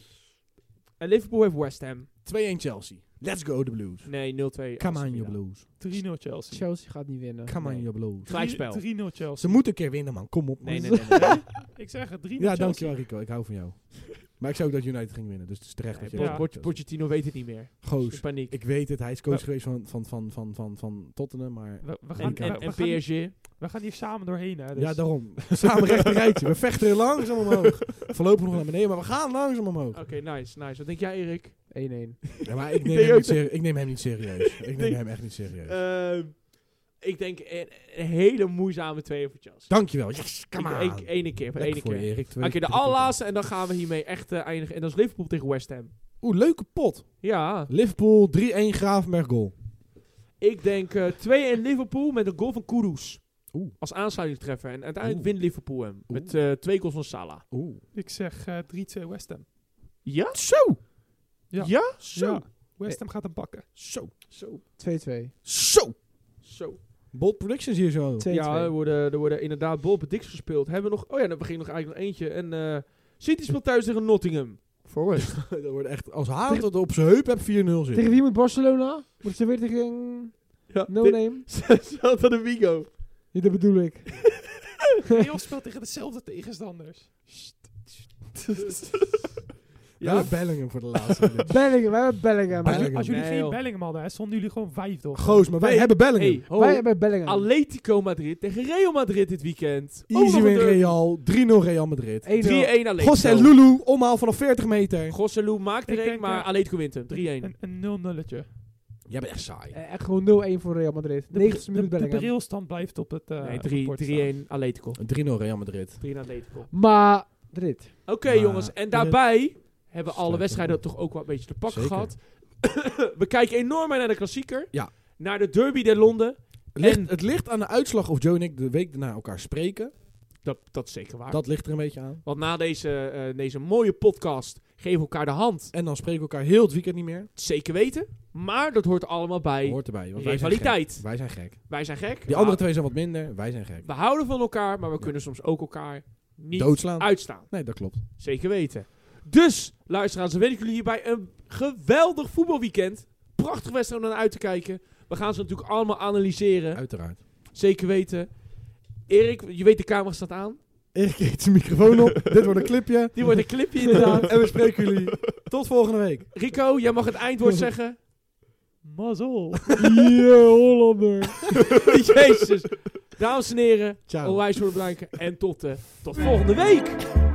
En Liverpool heeft West Ham.
2-1 Chelsea. Let's go the Blues.
Nee, 0-2.
Come on,
Aston
your
Villa.
Blues.
3-0 Chelsea.
Chelsea gaat niet winnen.
Come on,
Nee.
your Blues.
Gelijkspel.
3-0
Ze
Chelsea.
moeten een keer winnen, man. Kom op, man.
Nee, nee, nee. nee, nee.
Ik zeg het, 3-0
Ja,
Chelsea.
dankjewel Rico. Ik hou van jou. Maar ik zei ook dat United ging winnen, dus het is terecht dat je...
Pot-
Ja.
Pot- Pochettino weet het niet meer. In
Goos.
paniek.
Ik weet het, hij is coach geweest van, van, van, van, van, van Tottenham, maar...
We, we, gaan,
En,
Paniek.
we,
en,
we
en
gaan, hier-
PSG.
we gaan hier samen doorheen, hè. Dus.
Ja, daarom. Samen rechter rijtje. We vechten heel langzaam omhoog. Voorlopig nog naar beneden, maar we gaan langzaam omhoog.
Oké, nice, nice. Wat denk jij, Erik?
1-1.
Ja, maar ik
Ik
neem,
denk
hem
ook
niet serie- ik neem hem niet serieus. Ik neem
denk-
hem echt niet serieus.
Ehm, ik denk een, een hele moeizame tweeën voor Chelsea.
Dankjewel. Yes, come
Ik-
on.
één- Ene keer,
Lekker
ene
voor je,
keer.
Erik. Twee-
Oké, de
drie keer.
allerlaatste en dan gaan we hiermee echt eh, eindigen. En dat is Liverpool tegen West Ham.
Oeh, leuke pot.
Ja,
Liverpool 3-1 Gravenberg goal.
ik denk eh 2 in Liverpool met een goal van Kudus.
Oeh.
Als aansluiting treffen. En uiteindelijk
Oeh.
wint Liverpool hem.
Oeh.
Met eh, twee goals van Salah.
Oeh.
Ik zeg eh 3-2 West Ham.
Ja?
Zo!
Ja.
Ja?
Zo!
Ja, West Ham gaat hem pakken.
Zo!
Zo.
2-2.
Zo!
Zo.
Bold predictions hier zo.
2-2.
Ja, eh, er worden, er worden inderdaad bolpedicks gespeeld. Hebben we nog... Oh ja, dan begint nog eigenlijk nog eentje. En eh, City speelt thuis tegen Nottingham.
Forward.
dat wordt echt, als Haal tot op zijn heup heb 4-0 zitten.
tegen wie moet Barcelona? Moeten ze weer tegen
Ja.
No Name?
Zelfs aan de Wigo.
Ja, dat bedoel ik.
Real speelt tegen dezelfde tegenstanders.
Ja, Bellingham voor de laatste.
Bellingham, wij hebben Bellingham. hè?
Bellingham.
Als jullie
Nee,
geen
joh.
Bellingham hadden, hè, stonden jullie gewoon vijfde. of zo.
Goos, maar wij
Hey,
hebben Oh. Bellingham.
Hey, ho.
Wij hebben Bellingham.
Atletico Madrid tegen Real Madrid dit weekend. Ook nog
Easy
Oh, een
win
derby.
Real. 3-0 Real Madrid.
1-0.
3-1 Atletico.
José Lulu, omhaal vanaf 40 meter.
Gosselu maakt er
Ik
één,
denk,
maar
eh,
Atletico wint hem. 3-1.
Een, een 0 nulletje.
Jij bent echt saai.
Eh, Echt gewoon 0-1 voor Real Madrid. 90
de,
minuut
de
Bellingham.
brilstand blijft op het eh
Nee,
rapport staan.
drie- 3-1 Atletico.
3-0 Real Madrid.
3 Atletico.
Maar, Madrid.
Oké
Maar-
jongens, en daarbij hebben alle wedstrijden toch ook wel een beetje te pakken
Zeker.
gehad. We kijken enorm uit naar de klassieker.
Ja.
Naar de derby der Londen.
Ligt,
En-
het ligt aan de uitslag of Joe en ik de week daarna elkaar spreken.
Dat, dat is zeker waar.
Dat ligt er een beetje aan.
Want na deze, eh, deze mooie podcast geven we elkaar de hand.
En dan spreken we elkaar heel het weekend niet meer.
Zeker weten. Maar dat hoort er allemaal bij.
Hoort erbij. Want wij zijn
Rivaliteit.
gek. Wij zijn gek.
Wij zijn gek. Ah,
Die andere twee zijn wat minder. Wij zijn gek.
We houden van elkaar, maar we kunnen soms ook elkaar niet
Doodslaan.
uitstaan.
Nee, dat klopt.
Zeker weten. Dus, luisteraars, dan wens ik jullie hierbij een geweldig voetbalweekend. Prachtig wedstrijd om naar uit te kijken. We gaan ze natuurlijk allemaal analyseren.
Uiteraard.
Zeker weten. Erik, je weet de camera staat aan.
Ik eet zijn microfoon op. Dit wordt een clipje.
Die wordt een clipje inderdaad.
En we spreken jullie. Tot volgende week.
Rico, jij mag het eindwoord zeggen.
Mazzel.
Yeah, Hollander.
Jezus. Dames en heren,
Ciao.
onwijs voor het bedanken. En tot, eh, tot volgende week.